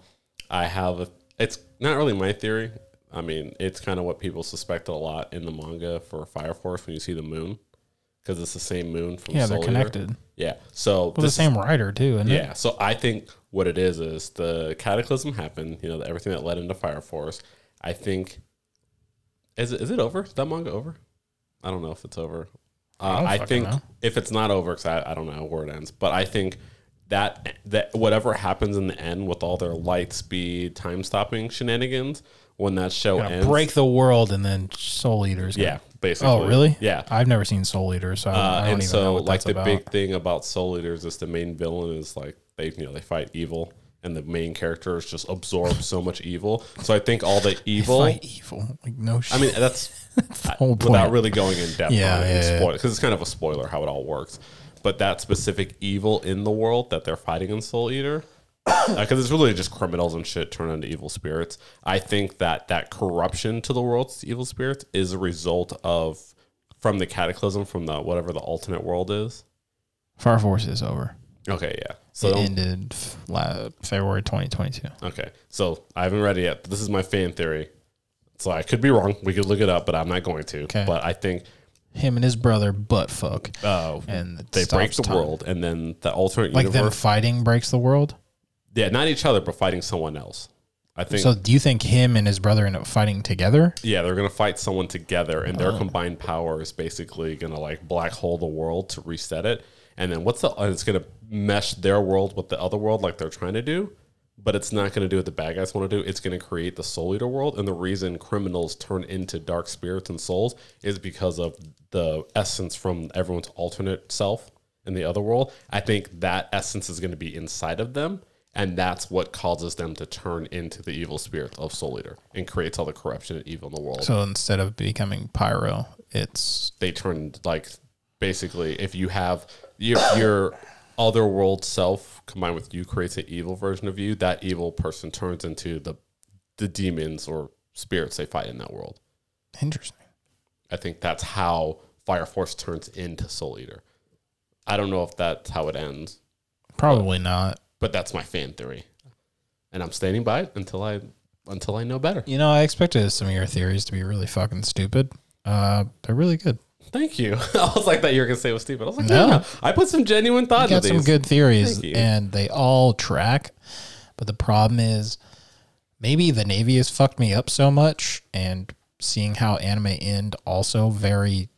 Speaker 2: I have a, it's not really my theory. I mean, it's kind of what people suspect a lot in the manga for Fire Force when you see the moon, because it's the same moon from
Speaker 1: yeah. They're
Speaker 2: Soul Eater.
Speaker 1: connected.
Speaker 2: Yeah, so
Speaker 1: Well, the
Speaker 2: this-
Speaker 1: same writer too, and
Speaker 2: yeah, so I think what it is is the cataclysm happened. You know, everything that led into Fire Force. I think is it, is it over? Is that manga over? I don't know if it's over. Uh,
Speaker 1: don't
Speaker 2: I,
Speaker 1: fucking
Speaker 2: think
Speaker 1: know.
Speaker 2: if it's not over, because I, I don't know where it ends, but I think that that whatever happens in the end with all their light speed, time stopping shenanigans, when that show ends,
Speaker 1: break the world, and then Soul Eater's gonna-
Speaker 2: yeah, basically.
Speaker 1: Oh, really?
Speaker 2: Yeah.
Speaker 1: I've never seen Soul Eater, so I don't,
Speaker 2: Uh,
Speaker 1: I don't
Speaker 2: and
Speaker 1: even know
Speaker 2: so,
Speaker 1: what
Speaker 2: like
Speaker 1: that's
Speaker 2: the
Speaker 1: about.
Speaker 2: big thing about Soul Eaters is the main villain is like they you know they fight evil, and the main characters just absorb so much evil. So I think all the evil.
Speaker 1: Fight evil, like no shit.
Speaker 2: I mean, that's
Speaker 1: whole
Speaker 2: without
Speaker 1: point.
Speaker 2: really going in depth.
Speaker 1: Yeah,
Speaker 2: on it
Speaker 1: yeah, yeah.
Speaker 2: because it's kind of a spoiler how it all works. But that specific evil in the world that they're fighting in Soul Eater, because it's really just criminals and shit turned into evil spirits. I think that that corruption to the world's evil spirits is a result of from the cataclysm from the whatever the alternate world is.
Speaker 1: Fire Force is over.
Speaker 2: Okay, yeah. So
Speaker 1: It ended f- la- February 2022.
Speaker 2: okay, so I haven't read it yet. But this is my fan theory. So I could be wrong. We could look it up, but I'm not going to.
Speaker 1: Okay.
Speaker 2: But I think
Speaker 1: Him and his brother butt fuck.
Speaker 2: uh,
Speaker 1: And it
Speaker 2: they break
Speaker 1: stops
Speaker 2: the
Speaker 1: time.
Speaker 2: world, and then the alternate
Speaker 1: Like them
Speaker 2: universe.
Speaker 1: fighting breaks the world.
Speaker 2: Yeah, not each other, but fighting someone else. I think.
Speaker 1: So do you think him and his brother end up fighting together?
Speaker 2: yeah, they're gonna fight someone together,
Speaker 1: Oh.
Speaker 2: and their combined power is basically gonna like black hole the world to reset it. And then what's the? uh, It's gonna mesh their world with the other world, like they're trying to do, but it's not gonna do what the bad guys want to do. It's gonna create the Soul Eater world, and the reason criminals turn into dark spirits and souls is because of the essence from everyone's alternate self in the other world. I think that essence is gonna be inside of them. And that's what causes them to turn into the evil spirit of Soul Eater and creates all the corruption and evil in the world.
Speaker 1: So instead of becoming pyro, it's
Speaker 2: they turn like basically if you have your your other world self combined with you creates an evil version of you, that evil person turns into the the demons or spirits they fight in that world.
Speaker 1: interesting.
Speaker 2: I think that's how Fire Force turns into Soul Eater. I don't know if that's how it ends,
Speaker 1: Probably not.
Speaker 2: but that's my fan theory. And I'm standing by it until I until I know better.
Speaker 1: You know, I expected some of your theories to be really fucking stupid. Uh, they're really good.
Speaker 2: Thank you. I was like that you were gonna say it was stupid. I was like,
Speaker 1: No.
Speaker 2: no. I put some genuine thought
Speaker 1: got
Speaker 2: into
Speaker 1: some
Speaker 2: these.
Speaker 1: good theories,
Speaker 2: Thank you.
Speaker 1: and they all track. But the problem is, maybe the Navy has fucked me up so much, and seeing how anime end also very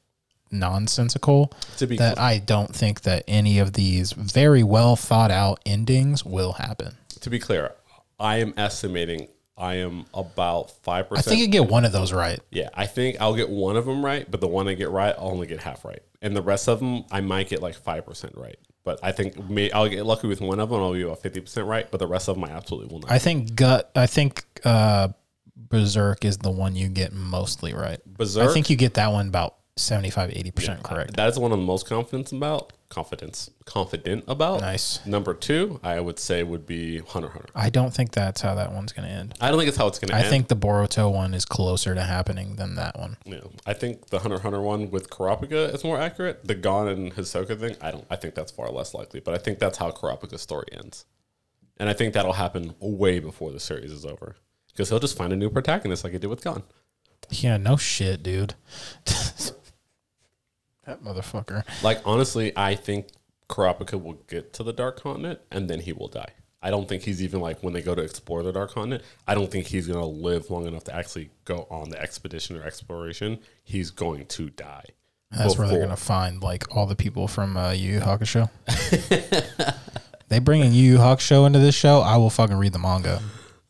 Speaker 1: nonsensical
Speaker 2: to be
Speaker 1: that I don't think that any of these very well thought out endings will happen.
Speaker 2: to be clear, I am estimating I am about five
Speaker 1: I think
Speaker 2: percent.
Speaker 1: you get one of those right.
Speaker 2: Yeah, I think I'll get one of them right, but the one I get right, I'll only get half right, and the rest of them I might get like five percent right. But I think may, I'll get lucky with one of them. I'll be about fifty percent right, but the rest of them I absolutely will not.
Speaker 1: I think gut. I think uh, Berserk is the one you get mostly right.
Speaker 2: Berserk.
Speaker 1: I think you get that one about 75, 80 percent correct.
Speaker 2: that is the one I'm most confident about. Confidence, confident about.
Speaker 1: Nice.
Speaker 2: Number two, I would say would be Hunter x Hunter.
Speaker 1: I don't think that's how that one's going to end.
Speaker 2: I don't think it's how it's going to
Speaker 1: I
Speaker 2: end.
Speaker 1: think the Boruto one is closer to happening than that one.
Speaker 2: Yeah, I think the Hunter x Hunter one with Kurapika is more accurate. The Gon and Hisoka thing, I don't. I think that's far less likely, but I think that's how Kurapika's story ends, and I think that'll happen way before the series is over because he'll just find a new protagonist like he did with Gon.
Speaker 1: Yeah, no shit, dude. that motherfucker.
Speaker 2: Like honestly, I think Kurapika will get to the Dark Continent and then he will die. I don't think he's even like when they go to explore the Dark Continent. I don't think he's gonna live long enough to actually go on the expedition or exploration. He's going to die.
Speaker 1: That's where they're
Speaker 2: Before.
Speaker 1: gonna find like all the people from uh, Yu Yu Hakusho. they bringing Yu Yu Hakusho into this show. I will fucking read the manga.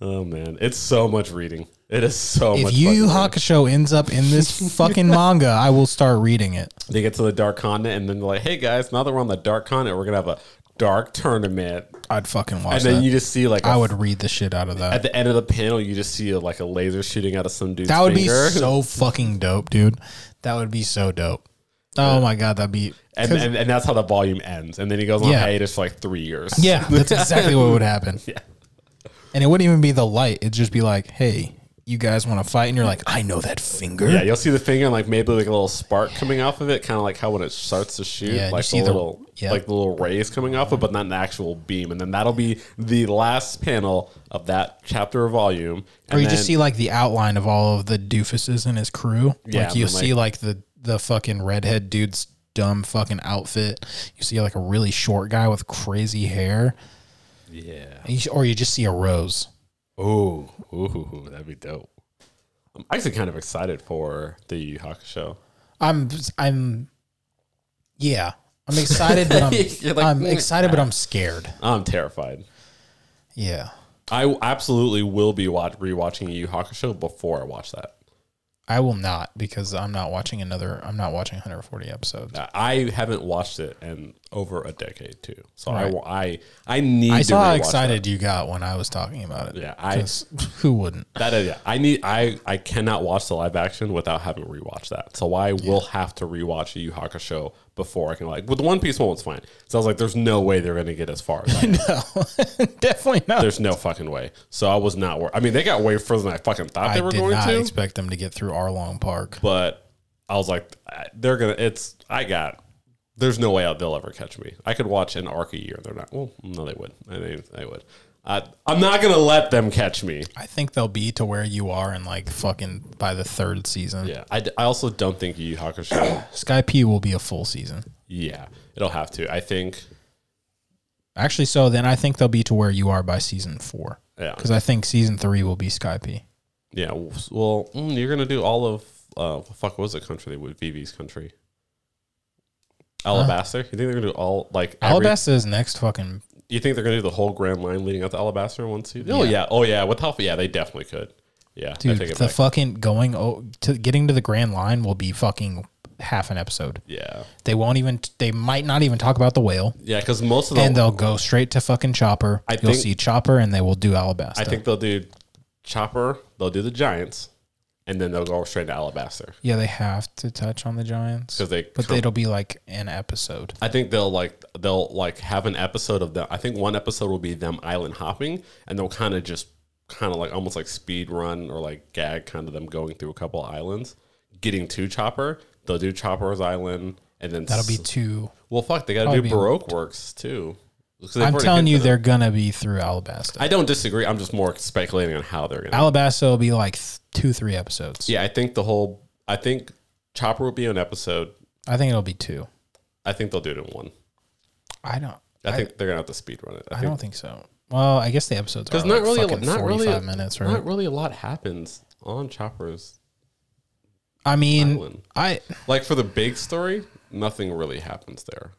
Speaker 2: Oh man, it's so much reading. It is so much.
Speaker 1: If Yu Yu
Speaker 2: fucking-
Speaker 1: Hakusho ends up in this fucking manga, I will start reading it.
Speaker 2: they get to the dark continent, and then they're like, "Hey guys, now that we're on the dark continent, we're gonna have a dark tournament."
Speaker 1: I'd fucking
Speaker 2: And
Speaker 1: watch
Speaker 2: then
Speaker 1: that.
Speaker 2: you just see like a-
Speaker 1: I would read the shit out of that.
Speaker 2: at the end of the panel, you just see like a laser shooting out of some dude's
Speaker 1: That would
Speaker 2: finger.
Speaker 1: be so fucking dope, dude. That would be so dope. Oh my god, that'd be
Speaker 2: and, and and that's how the volume ends. And then he goes on
Speaker 1: Yeah.
Speaker 2: hiatus for like three years.
Speaker 1: yeah. That's exactly what would happen. Yeah, and it wouldn't even be the light. It'd just be like, hey, you guys want to fight? And you're like, I know that finger.
Speaker 2: Yeah, you'll see the finger and like maybe like a little spark coming off of it, kind of like how when it starts to shoot,
Speaker 1: Yeah, and you
Speaker 2: like
Speaker 1: see
Speaker 2: the
Speaker 1: the-
Speaker 2: little
Speaker 1: yeah.
Speaker 2: like the little rays coming off it, but not an actual beam. And then that'll be the last panel of that chapter of volume.
Speaker 1: or
Speaker 2: And
Speaker 1: you
Speaker 2: then,
Speaker 1: just see like the outline of all of the doofuses and his crew.
Speaker 2: Yeah,
Speaker 1: like you'll
Speaker 2: and then,
Speaker 1: see like the the fucking redhead dude's dumb fucking outfit. You see like a really short guy with crazy hair,
Speaker 2: yeah.
Speaker 1: And you- or you just see a rose.
Speaker 2: Oh, ooh, that'd be dope. I'm actually kind of excited for the Yu Yu Hakusho.
Speaker 1: I'm I'm yeah. I'm excited but I'm,
Speaker 2: You're like,
Speaker 1: I'm
Speaker 2: "Mm,
Speaker 1: excited but I'm scared.
Speaker 2: I'm terrified.
Speaker 1: Yeah.
Speaker 2: I absolutely will be watch- rewatching Yu Yu Hakusho before I watch that.
Speaker 1: I will not because I'm not watching another I'm not watching 140 episodes.
Speaker 2: I- I haven't watched it in over a decade too, so I wa- I I need.
Speaker 1: I
Speaker 2: to
Speaker 1: saw how
Speaker 2: rewatch
Speaker 1: excited you got when I was talking about it.
Speaker 2: Yeah, I-
Speaker 1: 'Cause who wouldn't?
Speaker 2: That is, yeah. I need. I I cannot watch the live action without having rewatched that. So I will have to rewatch a Yu Hakusho before I can like. With the One Piece one was fine. So I was like, "There's no way they're going to get as far as I am.
Speaker 1: No. Definitely not.
Speaker 2: There's no fucking way." So I was not. Wor- I mean, they got way further than I fucking thought
Speaker 1: I
Speaker 2: they were
Speaker 1: did
Speaker 2: going
Speaker 1: not
Speaker 2: to.
Speaker 1: expect them to get through Arlong Park.
Speaker 2: but I was like, I- "They're gonna." It's. I got. There's no way out they'll ever catch me. I could watch an arc a year. They're not. Well, no, they would. I think they would. I, I'm not gonna let them catch me.
Speaker 1: I think they'll be to where you are in like fucking by the third season.
Speaker 2: Yeah, I, d- I also don't think Yu Yu Hakusho.
Speaker 1: Sky P will be a full season.
Speaker 2: yeah, it'll have to. I think.
Speaker 1: Actually, so then I think they'll be to where you are by season four.
Speaker 2: Yeah,
Speaker 1: Because I think season three will be Sky P.
Speaker 2: yeah. Well, mm, you're gonna do all of uh, fuck. What was the country they would Vivi's country? Alabaster. You think they're gonna do all like every-
Speaker 1: Alabasta is next fucking.
Speaker 2: you think they're gonna do the whole Grand Line leading up to Alabaster in one season? Oh yeah. Oh yeah. With help, yeah, they definitely could. Yeah, I
Speaker 1: Dude,
Speaker 2: take it
Speaker 1: the
Speaker 2: back.
Speaker 1: fucking going oh, to getting to the Grand Line will be fucking half an episode.
Speaker 2: yeah,
Speaker 1: They won't even. They might not even talk about the whale,
Speaker 2: yeah. Because most of the
Speaker 1: and they'll go straight to fucking Chopper.
Speaker 2: I
Speaker 1: You'll
Speaker 2: think-
Speaker 1: see Chopper, and they will do Alabasta.
Speaker 2: I think they'll do Chopper. They'll do the Giants, and then they'll go straight to Alabaster.
Speaker 1: Yeah, they have to touch on the Giants
Speaker 2: 'Cause they
Speaker 1: but
Speaker 2: come-
Speaker 1: it'll be like an episode.
Speaker 2: I think they'll like they'll like have an episode of them. I think one episode will be them island hopping, and they'll kind of just kind of like almost like speed run or like gag kind of them going through a couple islands, getting to Chopper. They'll do Chopper's Island, and then
Speaker 1: That'll be two.
Speaker 2: well, fuck, they got to
Speaker 1: Probably
Speaker 2: do
Speaker 1: be-
Speaker 2: Baroque Works too. 'Cause they've
Speaker 1: I'm
Speaker 2: already
Speaker 1: telling
Speaker 2: hinted
Speaker 1: you,
Speaker 2: at it.
Speaker 1: they're gonna be through Alabasta.
Speaker 2: I don't disagree. I'm just more speculating on how they're gonna.
Speaker 1: Alabasta will be like th- two, three episodes.
Speaker 2: Yeah, I think the whole. I think Chopper will be an episode.
Speaker 1: I think it'll be two.
Speaker 2: I think they'll do it in one.
Speaker 1: I don't.
Speaker 2: I, think they're gonna have to speed run it. I,
Speaker 1: I
Speaker 2: think
Speaker 1: don't think so. Well, I guess the episodes are
Speaker 2: because not
Speaker 1: like
Speaker 2: really, a,
Speaker 1: fucking
Speaker 2: not really, a,
Speaker 1: 45 minutes, right?
Speaker 2: not really a lot happens on Chopper's
Speaker 1: I mean,
Speaker 2: island.
Speaker 1: I
Speaker 2: Like for the big story, nothing really happens there,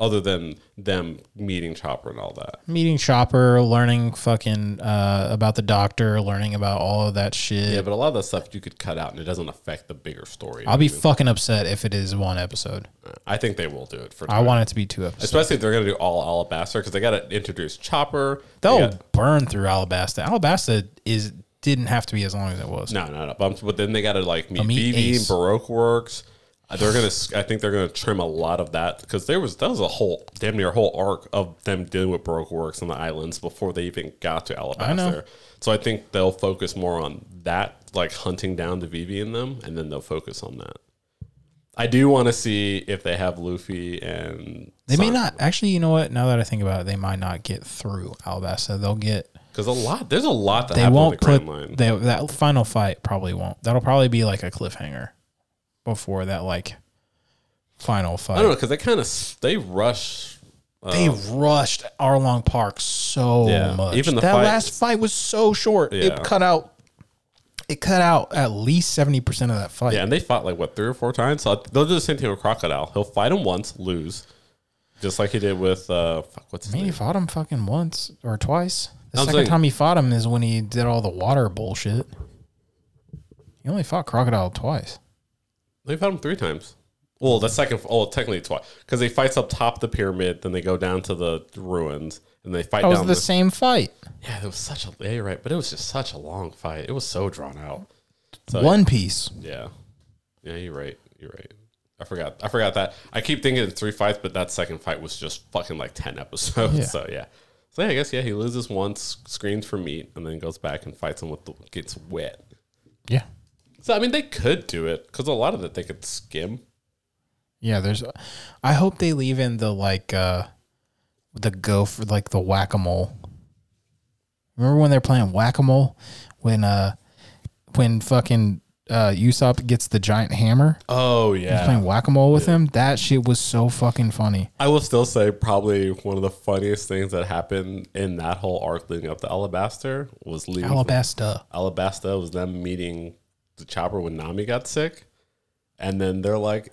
Speaker 2: other than them meeting Chopper and all that.
Speaker 1: meeting Chopper, learning fucking uh, about the doctor, learning about all of that shit.
Speaker 2: Yeah, but a lot of that stuff you could cut out, and it doesn't affect the bigger story.
Speaker 1: I'll be fucking upset if it is one episode.
Speaker 2: I think they will do it for.
Speaker 1: I want it to be two episodes.
Speaker 2: Especially if they're going to do all Alabaster because they got to introduce Chopper. they
Speaker 1: They'll
Speaker 2: gotta-
Speaker 1: burn through Alabasta. Alabasta is didn't have to be as long as it was.
Speaker 2: No, no, no. But, but then they got to like meet
Speaker 1: meet
Speaker 2: BB and
Speaker 1: Ace.
Speaker 2: Baroque Works. Uh, They're gonna. s- I think they're gonna trim a lot of that because there was that was a whole damn near whole arc of them dealing with Baroque Works on the islands before they even got to
Speaker 1: know.
Speaker 2: Alabaster. So I think they'll focus more on that, like hunting down the BB and them, and then they'll focus on that. I do want to see if they have Luffy and
Speaker 1: They may not actually. You know what? Now that I think about it, they might not get through Alabasta. They'll get.
Speaker 2: because a lot there's a lot that
Speaker 1: They
Speaker 2: happened
Speaker 1: won't
Speaker 2: on the Grand
Speaker 1: put.
Speaker 2: Line.
Speaker 1: They, that final fight probably won't. That'll probably be like a cliffhanger before that like final
Speaker 2: I don't know
Speaker 1: fight.
Speaker 2: because they kind of they rush
Speaker 1: They rushed Arlong Park so
Speaker 2: Yeah.
Speaker 1: much.
Speaker 2: Even the
Speaker 1: that
Speaker 2: fight-
Speaker 1: last fight was so short.
Speaker 2: Yeah.
Speaker 1: It cut out. It cut out at least seventy percent of that fight.
Speaker 2: Yeah, and they fought like what three or four times. So they'll do the same thing with Crocodile. He'll fight him once, lose, just like he did with uh, fuck, what's his
Speaker 1: I mean, he
Speaker 2: name?
Speaker 1: fought him fucking once or twice. The
Speaker 2: I'm
Speaker 1: second
Speaker 2: saying-
Speaker 1: time he fought him is when he did all the water bullshit. He only fought Crocodile twice.
Speaker 2: They fought him three times. Well, the second, oh, technically twice, because he fights up top the pyramid, then they go down to the ruins, and they fight
Speaker 1: That was
Speaker 2: down.
Speaker 1: the
Speaker 2: this-
Speaker 1: same fight.
Speaker 2: yeah, it was such a yeah, you're right, but it was just such a long fight. It was so drawn out. So-
Speaker 1: One Piece.
Speaker 2: Yeah, yeah, you're right. You're right. I forgot. I forgot that. I keep thinking it's three fights, but that second fight was just fucking like ten episodes.
Speaker 1: Yeah.
Speaker 2: So yeah. So yeah, I guess yeah, he loses once, screams for meat, and then goes back and fights him with the gets wet.
Speaker 1: Yeah.
Speaker 2: So I mean, they could do it because a lot of it they could skim.
Speaker 1: Yeah, there's I hope they leave in the like uh the go for like the whack-a-mole. Remember when they're playing whack-a-mole when uh when fucking uh Usopp gets the giant hammer
Speaker 2: Oh yeah,
Speaker 1: playing whack-a-mole with him? That shit was so fucking funny.
Speaker 2: I will still say probably one of the funniest things that happened in that whole arc leading up to Alabaster was leaving from
Speaker 1: Alabasta.
Speaker 2: Alabasta was them meeting the chopper when Nami got sick, and then they're like,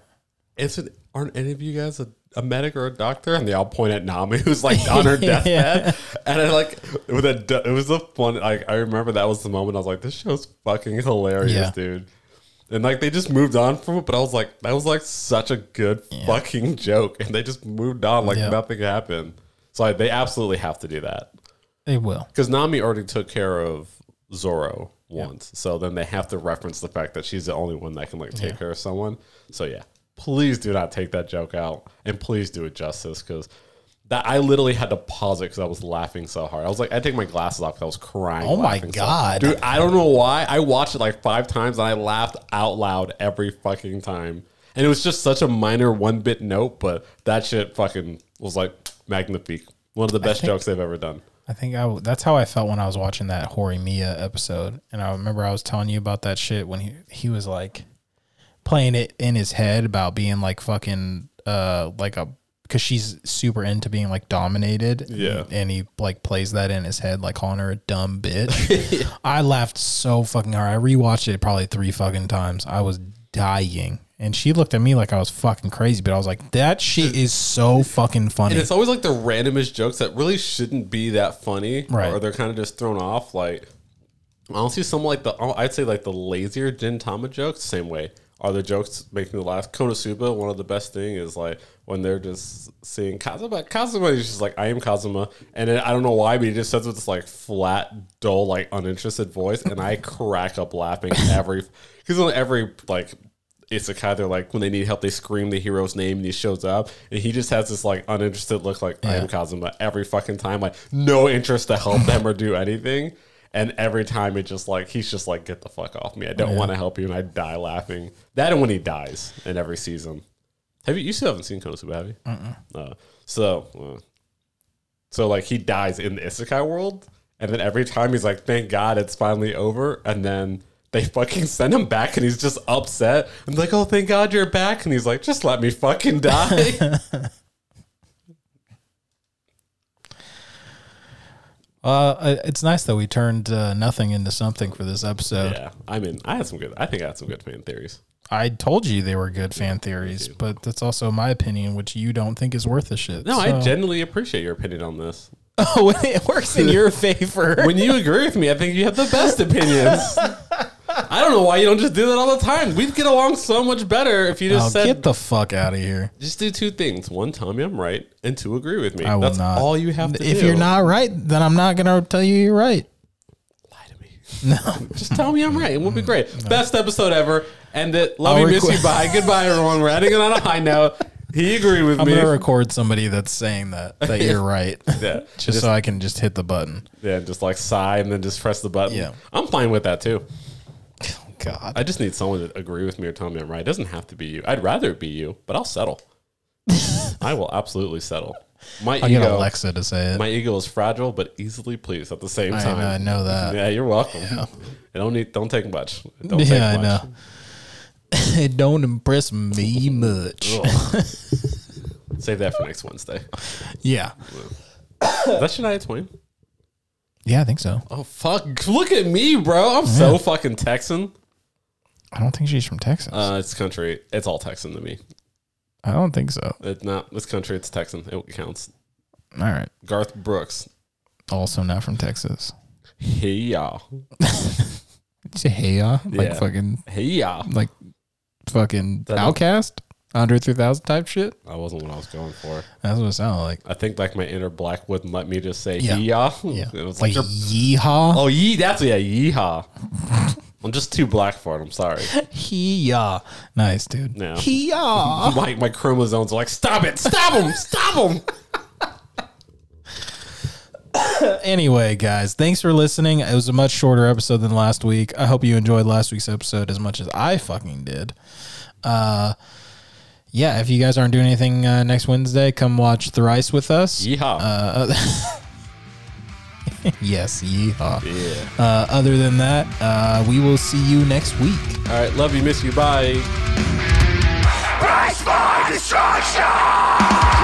Speaker 2: "Isn't aren't any of you guys a, a medic or a doctor?" And they all point at Nami, who's like on her deathbed, and I like with a du- it was a fun. Like I remember that was the moment I was like, "This show's fucking hilarious,
Speaker 1: Yeah.
Speaker 2: dude." And like they just moved on from it, but I was like, that was like such a good fucking joke, and they just moved on like
Speaker 1: Yeah.
Speaker 2: nothing happened. So I, they absolutely have to do that.
Speaker 1: They will.
Speaker 2: Because Nami already took care of Zoro once, so then they have to reference the fact that she's the only one that can like take care of someone. So yeah, please do not take that joke out, and please do it justice because that I literally had to pause it because I was laughing so hard. I was like, I take my glasses off because I was crying.
Speaker 1: Oh my
Speaker 2: laughing so-
Speaker 1: God.
Speaker 2: dude! I don't know why I watched it like five times and I laughed out loud every fucking time. And it was just such a minor one bit note, but that shit fucking was like magnifique. One of the best jokes they've ever done.
Speaker 1: I think I w- that's how I felt when I was watching that Hori Mia episode, and I remember I was telling you about that shit when he he was like playing it in his head about being like fucking uh like a because she's super into being like dominated.
Speaker 2: Yeah.
Speaker 1: and, he like plays that in his head, like calling her a dumb bitch. I laughed so fucking hard. I rewatched it probably three fucking times. I was dying. And she looked at me like I was fucking crazy, but I was like, that shit is so fucking funny.
Speaker 2: And it's always like the randomest jokes that really shouldn't be that funny,
Speaker 1: Right.
Speaker 2: Or they're kind of just thrown off. Like honestly, some like the oh, I'd say like the lazier Gentama jokes, same way. Are the jokes making the laugh? Konosuba, one of the best thing is like when they're just seeing Kazuma. Kazuma is just like, I am Kazuma, and then I don't know why, but he just says it with this like flat, dull, like uninterested voice, and I crack up laughing every because on every like isekai, they're like when they need help, they scream the hero's name and he shows up, and he just has this like uninterested look, like I am Kazuma every fucking time, like no interest to help them or do anything. And every time it just like he's just like get the fuck off me. I don't want to help you, and I die laughing. That and when he dies in every season. Have you? You still haven't seen Konosuba, have you? Uh, so, uh, so like he dies in the isekai world, and then every time he's like, "Thank God it's finally over," and then they fucking send him back, and he's just upset and like, "Oh, thank God you're back," and he's like, "Just let me fucking die."
Speaker 1: Uh, I- it's nice that we turned uh, nothing into something for this episode.
Speaker 2: yeah, I mean, I had some good. I think I had some good fan theories.
Speaker 1: I told you they were good fan theories, but that's also my opinion, which you don't think is worth a shit.
Speaker 2: No, I
Speaker 1: so-
Speaker 2: genuinely appreciate your opinion on this.
Speaker 1: oh, it works in your favor.
Speaker 2: When you agree with me, I think you have the best opinions. I don't know why you don't just do that all the time. We'd get along so much better if you just
Speaker 1: Oh,
Speaker 2: said
Speaker 1: get the fuck out of here.
Speaker 2: Just do two things. One, tell me I'm right, and two, agree with me.
Speaker 1: I will
Speaker 2: That's
Speaker 1: not.
Speaker 2: all you have to do.
Speaker 1: If you're not right, then I'm not gonna tell you you're right.
Speaker 2: lie to me.
Speaker 1: No,
Speaker 2: Just tell me I'm right. It will be great. Best episode ever. End it. Love
Speaker 1: I'll
Speaker 2: you, miss
Speaker 1: requ-
Speaker 2: you. Bye. Goodbye, everyone. We're ending it on a high note. He agreed with
Speaker 1: I'm
Speaker 2: me.
Speaker 1: gonna record somebody that's saying that that you're right,
Speaker 2: yeah.
Speaker 1: just, so I can just hit the button.
Speaker 2: yeah. Just like sigh and then just press the button.
Speaker 1: Yeah.
Speaker 2: I'm fine with that too. Oh,
Speaker 1: God,
Speaker 2: I just need someone to agree with me or tell me I'm right. It doesn't have to be you. I'd rather it be you, but I'll settle. I will absolutely settle. My
Speaker 1: I get
Speaker 2: ego.
Speaker 1: Alexa to say it.
Speaker 2: My ego is fragile but easily pleased at the same
Speaker 1: I,
Speaker 2: time.
Speaker 1: I know that.
Speaker 2: Yeah, you're welcome. It don't need don't take much. It Don't
Speaker 1: Yeah, I
Speaker 2: take much.
Speaker 1: know. it don't impress me much.
Speaker 2: Ugh. Save that for next Wednesday.
Speaker 1: Yeah,
Speaker 2: Is that Shania Twain?
Speaker 1: yeah, I think so.
Speaker 2: Oh fuck! Look at me, bro. I'm so fucking Texan.
Speaker 1: I don't think she's from Texas.
Speaker 2: Uh, it's country. It's all Texan to me.
Speaker 1: I don't think so.
Speaker 2: It's not. It's country. It's Texan. It counts.
Speaker 1: All right.
Speaker 2: Garth Brooks.
Speaker 1: Also not from Texas.
Speaker 2: Hey y'all.
Speaker 1: Did you say hey uh, like
Speaker 2: Yeah.
Speaker 1: fucking
Speaker 2: Hey y'all.
Speaker 1: like fucking
Speaker 2: That-
Speaker 1: outcast? Andre three thousand type shit?
Speaker 2: That wasn't what I was going for.
Speaker 1: That's what it sounded like.
Speaker 2: I think like my inner black wouldn't let me just say
Speaker 1: Yeah.
Speaker 2: hey y'all.
Speaker 1: Yeah.
Speaker 2: It was
Speaker 1: like
Speaker 2: like, you're
Speaker 1: yeehaw.
Speaker 2: Oh, yee, that's yeah, yeehaw. I'm just too black for it. I'm sorry.
Speaker 1: Hee-yah. Nice dude.
Speaker 2: No.
Speaker 1: Hee-yah.
Speaker 2: My, my chromosomes are like, stop it, stop him, stop him.
Speaker 1: anyway, guys, thanks for listening. It was a much shorter episode than last week. I hope you enjoyed last week's episode as much as I fucking did. Uh yeah, if you guys aren't doing anything uh, next Wednesday, come watch Thrice with us.
Speaker 2: Yeehaw.
Speaker 1: Yes, yeehaw.
Speaker 2: yeah.
Speaker 1: Uh, other than that, uh, we will see you next week.
Speaker 2: All right, love you, miss you, bye.
Speaker 3: Price for destruction!